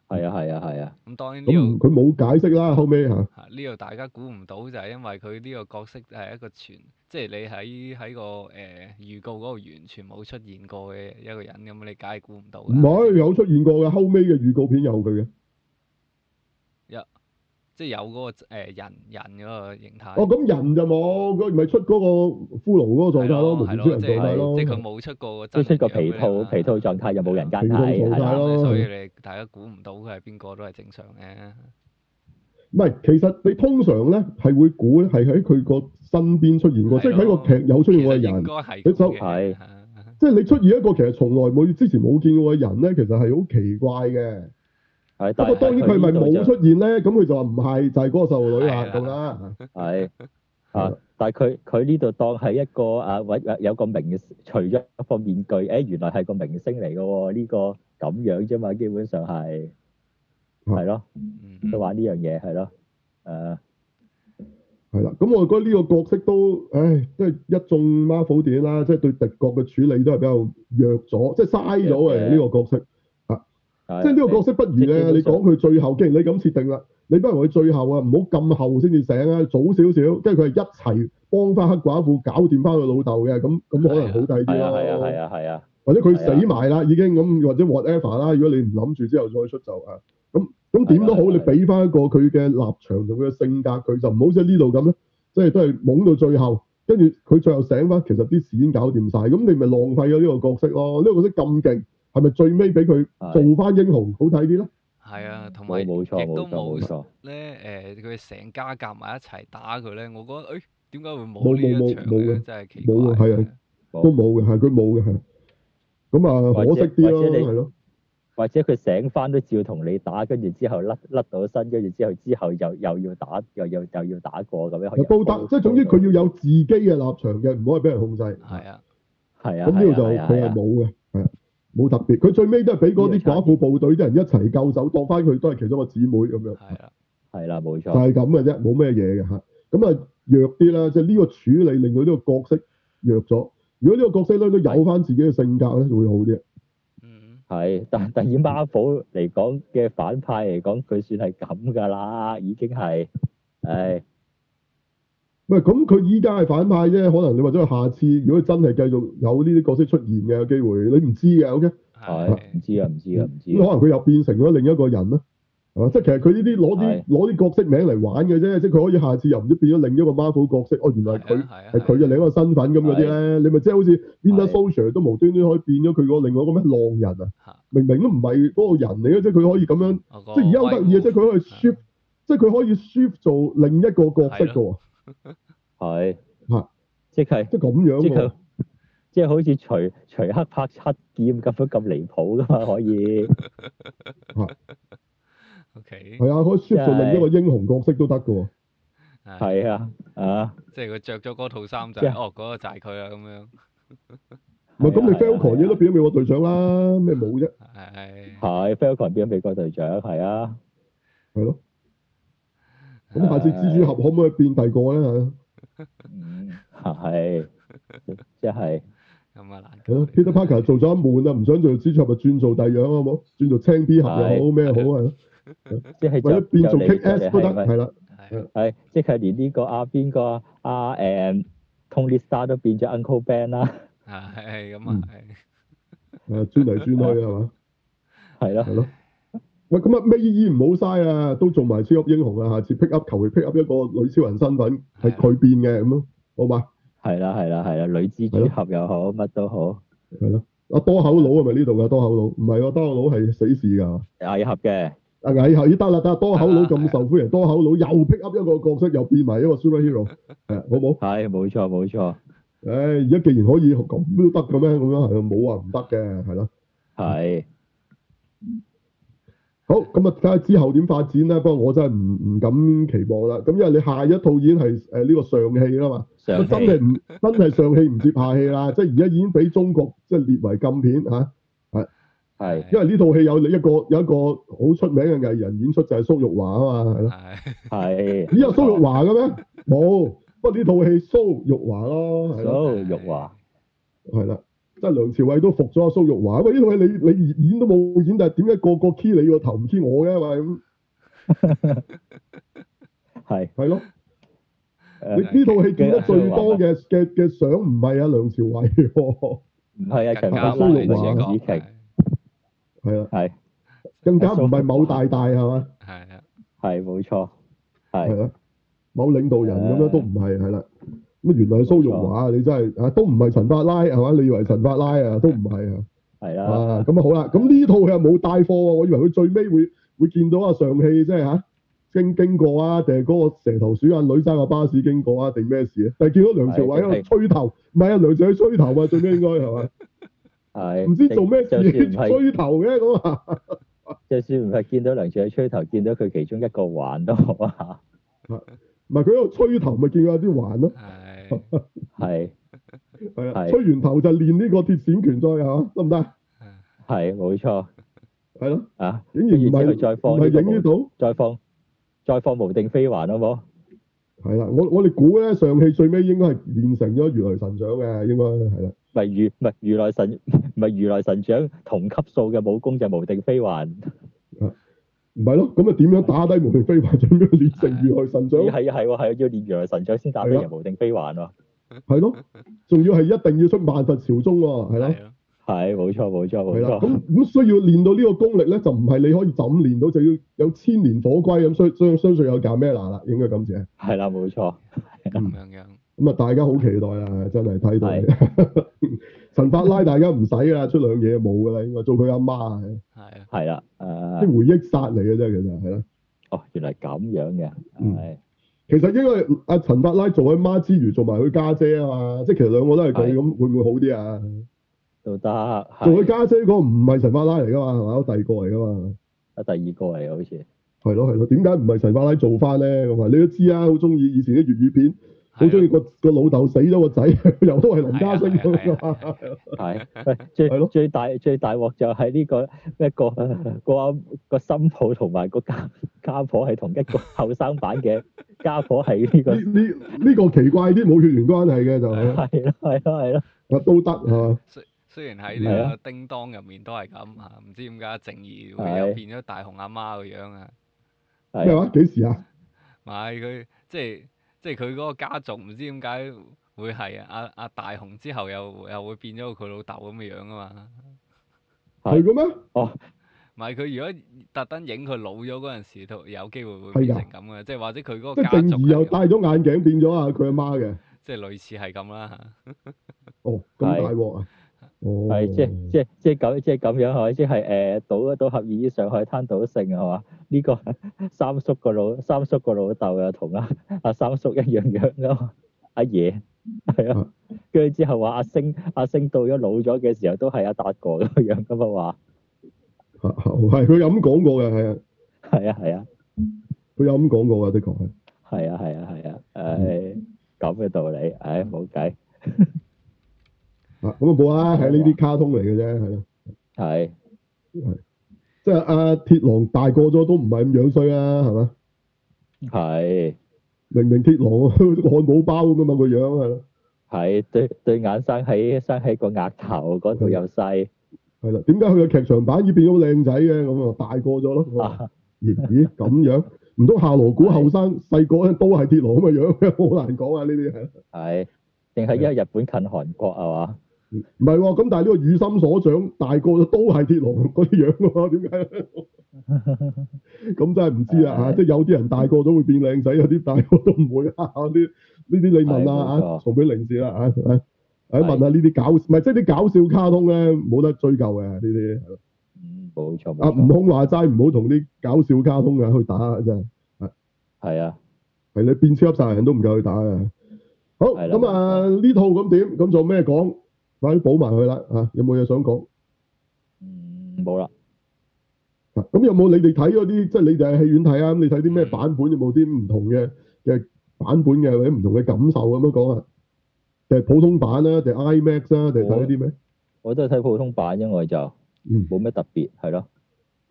[SPEAKER 2] 係啊係啊係啊，
[SPEAKER 3] 咁當然呢
[SPEAKER 1] 咁唔
[SPEAKER 3] 度
[SPEAKER 1] 佢冇解釋啦，後尾嚇
[SPEAKER 3] 嚇呢度大家估唔到就係因為佢呢個角色係一個全，即係你喺喺個誒、呃、預告嗰度完全冇出現過嘅一個人，咁你梗係估唔到
[SPEAKER 1] 唔
[SPEAKER 3] 啦。
[SPEAKER 1] 係有出現過嘅，後尾嘅預告片有佢嘅。
[SPEAKER 3] 即係有嗰、個、呃、人人嗰個形態。
[SPEAKER 1] 哦，咁人就冇，佢咪出嗰個骷髏嗰個狀態咯，無
[SPEAKER 3] 係
[SPEAKER 1] 面超人
[SPEAKER 3] 即
[SPEAKER 1] 狀態咯，
[SPEAKER 3] 係即係佢
[SPEAKER 1] 係
[SPEAKER 3] 冇出過個
[SPEAKER 2] 即
[SPEAKER 3] 真
[SPEAKER 2] 係出
[SPEAKER 3] 人
[SPEAKER 2] 個皮
[SPEAKER 3] 樣俾你
[SPEAKER 2] 套
[SPEAKER 3] 啦
[SPEAKER 2] 皮套狀態又冇人間睇，
[SPEAKER 1] 啊皮套狀
[SPEAKER 2] 係
[SPEAKER 1] 態
[SPEAKER 2] 啦，
[SPEAKER 1] 咯
[SPEAKER 3] 所以你大家估唔到佢係邊個都係正常嘅。
[SPEAKER 1] 唔係？其實你通常咧係會估咧係喺佢個身邊出現過，
[SPEAKER 3] 係
[SPEAKER 1] 即係喺個劇有出
[SPEAKER 3] 其
[SPEAKER 1] 現過
[SPEAKER 3] 實
[SPEAKER 1] 嘅
[SPEAKER 3] 應
[SPEAKER 1] 人
[SPEAKER 3] 該。係
[SPEAKER 1] 你
[SPEAKER 3] 咁
[SPEAKER 1] 就
[SPEAKER 3] 嘅
[SPEAKER 2] 係
[SPEAKER 1] 即係你出現一個其實從來冇之前冇見過嘅人咧，其實係好奇怪嘅。
[SPEAKER 2] 係
[SPEAKER 1] 不
[SPEAKER 2] 但
[SPEAKER 1] 過
[SPEAKER 2] 係
[SPEAKER 1] 當然佢咪冇出現咧，咁佢就話唔係，就係嗰個細路女啦
[SPEAKER 3] 係啦啊
[SPEAKER 1] 咁啦。
[SPEAKER 2] 係啊，但係佢佢呢度當係一個啊揾有個明星除咗個面具，誒原來係個明星嚟嘅喎，呢個咁樣啫嘛，基本上係係咯，
[SPEAKER 3] 嗯
[SPEAKER 2] 佢玩呢樣嘢係咯，啊誒。
[SPEAKER 1] 係啦，咁我覺得呢個角色都，唉，即係一眾 Marvel 電影啦，即係對敵國嘅處理都係比較弱咗，即係嘥咗
[SPEAKER 2] 弱
[SPEAKER 1] 嘅
[SPEAKER 2] 嘅
[SPEAKER 1] 呢個角色。
[SPEAKER 2] 係
[SPEAKER 1] 即係呢個角色不如
[SPEAKER 2] 即係基
[SPEAKER 1] 咧，
[SPEAKER 2] 本上
[SPEAKER 1] 你講佢最後，既然你咁設定啦，你不如佢最後啊，唔好咁後先至醒啊，早少少，跟住佢係一齊幫翻黑寡婦搞掂翻佢老豆嘅，咁咁可能好睇啲
[SPEAKER 2] 係啊係啊係
[SPEAKER 1] 咯。
[SPEAKER 2] 啊係啊，
[SPEAKER 1] 或者佢
[SPEAKER 2] 係啊
[SPEAKER 1] 死埋啦，已經咁，或者 whatever 啦。如果你唔諗住之後再出就啊，咁咁點都好，
[SPEAKER 2] 係啊係啊
[SPEAKER 1] 你俾翻一個佢嘅立場同佢嘅性格，佢就唔好似呢度咁咧，即係都係懵到最後，跟住佢最後醒翻，其實啲事已經搞掂晒，咁你咪浪費咗呢個角色咯。呢、個角色咁勁，係咪最尾俾佢
[SPEAKER 2] 係
[SPEAKER 1] 做翻英雄好睇啲咧？
[SPEAKER 3] 係啊，同埋
[SPEAKER 2] 冇冇錯
[SPEAKER 3] 亦
[SPEAKER 2] 冇
[SPEAKER 3] 都
[SPEAKER 2] 錯冇
[SPEAKER 3] 冇
[SPEAKER 2] 錯，
[SPEAKER 3] 咧誒，佢成家夾埋一齊打佢咧，我覺得誒哎點解會
[SPEAKER 1] 冇
[SPEAKER 3] 冇呢
[SPEAKER 1] 冇
[SPEAKER 3] 一場
[SPEAKER 1] 冇
[SPEAKER 3] 嘅？
[SPEAKER 1] 嘅
[SPEAKER 3] 真係奇怪。
[SPEAKER 1] 冇啊係啊都冇嘅，係佢冇嘅，係。咁啊，
[SPEAKER 2] 或者
[SPEAKER 1] 可惜啲咯，
[SPEAKER 2] 或者你
[SPEAKER 1] 係咯，
[SPEAKER 2] 或者佢醒翻都照同你打，跟住之後甩甩到身，跟住之後之後又又要打，又又又要打過咁樣。
[SPEAKER 1] 都得，即係總之佢要有自己嘅立場嘅，唔可以俾人控制。
[SPEAKER 3] 係啊，
[SPEAKER 2] 係啊，
[SPEAKER 1] 咁呢度就
[SPEAKER 2] 係啊係
[SPEAKER 1] 佢係
[SPEAKER 2] 啊
[SPEAKER 1] 冇嘅，係啊冇特別。佢最尾都係俾嗰啲寡婦部隊啲人一齊救手，當翻佢都係其中一個姊妹咁樣，
[SPEAKER 3] 係啊，
[SPEAKER 2] 係啦，冇
[SPEAKER 1] 就
[SPEAKER 2] 錯，
[SPEAKER 1] 係咁嘅啫，冇咩嘢嘅嚇。咁啊弱啲啦，即係呢個處理令到呢個角色弱咗。如果呢個角色咧都有翻自己嘅性格咧，就會好啲。
[SPEAKER 3] 嗯，
[SPEAKER 2] 係。但但以 Marvel 嚟講嘅反派嚟講，佢算係咁㗎啦，已經係，唉，
[SPEAKER 1] 唔係咁佢依家係反派啫，可能你或者佢下次如果真係繼續有呢啲角色出現嘅有機會，你唔知嘅，OK？
[SPEAKER 3] 嗯
[SPEAKER 2] 係唔知啊，唔知啊，唔
[SPEAKER 1] 咁
[SPEAKER 2] 知
[SPEAKER 1] 可
[SPEAKER 2] 啊。
[SPEAKER 1] 能佢又變成咗另一個人啦，係嘛？即係其實佢呢啲攞啲
[SPEAKER 2] 係
[SPEAKER 1] 攞啲角色名嚟玩嘅啫，即係佢可以下次又唔知變咗另一個 Marvel 角色，哦，原來佢
[SPEAKER 3] 係啊
[SPEAKER 1] 係佢嘅另一個身份咁嗰啲咧，你咪即係好似 v i n d e r s o l d i e r 都無端端可以變咗佢個另外一個咩浪人啊
[SPEAKER 3] 嚇？
[SPEAKER 1] 明明都唔係嗰個人嚟嘅，即係佢可以咁樣，即係而家好得意啊！即係佢可以 shift，即係佢可以 shift 做另一個角色嘅喎，
[SPEAKER 2] 係
[SPEAKER 1] 嚇。
[SPEAKER 2] 即係
[SPEAKER 1] 即係咁樣
[SPEAKER 2] 即
[SPEAKER 1] 喎
[SPEAKER 2] 係。即係好似徐徐克拍七劍咁樣咁離譜噶嘛，可以
[SPEAKER 3] O K，
[SPEAKER 1] 係啊，可以 shift 做另一個英雄角色都得嘅喎。
[SPEAKER 3] 係
[SPEAKER 2] 係啊啊！
[SPEAKER 3] 即係佢着咗嗰套衫就
[SPEAKER 2] 即
[SPEAKER 3] 係
[SPEAKER 2] 係
[SPEAKER 3] 哦，嗰個就係佢啦咁樣，
[SPEAKER 1] 唔係咁，啊你 Falcon 嘢都
[SPEAKER 2] 嘢
[SPEAKER 1] 變咗美國隊長啦，咩冇啫？
[SPEAKER 3] 係
[SPEAKER 2] 係 Falcon 變咗美國隊長，係啊，
[SPEAKER 1] 係咯。咁下次蜘蛛俠可唔可以變第二個咧？
[SPEAKER 2] 嗯係即係
[SPEAKER 3] 咁啊難搞
[SPEAKER 1] 係咯
[SPEAKER 3] 你。
[SPEAKER 1] ，Peter Parker 做咗一悶啦，唔想做蜘蛛俠，咪轉做第二樣啊好冇？轉做青 B 俠又好，咩好係咯？
[SPEAKER 2] 即係
[SPEAKER 1] 或者
[SPEAKER 2] 就
[SPEAKER 1] 變做
[SPEAKER 2] 就你
[SPEAKER 1] Kick Ass 都
[SPEAKER 2] 我
[SPEAKER 1] 得，
[SPEAKER 2] 哋係咪
[SPEAKER 1] 係啦。
[SPEAKER 3] 係
[SPEAKER 2] 係即係連呢個啊邊個啊誒 Tony Star 都變咗 Uncle Ben 啦，
[SPEAKER 3] 係咁
[SPEAKER 1] 嗯
[SPEAKER 3] 啊係。
[SPEAKER 1] 誒轉嚟轉去啊係嘛？
[SPEAKER 2] 係咯
[SPEAKER 1] 係咯。喂，咁啊，咩姨唔好嘥啊，都做埋超級英雄啊！下次 pick up 求其 pick up 一個女超人身份，係佢變嘅咁咯，好嘛？
[SPEAKER 2] 係啦係啦係啦，女蜘蛛俠又好，乜都好，
[SPEAKER 1] 係咯，阿多口佬啊係咪呢度㗎？多口佬唔係喎，多口佬係死士㗎。
[SPEAKER 2] 矮俠嘅
[SPEAKER 1] 啊矮後咦得啦得啦，多口佬咁受 歡迎，多口佬又 pick up 一個角色，又變埋一個 superhero，係好冇？
[SPEAKER 2] 係冇錯冇錯
[SPEAKER 1] 唉，而家既然可以咁都得嘅咩？咁樣係啊冇話唔得嘅，係咯。
[SPEAKER 2] 係
[SPEAKER 1] 好咁啊，睇下之後點發展啦。不過我真係唔唔敢期望啦。咁因為你下一套已經係誒呢個上戲啦嘛，
[SPEAKER 2] 上
[SPEAKER 1] 真
[SPEAKER 2] 戲
[SPEAKER 1] 係唔真係上戲唔接下戲啦。即係而家已經俾中國即係列為禁片嚇、
[SPEAKER 2] 係
[SPEAKER 1] 因為呢套戲有一個有一個好出名嘅藝人演出就係蘇玉華啊嘛，係咯。
[SPEAKER 3] 係
[SPEAKER 2] 係
[SPEAKER 1] 咦有蘇玉華嘅咩？冇，不過呢套戲蘇玉華咯，係咯，
[SPEAKER 2] 蘇玉華
[SPEAKER 1] 係啦，即係梁朝偉都服咗阿蘇玉華。喂，呢套戲你你演都冇演，但係點解個個 key 你個頭唔 key 我嘅？喂，咁
[SPEAKER 2] 係
[SPEAKER 1] 係咯，
[SPEAKER 2] 誒
[SPEAKER 1] 你呢套戲見得最多嘅嘅嘅相唔係阿梁朝偉喎，
[SPEAKER 2] 唔係啊，
[SPEAKER 3] 更
[SPEAKER 2] 陳
[SPEAKER 3] 加
[SPEAKER 2] 柏
[SPEAKER 1] 蘇玉華
[SPEAKER 2] 華、楊紫
[SPEAKER 3] 係
[SPEAKER 2] 瓊
[SPEAKER 1] 係啦，
[SPEAKER 2] 係
[SPEAKER 1] 更加唔係某大大係嘛，
[SPEAKER 3] 係啊
[SPEAKER 2] 係冇錯
[SPEAKER 1] 係
[SPEAKER 2] 係
[SPEAKER 1] 啦，某領導人咁樣都唔係係啦。咁啊原來係蘇玉華，你真係啊都唔係陳法拉係嘛？你以為陳法拉啊都唔係啊？
[SPEAKER 2] 係啦。
[SPEAKER 1] 啊，咁啊好啦，咁呢套又冇帶貨喎，我以為佢最尾會會見到啊上戲即係嚇經經過啊，定係嗰個蛇頭鼠眼女揸架巴士經過啊，定咩事啊？但係見到梁朝偉喺度吹頭，唔係啊，梁朝偉吹頭啊，最尾應該係嘛？
[SPEAKER 2] 係
[SPEAKER 1] 唔知做咩
[SPEAKER 2] 就
[SPEAKER 1] 事
[SPEAKER 2] 算唔係，
[SPEAKER 1] 吹頭嘅咁啊，
[SPEAKER 2] 就算唔係見到梁朝偉吹頭，見到佢其中一個環都好啊，
[SPEAKER 1] 唔係佢喺度吹頭，咪見佢有啲環咯，
[SPEAKER 3] 係
[SPEAKER 2] 係
[SPEAKER 1] 係啊，
[SPEAKER 2] 係
[SPEAKER 1] 吹完頭就練呢個鐵閃拳再係嘛，得唔得啊？
[SPEAKER 2] 係冇錯
[SPEAKER 1] 係咯，
[SPEAKER 2] 啊！
[SPEAKER 1] 竟然唔
[SPEAKER 2] 跟
[SPEAKER 1] 係
[SPEAKER 2] 住之後
[SPEAKER 1] 唔
[SPEAKER 2] 再放呢個
[SPEAKER 1] 係影呢度。
[SPEAKER 2] 再放再放無定飛環好冇？
[SPEAKER 1] 係啦，我我哋估咧上戲最尾應該係練成咗如來神掌嘅，應該係啦。
[SPEAKER 2] 唔係如唔係如來神 唔係如來神掌同級數嘅武功就無定飛環，
[SPEAKER 1] 唔係咯，咁啊點樣打低無敵飛環，最尾練成如來神掌
[SPEAKER 2] 咦？係啊係喎係啊要練如來神掌先打到
[SPEAKER 1] 係啊
[SPEAKER 2] 人無定飛環喎，
[SPEAKER 1] 係咯，仲要係一定要出萬佛朝宗喎，係咯，
[SPEAKER 3] 係咯
[SPEAKER 2] 係冇錯冇錯冇
[SPEAKER 1] 係啦。
[SPEAKER 2] 錯，
[SPEAKER 1] 咁咁需要練到呢個功力咧，就唔係你可以就咁練到，就要有千年火龜咁，相相相信有 g a m e l a 啦，應該咁寫。
[SPEAKER 2] 係啦冇錯
[SPEAKER 3] 咁樣樣
[SPEAKER 1] 咁啊，大家好期待啦，真係睇到你 神法拉，大家唔使啦，出兩嘢冇噶啦，應該做佢阿媽，係
[SPEAKER 3] 係啊
[SPEAKER 2] 係啦
[SPEAKER 1] 啲
[SPEAKER 2] 誒
[SPEAKER 1] 回憶殺嚟嘅啫，其實係啦。
[SPEAKER 2] 哦原來咁樣嘅
[SPEAKER 1] 嗯
[SPEAKER 2] 係
[SPEAKER 1] 其實應該阿陳法拉做佢媽之餘，做埋佢家姐啊嘛，即係其實兩個都係佢
[SPEAKER 2] 係
[SPEAKER 1] 咁，會唔會好啲啊？
[SPEAKER 2] 都得
[SPEAKER 1] 做佢
[SPEAKER 2] 係
[SPEAKER 1] 家姐嗰個唔係神法拉嚟噶嘛，係咪？第二個嚟噶嘛，
[SPEAKER 2] 啊第二個嚟嘅好似
[SPEAKER 1] 係咯係咯。點解唔係神法拉做翻咧？咁啊，你都知啊，好中意以前啲粵語片，
[SPEAKER 3] 啊
[SPEAKER 1] 好中意個個老豆死咗個仔， 又都係林家聲咁噶嘛。
[SPEAKER 2] 係喂最
[SPEAKER 1] 係咯
[SPEAKER 2] 最大最大鑊就係呢個咩個個阿個新抱同埋個家家婆係同一個後生版嘅家婆係呢個
[SPEAKER 1] 呢呢呢個奇怪啲，冇血緣關係嘅就係
[SPEAKER 2] 係啊咯係咯係咯。
[SPEAKER 1] 啊都得係嘛？
[SPEAKER 3] 雖雖然喺呢個叮當入面都係咁啊，唔知點解靜怡會又
[SPEAKER 2] 係
[SPEAKER 3] 變咗大雄阿媽個樣啊？
[SPEAKER 2] 係
[SPEAKER 1] 咩話？幾時啊？
[SPEAKER 3] 唔係佢即係即係佢嗰個家族唔知點解會係阿阿大雄之後又又會變咗佢老豆咁嘅樣啊嘛。
[SPEAKER 1] 係嘅咩？
[SPEAKER 3] 唔係佢如果特登影佢老咗嗰陣時，都有機會會
[SPEAKER 1] 係
[SPEAKER 3] 變
[SPEAKER 1] 㗎
[SPEAKER 3] 成咁嘅，即係或者佢嗰
[SPEAKER 1] 即係
[SPEAKER 3] 個家
[SPEAKER 1] 正
[SPEAKER 3] 族
[SPEAKER 1] 義又
[SPEAKER 3] 係啊
[SPEAKER 1] 戴
[SPEAKER 3] 咁
[SPEAKER 1] 咗眼鏡變咗啊佢阿媽嘅。
[SPEAKER 3] 即係類似係咁啦嚇。
[SPEAKER 1] 哦，咁
[SPEAKER 2] 係
[SPEAKER 1] 大鑊啊！哦，
[SPEAKER 2] 係即係即係即係咁即係咁樣係咪？即係誒賭賭俠義上海灘賭聖係嘛？呢個 三叔個老三叔個老豆又同阿阿三叔一樣樣噶嘛？阿爺係啊，跟住之後話阿星阿星到咗老咗嘅時候都係阿達哥咁樣噶嘛話
[SPEAKER 1] 係佢有咁講過嘅，係啊，
[SPEAKER 2] 係啊係啊
[SPEAKER 1] 佢有咁講過嘅，的確係。
[SPEAKER 2] 係啊係啊係啊誒咁嘅道理，唉冇計。
[SPEAKER 1] 啊，咁啊冇啊，係呢啲卡通嚟嘅啫，係啊咯，
[SPEAKER 2] 係
[SPEAKER 1] 即係阿鐵狼大個咗都唔係咁樣衰啦，係嘛？
[SPEAKER 2] 係
[SPEAKER 1] 明明鐵狼 漢堡包咁啊嘛個樣係咯，
[SPEAKER 2] 係對對眼生喺生喺個額頭嗰度又細
[SPEAKER 1] 係啦，點解佢嘅劇場版已經變咗靚仔嘅咁啊？大個咗咯，我話
[SPEAKER 2] 啊
[SPEAKER 1] 咦咦咁樣，唔通夏羅古後生細個嗰陣都係鐵狼咁嘅樣， 好難講啊呢啲係。
[SPEAKER 2] 係，定
[SPEAKER 1] 啊
[SPEAKER 2] 係因為日本近韓國啊係嘛？
[SPEAKER 1] 唔係喎，咁但係呢個雨心所長大個咗都係鐵狼嗰啲樣喎， 點解？咁真係唔知啦嚇，
[SPEAKER 2] 係
[SPEAKER 1] 即係有啲人大個咗會變靚仔，有啲大個都唔會啦。呢呢啲你問
[SPEAKER 2] 係冇
[SPEAKER 1] 啦
[SPEAKER 2] 錯
[SPEAKER 1] 嚇，送俾零士啦嚇，係係
[SPEAKER 2] 係
[SPEAKER 1] 問下呢啲搞，唔係即係啲搞笑卡通咧，冇得追究嘅呢啲。
[SPEAKER 2] 嗯，冇錯
[SPEAKER 1] 啊，
[SPEAKER 2] 冇
[SPEAKER 1] 悟
[SPEAKER 2] 錯，
[SPEAKER 1] 空話齋，唔好同啲搞笑卡通嘅去打啊真係。
[SPEAKER 2] 係啊，
[SPEAKER 1] 係你變超級殺人都唔夠佢打嘅。好，
[SPEAKER 2] 係啦
[SPEAKER 1] 咁啊呢套咁點？咁做咩講？快啲補埋佢啦嚇！有冇嘢想講？
[SPEAKER 2] 嗯冇啦，
[SPEAKER 1] 啊咁有冇你哋睇嗰啲，即係你哋喺戲院睇啊？咁你睇啲
[SPEAKER 3] 嗯
[SPEAKER 1] 咩版本？有冇啲唔同嘅嘅版本嘅，或者唔同嘅感受咁樣講啊？定係普通版啦，定係 IMAX 啊啦，定
[SPEAKER 3] 啊
[SPEAKER 1] 係睇啲咩？
[SPEAKER 2] 我都係睇普通版，因為就
[SPEAKER 1] 嗯，
[SPEAKER 2] 冇咩特別係咯。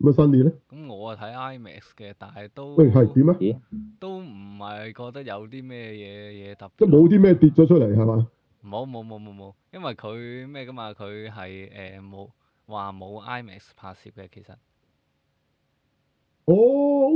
[SPEAKER 1] 咁啊新年咧，
[SPEAKER 3] 咁我啊睇 IMAX 嘅，但係都
[SPEAKER 1] 喂係點啊？
[SPEAKER 2] 咦，
[SPEAKER 3] 都唔係覺得有啲咩嘢嘢特別。
[SPEAKER 1] 即係冇啲咩跌咗出嚟係嘛？
[SPEAKER 3] 冇冇冇冇冇，因為佢咩噶嘛，佢係誒冇話冇 IMAX 拍攝嘅，其實
[SPEAKER 1] 哦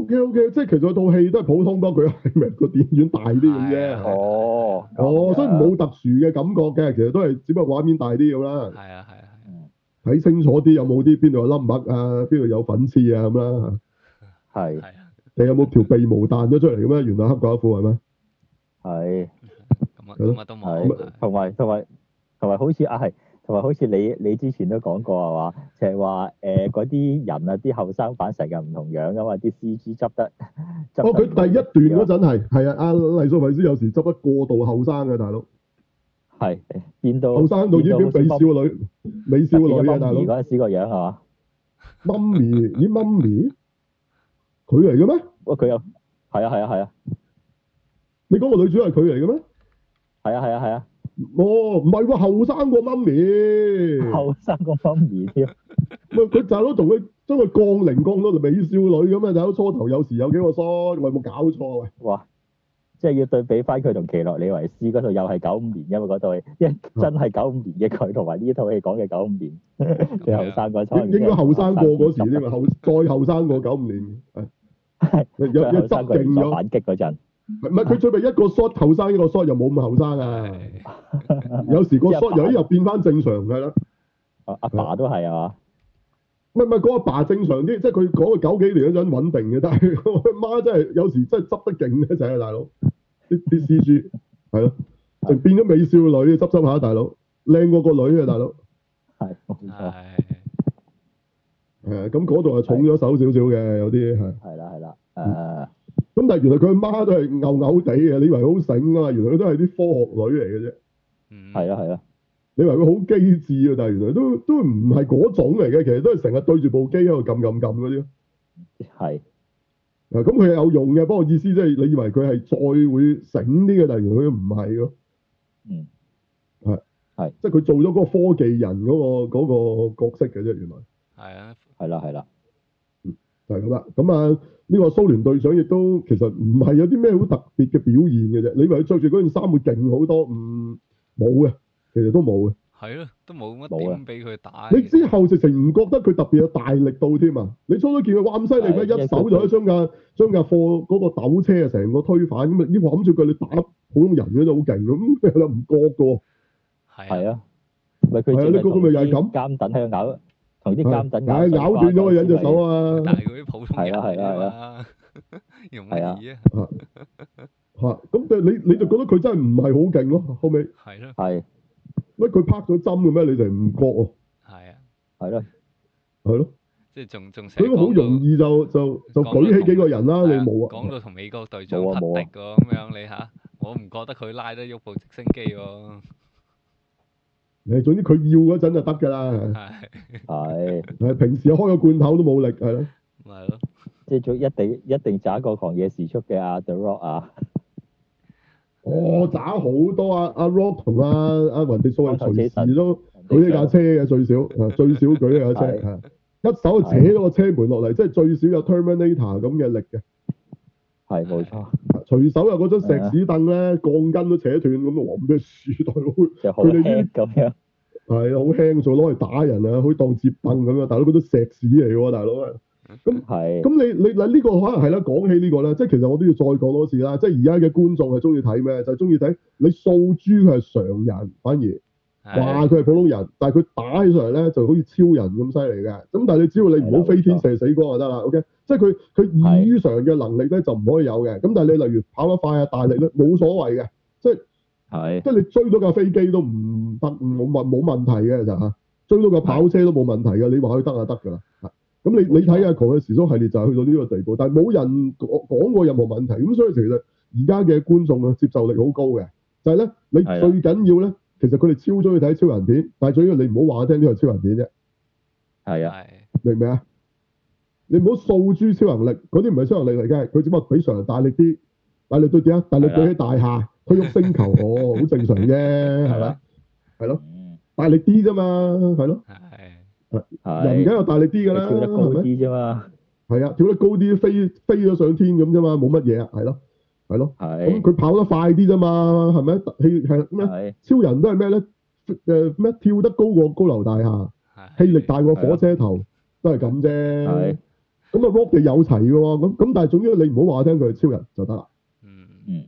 [SPEAKER 1] ，OK OK，即係其實套戲都係普通，不過佢 IMAX 個電影院大啲咁
[SPEAKER 3] 係啊
[SPEAKER 1] 啫。
[SPEAKER 2] 哦，
[SPEAKER 1] 哦，所以
[SPEAKER 2] 咁樣，
[SPEAKER 1] 冇特殊嘅感覺嘅，其實都係只不過畫面大啲咁啦，
[SPEAKER 3] 係啊係啊
[SPEAKER 1] 睇清楚啲有冇啲邊度有粒墨啊，邊度有粉刺啊咁啦。
[SPEAKER 2] 係
[SPEAKER 3] 係啊
[SPEAKER 1] 你有冇條鼻毛彈咗出嚟咁啊？原來黑寡婦係咪？
[SPEAKER 2] 係
[SPEAKER 3] 咁啊
[SPEAKER 1] 係咯
[SPEAKER 3] 咁啊都冇
[SPEAKER 2] 係，同埋同埋同埋好似啊係。同埋好似你你之前都講過係嘛，就係話誒嗰啲人啊，啲後生版成日唔同樣噶嘛，啲 C G 執得執
[SPEAKER 1] 哦，佢
[SPEAKER 2] 得
[SPEAKER 1] 第一段嗰陣係係啊，阿黎素維斯有時執得過度後生嘅大佬，
[SPEAKER 2] 係變到
[SPEAKER 1] 後生到已經
[SPEAKER 2] 變
[SPEAKER 1] 俾
[SPEAKER 2] 到
[SPEAKER 1] 少
[SPEAKER 2] 好似
[SPEAKER 1] 女美少
[SPEAKER 2] 變咗
[SPEAKER 1] 女啊大
[SPEAKER 2] Mummy
[SPEAKER 1] 佬，
[SPEAKER 2] 嗰陣時個樣係嘛？
[SPEAKER 1] 媽咪咦媽咪，佢嚟嘅咩？
[SPEAKER 2] 哇！佢又係啊係啊係啊
[SPEAKER 1] 你講個女主係佢嚟嘅咩？
[SPEAKER 2] 係啊係啊係啊，
[SPEAKER 1] 哦，唔係喎，後生過媽 咪，
[SPEAKER 2] 後生個方面添，
[SPEAKER 1] 喂佢大佬同佢將佢降齡降到美少女咁啊！大佬初頭有時有幾個衰，我有冇搞錯啊？喂，
[SPEAKER 2] 哇！即係要對比翻佢同奇洛里維斯嗰度又係九五年，因為嗰套戲，
[SPEAKER 1] 啊
[SPEAKER 2] 因為真係九五年嘅佢同埋呢套戲講嘅九五年，最
[SPEAKER 3] 啊
[SPEAKER 2] 後生嗰陣
[SPEAKER 1] 啊應應該後生過嗰時添啊，後再後生過九五 年，係有有
[SPEAKER 2] 最後
[SPEAKER 1] 執
[SPEAKER 2] 生嗰
[SPEAKER 1] 勁
[SPEAKER 2] 年
[SPEAKER 1] 咗
[SPEAKER 2] 所。反擊嗰陣，
[SPEAKER 1] 唔係佢最尾一個 shot 後生，一個 shot 又冇咁後生啊！
[SPEAKER 3] 係
[SPEAKER 1] 有時個
[SPEAKER 2] 即係
[SPEAKER 1] shot
[SPEAKER 2] 阿爸
[SPEAKER 1] 有啲又變翻正常㗎啦。
[SPEAKER 2] 阿阿爸都係啊嘛，
[SPEAKER 1] 唔係唔係，嗰阿爸正常啲，即係佢講佢九幾年嗰陣穩定嘅，但係 我阿媽真係有時真係執得勁嘅就係大佬啲啲 C G 係咯，就變咗美少女執執下大佬，靚過個女啊大佬。
[SPEAKER 2] 係冇
[SPEAKER 3] 啊
[SPEAKER 2] 錯，
[SPEAKER 3] 係
[SPEAKER 1] 係啊，咁嗰度係重咗手少少嘅，有啲係。
[SPEAKER 2] 係啦係啦，
[SPEAKER 1] 嗯
[SPEAKER 2] 誒
[SPEAKER 1] 咁但係原來佢阿媽都係牛牛地嘅，你以為佢好醒啊嘛？原來佢都係啲科學女嚟嘅啫。
[SPEAKER 3] 嗯
[SPEAKER 2] 係啦係啦，
[SPEAKER 1] 你以為佢好機智啊，但係原來都都唔係嗰種嚟嘅，其實都係成日對住部機喺度撳撳撳嗰啲。
[SPEAKER 2] 係
[SPEAKER 1] 啊，咁佢係有用嘅，不過意思即係你以為佢係再會醒啲嘅，但係原來佢唔係咯。
[SPEAKER 2] 嗯
[SPEAKER 1] 係
[SPEAKER 2] 係
[SPEAKER 1] 即係佢做咗嗰個科技人嗰、個嗰個角色嘅啫，原來
[SPEAKER 3] 係啊
[SPEAKER 2] 係啦係啦，
[SPEAKER 1] 就係咁啦。咁啊，呢個蘇聯隊長亦都其實唔係有啲咩好特嗯別嘅表現嘅啫。你以為佢着住嗰件衫會勁好多，唔冇嘅，其實都冇嘅。
[SPEAKER 3] 係咯，都冇乜
[SPEAKER 2] 冇啊
[SPEAKER 3] 點俾佢打。
[SPEAKER 1] 你之後直情唔覺得佢特別有大力度添啊！你初初見佢哇咁犀利咩？
[SPEAKER 2] 係
[SPEAKER 1] 一手就可以將架將架貨嗰個斗車啊，成個推反咁啊！呢諗住佢你打普通人嗰就好勁咁，你又唔覺嘅喎。
[SPEAKER 3] 係
[SPEAKER 2] 係啊，咪佢
[SPEAKER 1] 係啊
[SPEAKER 2] 淨
[SPEAKER 1] 你
[SPEAKER 2] 係
[SPEAKER 1] 嗰個
[SPEAKER 2] 同
[SPEAKER 1] 咪又係
[SPEAKER 2] 啲
[SPEAKER 1] 咁
[SPEAKER 2] 監趸喺度咬，同啲監趸
[SPEAKER 1] 唉咬
[SPEAKER 2] 咬
[SPEAKER 1] 斷咗個人隻手
[SPEAKER 2] 啊！
[SPEAKER 1] 啊！
[SPEAKER 3] 但係嗰啲普通人
[SPEAKER 2] 係啊係啊係
[SPEAKER 3] 啊嘛， 容易啊，
[SPEAKER 1] 嚇咁但係你你就覺得佢真係唔係好勁咯？後尾
[SPEAKER 3] 係咯
[SPEAKER 2] 係
[SPEAKER 1] 乜佢拍咗針嘅咩？你就唔覺喎，
[SPEAKER 3] 係啊，
[SPEAKER 2] 係咯，
[SPEAKER 1] 係咯。
[SPEAKER 3] 即係仲仲成日
[SPEAKER 1] 佢好
[SPEAKER 3] 講
[SPEAKER 1] 容
[SPEAKER 3] 到
[SPEAKER 1] 易就就就
[SPEAKER 3] 講到
[SPEAKER 1] 舉起幾個人啦，你
[SPEAKER 3] 係啊
[SPEAKER 1] 冇啊？
[SPEAKER 3] 講到同美國隊長匹
[SPEAKER 2] 冇啊冇啊
[SPEAKER 3] 敵喎咁樣，你嚇我唔覺得佢拉得喐部直升機喎，
[SPEAKER 1] 誒，總之佢要嗰陣就得㗎啦。
[SPEAKER 3] 係啊
[SPEAKER 2] 係
[SPEAKER 1] 誒，平時開個罐頭都冇力，係咯。
[SPEAKER 3] 咪係咯？
[SPEAKER 2] 即係一定一定找一個狂野時速嘅阿 The Rock 啊，
[SPEAKER 1] 哦，渣好多啊！阿 Rock 同阿阿雲迪素係隨時都舉起架 車嘅最少，啊最少舉起架車，
[SPEAKER 2] 係
[SPEAKER 1] 啊一手就扯咗個車門落嚟，即係最少有 Terminator 咁嘅力嘅，
[SPEAKER 2] 係冇錯，
[SPEAKER 1] 啊隨手有嗰張石屎凳咧，鋼筋都扯斷咁啊！哇，咩樹大佬
[SPEAKER 2] 就好
[SPEAKER 1] 佢哋呢
[SPEAKER 2] hit 咁樣，
[SPEAKER 1] 係啊好輕，仲攞嚟打人啊，好似當接凳咁樣，大佬嗰啲石屎嚟喎，大佬啊！
[SPEAKER 2] 係
[SPEAKER 1] 咁你你嗱呢個可能係啦，講起呢個咧，即係其實我都要再講多次啦，即係而家嘅觀眾係中意睇咩？就係中意睇你掃豬佢係常人，反而。
[SPEAKER 3] 係
[SPEAKER 1] 話佢係普通人，但係佢打起上嚟咧就好似超人咁犀利嘅。咁但係你只要你唔好飛天射死光就得啦，OK？即係佢佢異於常嘅能力咧就唔可以有嘅。咁但係你例如跑得快啊、大力咧冇所謂嘅，
[SPEAKER 2] 係
[SPEAKER 1] 即係你追到架飛機都唔得，冇問冇問題嘅就嚇，追到架跑車都冇問題嘅。你話佢得啊就得㗎啦。嚇咁你你睇下《狂嘅時速》系列就係去到呢個地步，但係冇人講講過任何問題。咁所以其實而家嘅觀眾嘅接受力好高嘅，就係、咧你
[SPEAKER 2] 係啊
[SPEAKER 1] 最緊要咧，其實佢哋超中意睇超人片，但係最緊要你唔好話我聽呢個係超人片啫，
[SPEAKER 2] 係啊，
[SPEAKER 3] 係
[SPEAKER 1] 明唔明啊？你唔好掃諸超能力，嗰啲唔係超能力嚟嘅，佢只不過比常人大力啲，大力對點啊？大力
[SPEAKER 2] 係
[SPEAKER 1] 對
[SPEAKER 2] 啦
[SPEAKER 1] 起大廈，推喐星球，哦，好正常啫，係咪？
[SPEAKER 2] 嗯
[SPEAKER 1] 大力啲啫嘛，係咯，
[SPEAKER 3] 係
[SPEAKER 1] 人
[SPEAKER 2] 係
[SPEAKER 1] 梗有大力啲㗎
[SPEAKER 2] 佢
[SPEAKER 1] 啦，
[SPEAKER 2] 跳得高
[SPEAKER 1] 係咪？
[SPEAKER 2] 啲啫嘛，
[SPEAKER 1] 係啊，跳得高啲，飛飛咗上天咁啫嘛，冇乜嘢啊，係咯，係咯。咁
[SPEAKER 2] 係
[SPEAKER 1] 佢跑得快啲啫嘛，係咪？氣係咩？
[SPEAKER 2] 係
[SPEAKER 1] 超人都係咩咧？誒咩跳得高過高樓大廈，
[SPEAKER 3] 係
[SPEAKER 1] 氣力大過火車頭，都係咁啫。
[SPEAKER 2] 係
[SPEAKER 1] 咁啊，Rock 哋有齊嘅喎，咁咁但係總之你唔好話我聽佢係超人就得啦。
[SPEAKER 3] 嗯
[SPEAKER 2] 嗯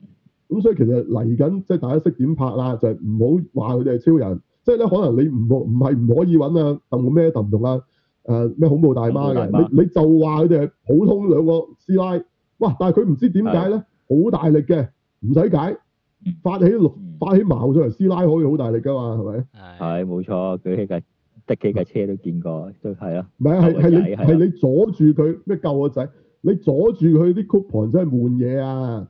[SPEAKER 1] 咁所以其實嚟緊即係大家識點拍啦，就係唔好話佢哋係超人，即係咧可能你唔唔係唔可以揾啊鄧咩鄧同啊誒咩恐怖大媽
[SPEAKER 2] 恐怖大
[SPEAKER 1] 嘅
[SPEAKER 2] 媽，
[SPEAKER 1] 你你就話佢哋係普通兩個師奶，哇！但係佢唔知點解咧，好大力嘅，唔使解
[SPEAKER 2] 嗯，
[SPEAKER 1] 發起綠
[SPEAKER 2] 嗯
[SPEAKER 1] 發起矛上嚟，師奶可以好大力㗎嘛，係咪？
[SPEAKER 2] 係
[SPEAKER 3] 係
[SPEAKER 2] 冇錯，舉起架的起架車都見過，都係啦，
[SPEAKER 1] 唔係啊係係
[SPEAKER 2] 救
[SPEAKER 1] 你
[SPEAKER 2] 個仔係啊
[SPEAKER 1] 係你阻住佢咩救個仔，你阻住佢啲 coupon 真係悶嘢啊！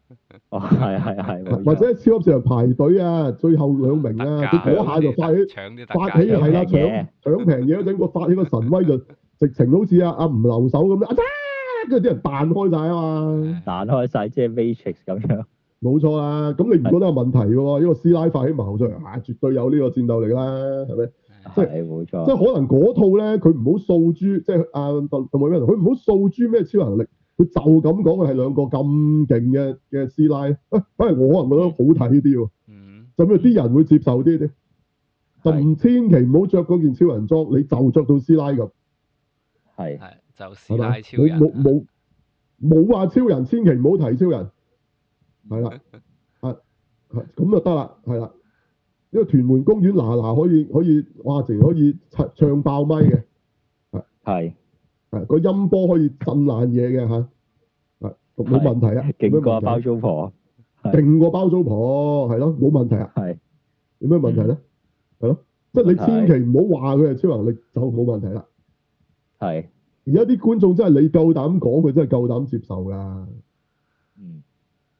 [SPEAKER 2] 哦係係係，冇錯
[SPEAKER 1] 或者喺超級市場排隊啊，最後兩名啊，
[SPEAKER 3] 特
[SPEAKER 1] 佢
[SPEAKER 3] 價
[SPEAKER 1] 嗰下就發起。
[SPEAKER 3] 搶啲特
[SPEAKER 1] 發起
[SPEAKER 3] 價
[SPEAKER 1] 係啦，
[SPEAKER 2] 搶嘢
[SPEAKER 1] 搶搶平嘢嗰陣，個發起個神威就直情好似阿阿吳留守咁樣，啊嚓跟住啲人彈開晒啊嘛，
[SPEAKER 3] 係
[SPEAKER 2] 彈開晒，即係 Matrix 咁樣，
[SPEAKER 1] 冇錯啦。咁你唔覺得有問題嘅喎？因為師奶發起矛上嚟，啊絕對有呢個戰鬥力啦，係咪？
[SPEAKER 3] 係
[SPEAKER 1] 即係
[SPEAKER 2] 係冇
[SPEAKER 1] 即
[SPEAKER 2] 錯，
[SPEAKER 1] 係可能嗰套咧，佢唔好掃豬，即係阿鄧鄧偉咩？佢唔好掃豬咩超能力，佢就咁講佢係兩個咁勁嘅嘅師奶。喂，反而我可能覺得好睇啲喎，
[SPEAKER 3] 嗯
[SPEAKER 1] 咁有啲人會接受啲啲。就唔千祈唔好着嗰件超人裝，你就着到師奶咁。
[SPEAKER 2] 係
[SPEAKER 3] 係就師
[SPEAKER 1] 係嘛
[SPEAKER 3] 奶超人啊
[SPEAKER 1] 冇冇冇冇話超人，千祈唔好提超人，係啦，啊啊咁就得啦，係啦。呢個屯門公園嗱嗱可以可以，哇！直可以唱唱爆咪嘅，
[SPEAKER 2] 係
[SPEAKER 1] 係個音波可以震爛嘢嘅嚇，係冇問題啊，冇咩
[SPEAKER 2] 勁過
[SPEAKER 1] 問
[SPEAKER 2] 包
[SPEAKER 1] 題，
[SPEAKER 2] 租婆，
[SPEAKER 1] 勁過包租婆係咯，冇問題啊，
[SPEAKER 2] 係
[SPEAKER 1] 有咩問題咧？係咯，即係你千祈唔好話佢係超能力就冇問題啦。
[SPEAKER 2] 係
[SPEAKER 1] 而家啲觀眾真係你夠膽講，佢真係夠膽接受㗎。
[SPEAKER 2] 嗯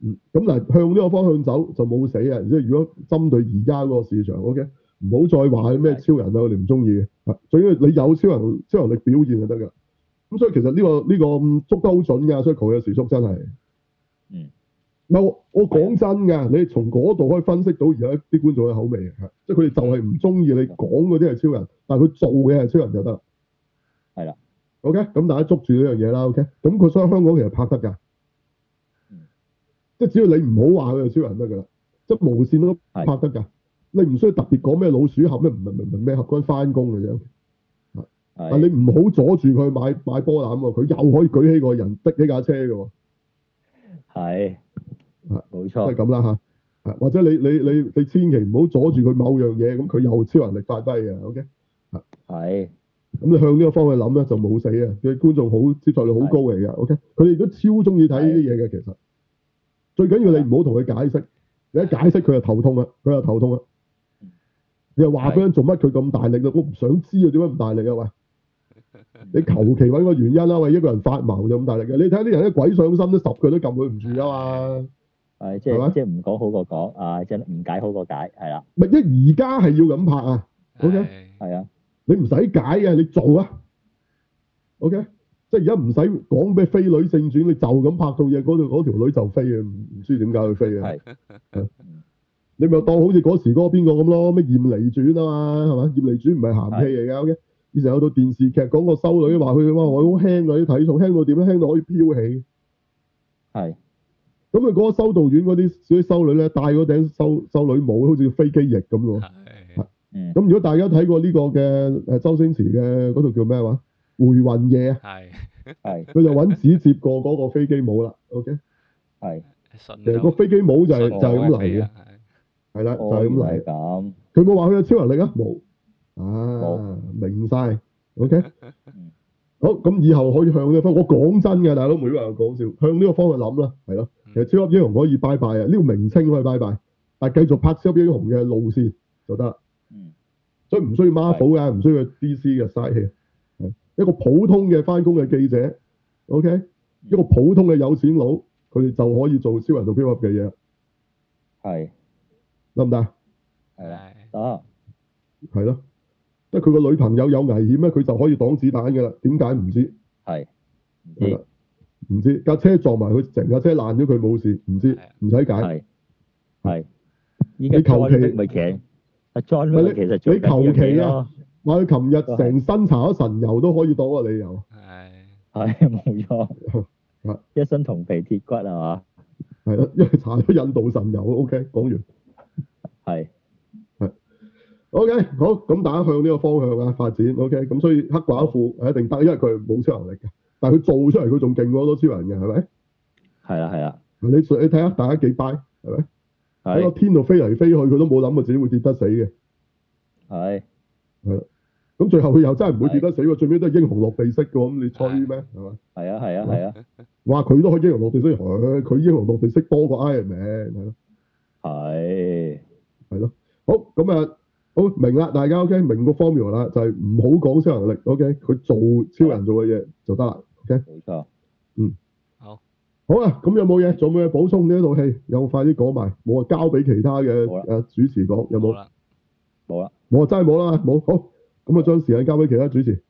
[SPEAKER 1] 嗯，咁嗱，向呢個方向走就冇死啊！即係如果針對而家嗰個市場，OK，唔好再話咩超人啊，我哋唔中意嘅。啊最緊要你有超人超能力表現就得㗎。咁所以其實呢、個呢、個嗯捉得好準㗎，所以佢嘅時速真係。
[SPEAKER 2] 嗯。
[SPEAKER 1] 唔係我我講真㗎，你從嗰度可以分析到而家啲觀眾嘅口味嘅，係即係佢哋就係唔中意
[SPEAKER 2] 嗯
[SPEAKER 1] 你講嗰啲係超人，但係佢做嘅係超人就得啦。
[SPEAKER 2] 係啦。
[SPEAKER 1] OK，咁大家捉住呢樣嘢啦。OK，咁佢所以香港其實拍得㗎。
[SPEAKER 2] 嗯
[SPEAKER 1] 即係只要你唔好話佢係超人得㗎啦，即係無線都拍得㗎。你唔需要特別講咩老鼠盒咩唔係唔係咩盒嗰翻工嘅啫。但啊你唔好阻住佢買買波攬喎，佢又可以舉起個人逼起架車嘅喎，啊
[SPEAKER 2] 係冇
[SPEAKER 1] 都係
[SPEAKER 2] 錯，
[SPEAKER 1] 咁啦嚇。啊或者你你你你千祈唔好阻住佢某樣嘢，咁佢又超能力發揮嘅，OK？
[SPEAKER 2] 係
[SPEAKER 1] 咁你向呢個方向諗咧，就冇死啊！嘅觀眾好接受率好高嚟嘅，OK？佢哋都超中意睇呢啲嘢嘅，其實最緊要你唔好同佢解釋，你一解釋佢就頭痛啦，啊佢就頭痛啦。你又話俾佢做乜？佢咁大力啦，我唔想知啊！點解唔大力啊？喂，你求其揾個原因啦！喂，一個人發毛就咁大力嘅，你睇下啲人啲鬼上身都十佢都撳佢唔住啊嘛！
[SPEAKER 2] 係哎即
[SPEAKER 1] 係咪
[SPEAKER 2] 係即係唔講好過講啊，即係誤解好過解係啦，
[SPEAKER 1] 咪一而家係要咁拍啊！OK
[SPEAKER 3] 唉
[SPEAKER 2] 係啊，
[SPEAKER 1] 你唔使解嘅，你做啊。OK，即係而家唔使講咩飛女正傳，你就咁拍套嘢，嗰度嗰條女就飛啊嘅，唔唔知點解佢飛嘅。
[SPEAKER 2] 係
[SPEAKER 1] 你咪當好似嗰時嗰個邊個咁咯，咩艷離傳啊嘛，係嘛？艷離傳唔係鹹戲嚟㗎，OK。以前有套電視劇講個修女話佢哇，我好輕啊啲體重，輕到點咧？輕到可以飄起。
[SPEAKER 2] 係
[SPEAKER 1] 咁佢嗰個修道院嗰啲嗰啲修女咧，戴嗰頂修修女帽，好似飛機翼咁嘅喎。
[SPEAKER 3] 係
[SPEAKER 2] 嗯
[SPEAKER 1] 咁如果大家睇過呢個嘅誒周星馳嘅嗰套叫咩話《回魂夜》啊？
[SPEAKER 3] 係
[SPEAKER 2] 係
[SPEAKER 3] 嗯
[SPEAKER 1] 佢就揾紙接過嗰個飛機帽啦。OK，
[SPEAKER 2] 係，
[SPEAKER 3] 順
[SPEAKER 1] 其實
[SPEAKER 3] 手
[SPEAKER 1] 個飛機帽就係、
[SPEAKER 3] 順
[SPEAKER 1] 就係
[SPEAKER 3] 手
[SPEAKER 1] 咁嚟
[SPEAKER 3] 飛
[SPEAKER 1] 嘅，
[SPEAKER 3] 啊係
[SPEAKER 1] 係啦，就
[SPEAKER 2] 哦
[SPEAKER 1] 係咁
[SPEAKER 2] 原
[SPEAKER 1] 嚟
[SPEAKER 2] 來
[SPEAKER 1] 嘅。
[SPEAKER 2] 係咁，
[SPEAKER 1] 佢冇話佢有超能力啊，冇啊
[SPEAKER 2] 冇，
[SPEAKER 1] 明晒。OK，好
[SPEAKER 3] 嗯
[SPEAKER 1] 咁以後可以向呢個方，我講真嘅，大佬每個人講笑，向呢個方向諗啦，係咯。
[SPEAKER 3] 嗯
[SPEAKER 1] 其實超級英雄可以拜拜啊，呢個名稱可以拜拜，但係繼續拍超級英雄嘅路線就得啦。
[SPEAKER 2] 嗯
[SPEAKER 1] 所以唔需要 Marvel 嘅，唔需要 DC 嘅嘥氣。係一個普通嘅翻工嘅記者，OK，一個普通嘅有錢佬，佢哋就可以做超人同 p i 嘅嘢啦，
[SPEAKER 2] 係
[SPEAKER 1] 得唔得啊？
[SPEAKER 2] 係啦啊
[SPEAKER 3] 係
[SPEAKER 2] 得
[SPEAKER 1] 係咯，即係佢個女朋友有危險咧，佢就可以擋子彈㗎啦。點解唔知？
[SPEAKER 2] 係唔
[SPEAKER 3] 嗯
[SPEAKER 1] 係啦
[SPEAKER 2] 知，
[SPEAKER 1] 唔知架車撞埋佢，成架車爛咗，佢冇事，唔知
[SPEAKER 3] 係啊
[SPEAKER 1] 唔使解。
[SPEAKER 2] 係係，依家
[SPEAKER 1] 你求
[SPEAKER 2] John
[SPEAKER 1] 其
[SPEAKER 2] Wick 咪其實阿 John
[SPEAKER 1] 唔係你
[SPEAKER 2] Wick 其實做緊呢
[SPEAKER 1] 你
[SPEAKER 2] 樣
[SPEAKER 1] 求其
[SPEAKER 2] 嘢
[SPEAKER 1] 啊
[SPEAKER 2] 咯，
[SPEAKER 1] 話佢琴日成身搽咗神油都可以擋啊！理由
[SPEAKER 3] 係
[SPEAKER 2] 係 冇錯
[SPEAKER 1] 啊，
[SPEAKER 2] 一身銅皮鐵骨係啊嘛，
[SPEAKER 1] 係啦，因為搽咗印度神油。OK，講完。
[SPEAKER 2] 係
[SPEAKER 1] OK，好，咁大家向呢個方向啊發展。OK，咁所以黑寡婦係一定得，因為佢冇超能力嘅，但係佢做出嚟佢仲勁過好多超人嘅，係咪？
[SPEAKER 2] 係啦係啦
[SPEAKER 1] 你你睇下大家幾拜，係咪？喺個
[SPEAKER 2] 係
[SPEAKER 1] 天度飛嚟飛去，佢都冇諗過自己會跌得死嘅。
[SPEAKER 2] 係
[SPEAKER 1] 咁最後佢又真係唔會跌得死喎，最尾都係英雄落地式嘅喎，咁你吹咩？係咪？
[SPEAKER 2] 係啊係啊係啊
[SPEAKER 1] 哇！佢都可以英雄落地式，佢佢英雄落地式多過 Iron Man 係咯。
[SPEAKER 2] 係。
[SPEAKER 1] 好咁啊，好明啦，大家 OK 明個 formula 啦，就係唔好講超能力，OK，佢做超人做嘅嘢就得啦。
[SPEAKER 2] 冇錯，
[SPEAKER 1] 好啦，咁有冇嘢？仲有冇嘢補充呢一套戲？有冇快啲講埋？冇啊，交俾其他嘅
[SPEAKER 2] 冇啦
[SPEAKER 1] 誒主持講，有
[SPEAKER 3] 好
[SPEAKER 1] 冇？
[SPEAKER 3] 啦，
[SPEAKER 2] 冇啦，
[SPEAKER 1] 啊我真係冇啦，冇。好，咁啊，將時間交俾其他主持。